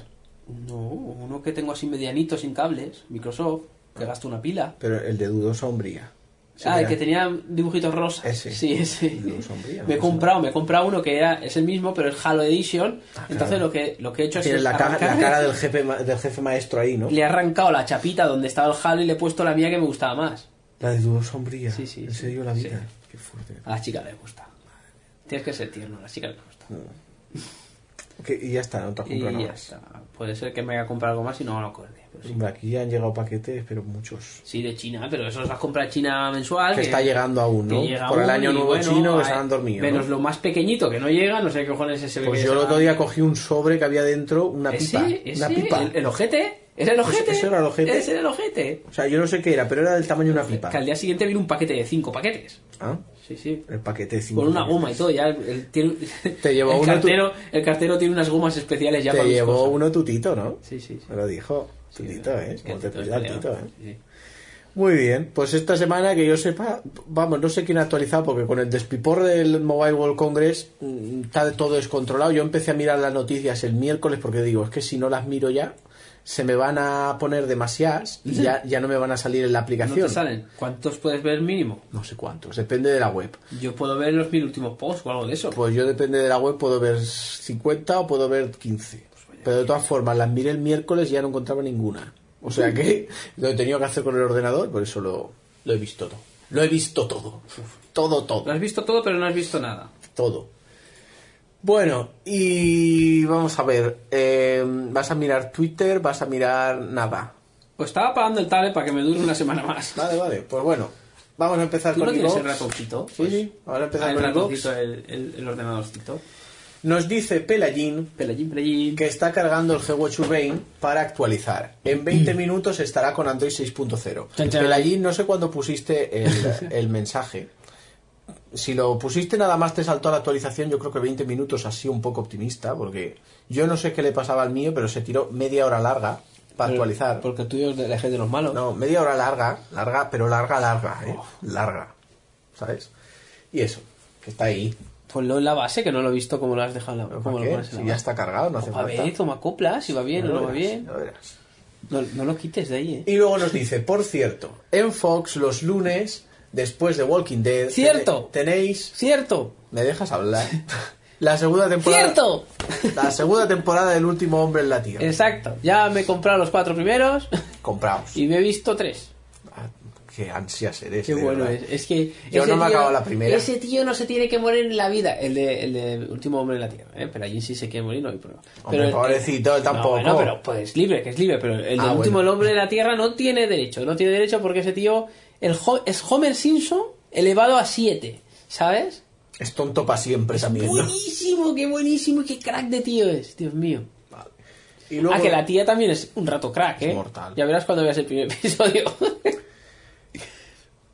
Speaker 1: No, uno que tengo así medianito, sin cables, Microsoft, que gasta una pila.
Speaker 2: Pero el de dudosa hombría. Sí,
Speaker 1: ah, el
Speaker 2: era-
Speaker 1: que tenía dibujitos rosas.
Speaker 2: Ese.
Speaker 1: Sí, ese.
Speaker 2: Dibujo sombrío,
Speaker 1: me he
Speaker 2: ¿no?
Speaker 1: comprado, me he comprado uno que era, es el mismo, pero es Halo Edition. Entonces
Speaker 2: Ah, claro.
Speaker 1: lo que, lo que he hecho es
Speaker 2: Tiene la, cara-
Speaker 1: arrancar-
Speaker 2: la cara del jefe, ma- del jefe maestro ahí, ¿no?
Speaker 1: le he arrancado la chapita donde estaba el Halo y le he puesto la mía que me gustaba más.
Speaker 2: La de dudosa hombría.
Speaker 1: Sí, sí,
Speaker 2: En
Speaker 1: sí,
Speaker 2: serio, la
Speaker 1: sí.
Speaker 2: vida. Qué fuerte.
Speaker 1: A la chica le gusta. Tienes que ser tierno, a la chica le gusta.
Speaker 2: Que- y ya está, no te has
Speaker 1: Y
Speaker 2: comprado nada
Speaker 1: ya
Speaker 2: más.
Speaker 1: está. Puede ser que me haya comprado algo más y no me lo acorde. pero sí.
Speaker 2: Hombre, aquí ya han llegado paquetes, pero muchos.
Speaker 1: Sí, de China, pero eso las compra China mensual.
Speaker 2: Que está llegando aún, ¿no?
Speaker 1: que llega
Speaker 2: Por el
Speaker 1: aún
Speaker 2: año
Speaker 1: y
Speaker 2: nuevo
Speaker 1: bueno,
Speaker 2: chino que
Speaker 1: hay-
Speaker 2: se han dormido. ¿no?
Speaker 1: Menos lo más pequeñito que no llega, no sé qué cojones es ese
Speaker 2: Pues
Speaker 1: que
Speaker 2: yo
Speaker 1: se
Speaker 2: el otro
Speaker 1: va-
Speaker 2: día cogí un sobre que había dentro una
Speaker 1: Ese,
Speaker 2: pipa.
Speaker 1: ese,
Speaker 2: una pipa.
Speaker 1: El, el ojete. Era el ojete.
Speaker 2: eso era el ojete.
Speaker 1: Ese era el ojete.
Speaker 2: O sea, yo no sé qué era, pero era del tamaño de una pipa.
Speaker 1: Que al día siguiente vino un paquete de cinco paquetes.
Speaker 2: Ah,
Speaker 1: Sí, sí.
Speaker 2: el paquete de cinco
Speaker 1: Con una
Speaker 2: paquetes.
Speaker 1: goma y todo. Ya el, el tiene,
Speaker 2: Te llevó
Speaker 1: el
Speaker 2: uno
Speaker 1: cartero, el cartero tiene unas gomas especiales ya
Speaker 2: Te
Speaker 1: para mis
Speaker 2: llevó
Speaker 1: cosas.
Speaker 2: uno tutito, ¿no?
Speaker 1: Sí, sí, sí.
Speaker 2: Me lo dijo.
Speaker 1: Sí,
Speaker 2: tutito, ¿eh?
Speaker 1: es que
Speaker 2: Como te
Speaker 1: Tito es
Speaker 2: cuida el
Speaker 1: peleón.
Speaker 2: tito, ¿eh?
Speaker 1: Sí, sí.
Speaker 2: Muy bien, pues esta semana que yo sepa, vamos, no sé quién ha actualizado porque con el despipor del Mobile World Congress mm, está todo descontrolado. Yo empecé a mirar las noticias el miércoles porque digo, es que si no las miro ya, se me van a poner demasiadas y ya, ya no me van a salir en la
Speaker 1: No
Speaker 2: aplicación.
Speaker 1: te salen. ¿Cuántos puedes ver mínimo?
Speaker 2: No sé cuántos, depende de la web.
Speaker 1: Yo puedo ver los mil últimos posts o algo de eso.
Speaker 2: Pues yo depende de la web, puedo ver 50 o puedo ver 15.
Speaker 1: Pues
Speaker 2: Pero de todas formas, las miré el miércoles y ya no encontraba ninguna. O
Speaker 1: Mm.
Speaker 2: sea que lo he tenido que hacer con el ordenador, por eso lo, lo he visto todo. Lo he visto todo. Todo,
Speaker 1: Lo
Speaker 2: todo,
Speaker 1: has visto todo, pero no has visto nada.
Speaker 2: todo. Bueno, y vamos a ver. eh, vas a mirar Twitter, vas a mirar nada.
Speaker 1: Pues estaba pagando el tablet para que me dure una semana más.
Speaker 2: Vale, vale, pues bueno. Vamos a empezar
Speaker 1: ¿Tú
Speaker 2: con
Speaker 1: no
Speaker 2: el
Speaker 1: tienes el
Speaker 2: Vox.
Speaker 1: ratoncito?
Speaker 2: Sí, sí, ahora
Speaker 1: Ah,
Speaker 2: empezamos
Speaker 1: el
Speaker 2: con el Vox.
Speaker 1: ratoncito, el, el, el ordenadorcito.
Speaker 2: Nos dice Pelagín
Speaker 1: Pelellín, pelellín.
Speaker 2: que está cargando el GWatch Urbane para actualizar. En 20 minutos estará con Android 6.0.
Speaker 1: Mm. Chan, chan.
Speaker 2: Pero allí no sé cuándo pusiste el, el mensaje. Si lo pusiste nada más te saltó a la actualización, yo creo que 20 minutos así un poco optimista, porque yo no sé qué le pasaba al mío, pero se tiró media hora larga para actualizar.
Speaker 4: Porque tú y la gente de los malos.
Speaker 2: No, media hora larga, larga, pero larga, larga, ¿eh?
Speaker 1: Oh.
Speaker 2: larga, ¿sabes? Y eso, que está ahí.
Speaker 1: Ponlo en la base, que no Pues lo he visto como lo has dejado. en la-
Speaker 2: ¿Pero
Speaker 1: cómo
Speaker 2: para
Speaker 1: lo
Speaker 2: qué?
Speaker 1: pones en la
Speaker 2: Si ya
Speaker 1: base.
Speaker 2: está cargado, no hace
Speaker 1: A
Speaker 2: falta.
Speaker 1: ver, toma copla, si va bien o no va
Speaker 2: verás,
Speaker 1: bien.
Speaker 2: ya verás.
Speaker 1: No, no lo quites de ahí, eh.
Speaker 2: Y luego nos dice, por cierto, en Fox los lunes, después de Walking Dead,
Speaker 1: Cierto.
Speaker 2: tene- tenéis...
Speaker 1: ¡Cierto!
Speaker 2: ¿Me dejas hablar? La segunda temporada...
Speaker 1: ¡Cierto!
Speaker 2: La segunda temporada del Último Hombre en la Tierra.
Speaker 1: Exacto. Ya me he comprado los cuatro primeros
Speaker 2: Compraos.
Speaker 1: y me he visto tres.
Speaker 2: Ah, Qué ansias eres.
Speaker 1: Qué
Speaker 2: de
Speaker 1: bueno
Speaker 2: verdad.
Speaker 1: es. Es que.
Speaker 2: Yo
Speaker 1: ese
Speaker 2: no me he
Speaker 1: tío-
Speaker 2: acabado la primera.
Speaker 1: Ese tío no se tiene que morir en la vida. El de, el de Último Hombre en la Tierra, ¿eh? Pero allí sí se quiere morir, no hay problema.
Speaker 2: Hombre,
Speaker 1: Pero el-
Speaker 2: pobrecito, él tampoco.
Speaker 1: No, bueno, pero pues libre, que es libre. Pero el del
Speaker 2: Ah,
Speaker 1: Último
Speaker 2: bueno.
Speaker 1: Hombre en la Tierra no tiene derecho. No tiene derecho porque ese tío el Ho- es Homer Simpson elevado a 7, ¿sabes?
Speaker 2: Es tonto para siempre también, ¿no?
Speaker 1: Buenísimo, qué buenísimo, qué crack de tío es, Dios mío.
Speaker 2: Y luego-
Speaker 1: Ah, que la tía también es un rato crack, ¿eh?
Speaker 2: Es mortal.
Speaker 1: Ya verás cuando veas el primer episodio.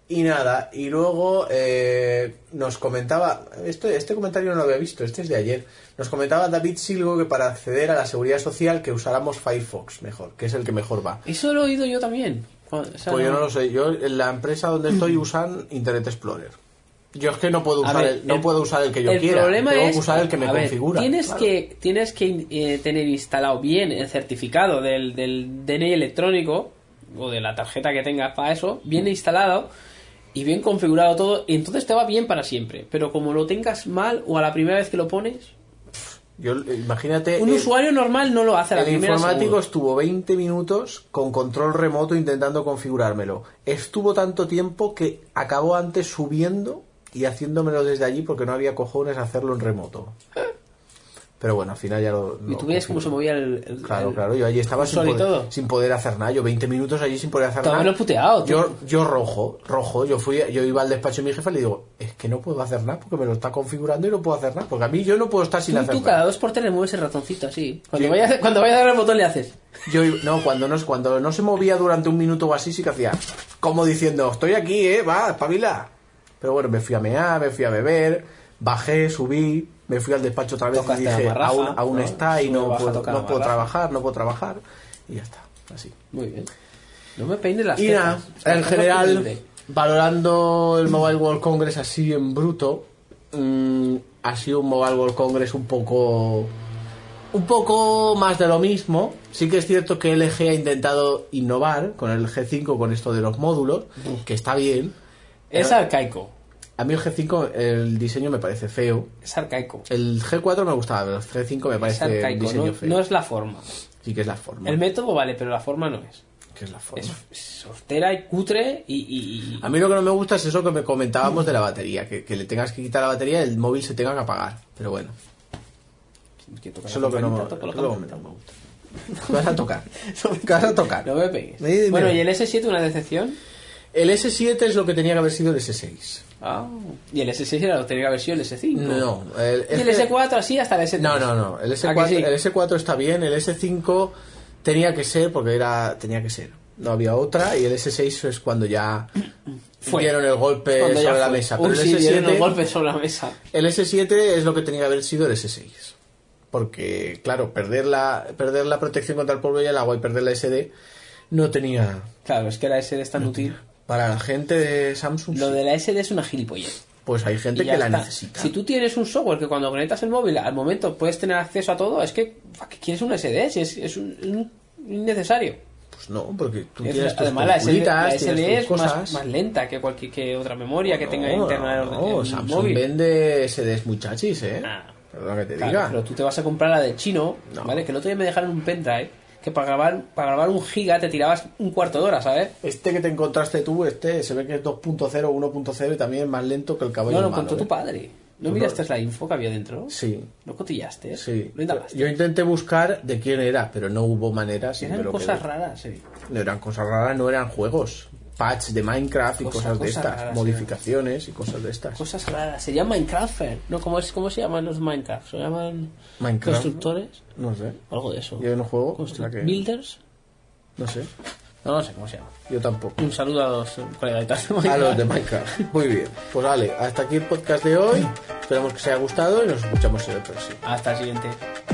Speaker 2: Y nada, y luego eh, nos comentaba, este, este comentario no lo había visto, este es de ayer, nos comentaba David Silgo que para acceder a la seguridad social que usáramos Firefox mejor, que es el que mejor va.
Speaker 1: Eso lo he oído yo también. O sea,
Speaker 2: Pues yo no lo sé, yo en la empresa donde estoy usan Internet Explorer. Yo es que no puedo
Speaker 1: Mm. A
Speaker 2: usar,
Speaker 1: ver,
Speaker 2: el, no puedo usar el que yo
Speaker 1: el
Speaker 2: quiera,
Speaker 1: Problema
Speaker 2: tengo
Speaker 1: es,
Speaker 2: que usar el que me
Speaker 1: a ver,
Speaker 2: configura.
Speaker 1: Tienes
Speaker 2: claro.
Speaker 1: que, tienes que eh, tener instalado bien el certificado del, del DNI electrónico o de la tarjeta que tengas para eso,
Speaker 2: Mm.
Speaker 1: bien instalado y bien configurado todo, y entonces te va bien para siempre. Pero como lo tengas mal o a la primera vez que lo pones,
Speaker 2: Yo, eh, imagínate,
Speaker 1: un
Speaker 2: eh,
Speaker 1: usuario normal no lo hace a la
Speaker 2: el
Speaker 1: primera
Speaker 2: informático
Speaker 1: seguro.
Speaker 2: estuvo 20 minutos con control remoto intentando configurármelo. Estuvo tanto tiempo que acabó antes subiendo y haciéndomelo desde allí porque no había cojones hacerlo en remoto. Pero bueno, al final ya lo...
Speaker 1: ¿Eh? Y
Speaker 2: lo
Speaker 1: tú veías cómo se
Speaker 2: configuré.
Speaker 1: movía el... el-
Speaker 2: Claro,
Speaker 1: el-
Speaker 2: claro, yo allí estaba sin
Speaker 1: sol y
Speaker 2: poder,
Speaker 1: todo.
Speaker 2: sin poder hacer nada. Yo 20 minutos allí sin poder hacer
Speaker 1: Todavía
Speaker 2: nada.
Speaker 1: no he puteado, tío.
Speaker 2: Yo, yo rojo, rojo. Yo fui, yo iba al despacho de mi jefa y le digo, es que no puedo hacer nada porque me lo está configurando y no puedo hacer nada. Porque a mí yo no puedo estar sin
Speaker 1: Tú,
Speaker 2: hacer
Speaker 1: tú
Speaker 2: nada.
Speaker 1: cada dos por tres le mueves el ratoncito así. Cuando,
Speaker 2: Sí.
Speaker 1: vayas, cuando vayas a dar el botón le haces.
Speaker 2: Yo no, cuando no, cuando no se movía durante un minuto o así, sí que hacía como diciendo, estoy aquí, eh, va, espabila. Pero bueno, me fui a mear, me fui a beber, bajé, subí, me fui al despacho otra vez
Speaker 1: Tocaste
Speaker 2: y
Speaker 1: la
Speaker 2: dije,
Speaker 1: marraja,
Speaker 2: aún, aún
Speaker 1: ¿no?
Speaker 2: está y
Speaker 1: Sube,
Speaker 2: no,
Speaker 1: baja,
Speaker 2: puedo,
Speaker 1: toca la
Speaker 2: no puedo
Speaker 1: marraja".
Speaker 2: trabajar, no puedo trabajar. Y ya está, así.
Speaker 1: Muy bien. No me peines las
Speaker 2: Y nada,
Speaker 1: tetas.
Speaker 2: en
Speaker 1: Estamos
Speaker 2: general,
Speaker 1: pendientes.
Speaker 2: valorando el Mobile World Congress así en bruto, mm, ha sido un Mobile World Congress un poco. Un poco más de lo mismo. Sí que es cierto que LG ha intentado innovar con el G5, con esto de los módulos, que está bien.
Speaker 1: Es arcaico.
Speaker 2: A mí el G5, el diseño me parece feo.
Speaker 1: Es arcaico.
Speaker 2: El G4 me gustaba, pero el G5 me
Speaker 1: Es
Speaker 2: parece un
Speaker 1: arcaico.
Speaker 2: Este diseño
Speaker 1: No,
Speaker 2: feo.
Speaker 1: no es la forma.
Speaker 2: Sí que es la forma.
Speaker 1: El método vale, pero la forma no es.
Speaker 2: que es la forma.
Speaker 1: Es es sortera y cutre y... y- y-
Speaker 2: A mí lo que no me gusta es eso que me comentábamos de la batería, que, que le tengas que quitar la batería y el móvil se tenga que apagar. Pero bueno,
Speaker 1: que toca la
Speaker 2: eso es lo que no me,
Speaker 1: campanita, toca la
Speaker 2: eso es lo que
Speaker 1: campanita.
Speaker 2: no me gusta. ¿Qué vas a tocar? ¿Qué vas a
Speaker 1: No
Speaker 2: tocar?
Speaker 1: me pegues.
Speaker 2: Di- di-
Speaker 1: bueno,
Speaker 2: mira.
Speaker 1: ¿y el S7 una decepción?
Speaker 2: El S7 es lo que tenía que haber sido el S6.
Speaker 1: Ah. ¿Y el S6 era la tenía versión el S5?
Speaker 2: No, el,
Speaker 1: ¿Y el
Speaker 2: es que-
Speaker 1: S4 así hasta el S3?
Speaker 2: No, no, no. El
Speaker 1: ¿A
Speaker 2: S4,
Speaker 1: que sí?
Speaker 2: el S4 está bien, el S5 tenía que ser porque era tenía que ser. No había otra y el S6 es cuando ya
Speaker 1: Fue.
Speaker 2: dieron el golpe
Speaker 1: Cuando ya
Speaker 2: sobre la
Speaker 1: fue.
Speaker 2: mesa.
Speaker 1: Uy,
Speaker 2: Pero
Speaker 1: sí,
Speaker 2: el
Speaker 1: dieron
Speaker 2: S7
Speaker 1: un golpe sobre la mesa.
Speaker 2: El S7 es lo que tenía que haber sido el S6. Porque, claro, perder la, perder la protección contra el polvo y el agua y perder la SD no tenía.
Speaker 1: Claro, es que la S es tan útil.
Speaker 2: Para la gente de Samsung,
Speaker 1: Lo
Speaker 2: sí.
Speaker 1: de la SD es una gilipollez.
Speaker 2: pues hay gente
Speaker 1: Y
Speaker 2: que
Speaker 1: ya
Speaker 2: la
Speaker 1: está.
Speaker 2: necesita.
Speaker 1: Si tú tienes un software que cuando conectas el móvil al momento puedes tener acceso a todo, es que ¿para qué quieres un SD? Si es, es un- un- innecesario.
Speaker 2: Pues no, porque tú
Speaker 1: Es-
Speaker 2: tienes tus
Speaker 1: además, la SD, la
Speaker 2: películitas,
Speaker 1: SD
Speaker 2: tienes
Speaker 1: es
Speaker 2: tus
Speaker 1: más,
Speaker 2: cosas.
Speaker 1: más lenta que cualquier que otra memoria que tenga
Speaker 2: No,
Speaker 1: interna en el
Speaker 2: no,
Speaker 1: orden- en el
Speaker 2: Samsung
Speaker 1: móvil.
Speaker 2: vende SDs muchachis, ¿eh?
Speaker 1: Ah.
Speaker 2: Perdona que te
Speaker 1: Claro,
Speaker 2: diga.
Speaker 1: pero tú te vas a comprar la de chino,
Speaker 2: No.
Speaker 1: ¿vale? Que el otro día me dejaron un pendrive que para grabar, para grabar un giga te tirabas un cuarto de hora, ¿sabes?
Speaker 2: Este que te encontraste tú, este, se ve que es 2.0, 1.0 y también es más lento que el caballo
Speaker 1: No, lo
Speaker 2: humano,
Speaker 1: contó
Speaker 2: ¿eh?
Speaker 1: tu padre. ¿No
Speaker 2: Tu
Speaker 1: miraste
Speaker 2: padre.
Speaker 1: la info que había dentro?
Speaker 2: Sí,
Speaker 1: ¿No cotillaste?
Speaker 2: sí.
Speaker 1: ¿No indagaste?
Speaker 2: Yo intenté buscar de quién era, pero no hubo manera. sí, me
Speaker 1: Eran
Speaker 2: lo
Speaker 1: cosas
Speaker 2: quedé.
Speaker 1: raras, sí.
Speaker 2: No eran cosas raras, no eran juegos. Patch de Minecraft y
Speaker 1: Cosas-
Speaker 2: cosas, de
Speaker 1: cosas
Speaker 2: estas.
Speaker 1: raras,
Speaker 2: modificaciones y cosas de estas.
Speaker 1: Cosas raras. Se llama Minecraft. eh. No, ¿cómo, es, ¿cómo se llaman los Minecraft? ¿Se llaman
Speaker 2: Minecraft.
Speaker 1: constructores?
Speaker 2: No sé.
Speaker 1: O algo de eso.
Speaker 2: Yo no juego. o
Speaker 1: Construct-
Speaker 2: sea que-
Speaker 1: ¿Builders?
Speaker 2: No sé.
Speaker 1: No, no sé cómo se llama.
Speaker 2: Yo tampoco.
Speaker 1: Un saludo a los eh, colegas de
Speaker 2: a los
Speaker 1: Minecraft.
Speaker 2: de Minecraft. Muy bien. Pues vale, hasta aquí el podcast de hoy. Esperamos que os haya gustado y nos escuchamos en el próximo.
Speaker 1: Hasta el siguiente.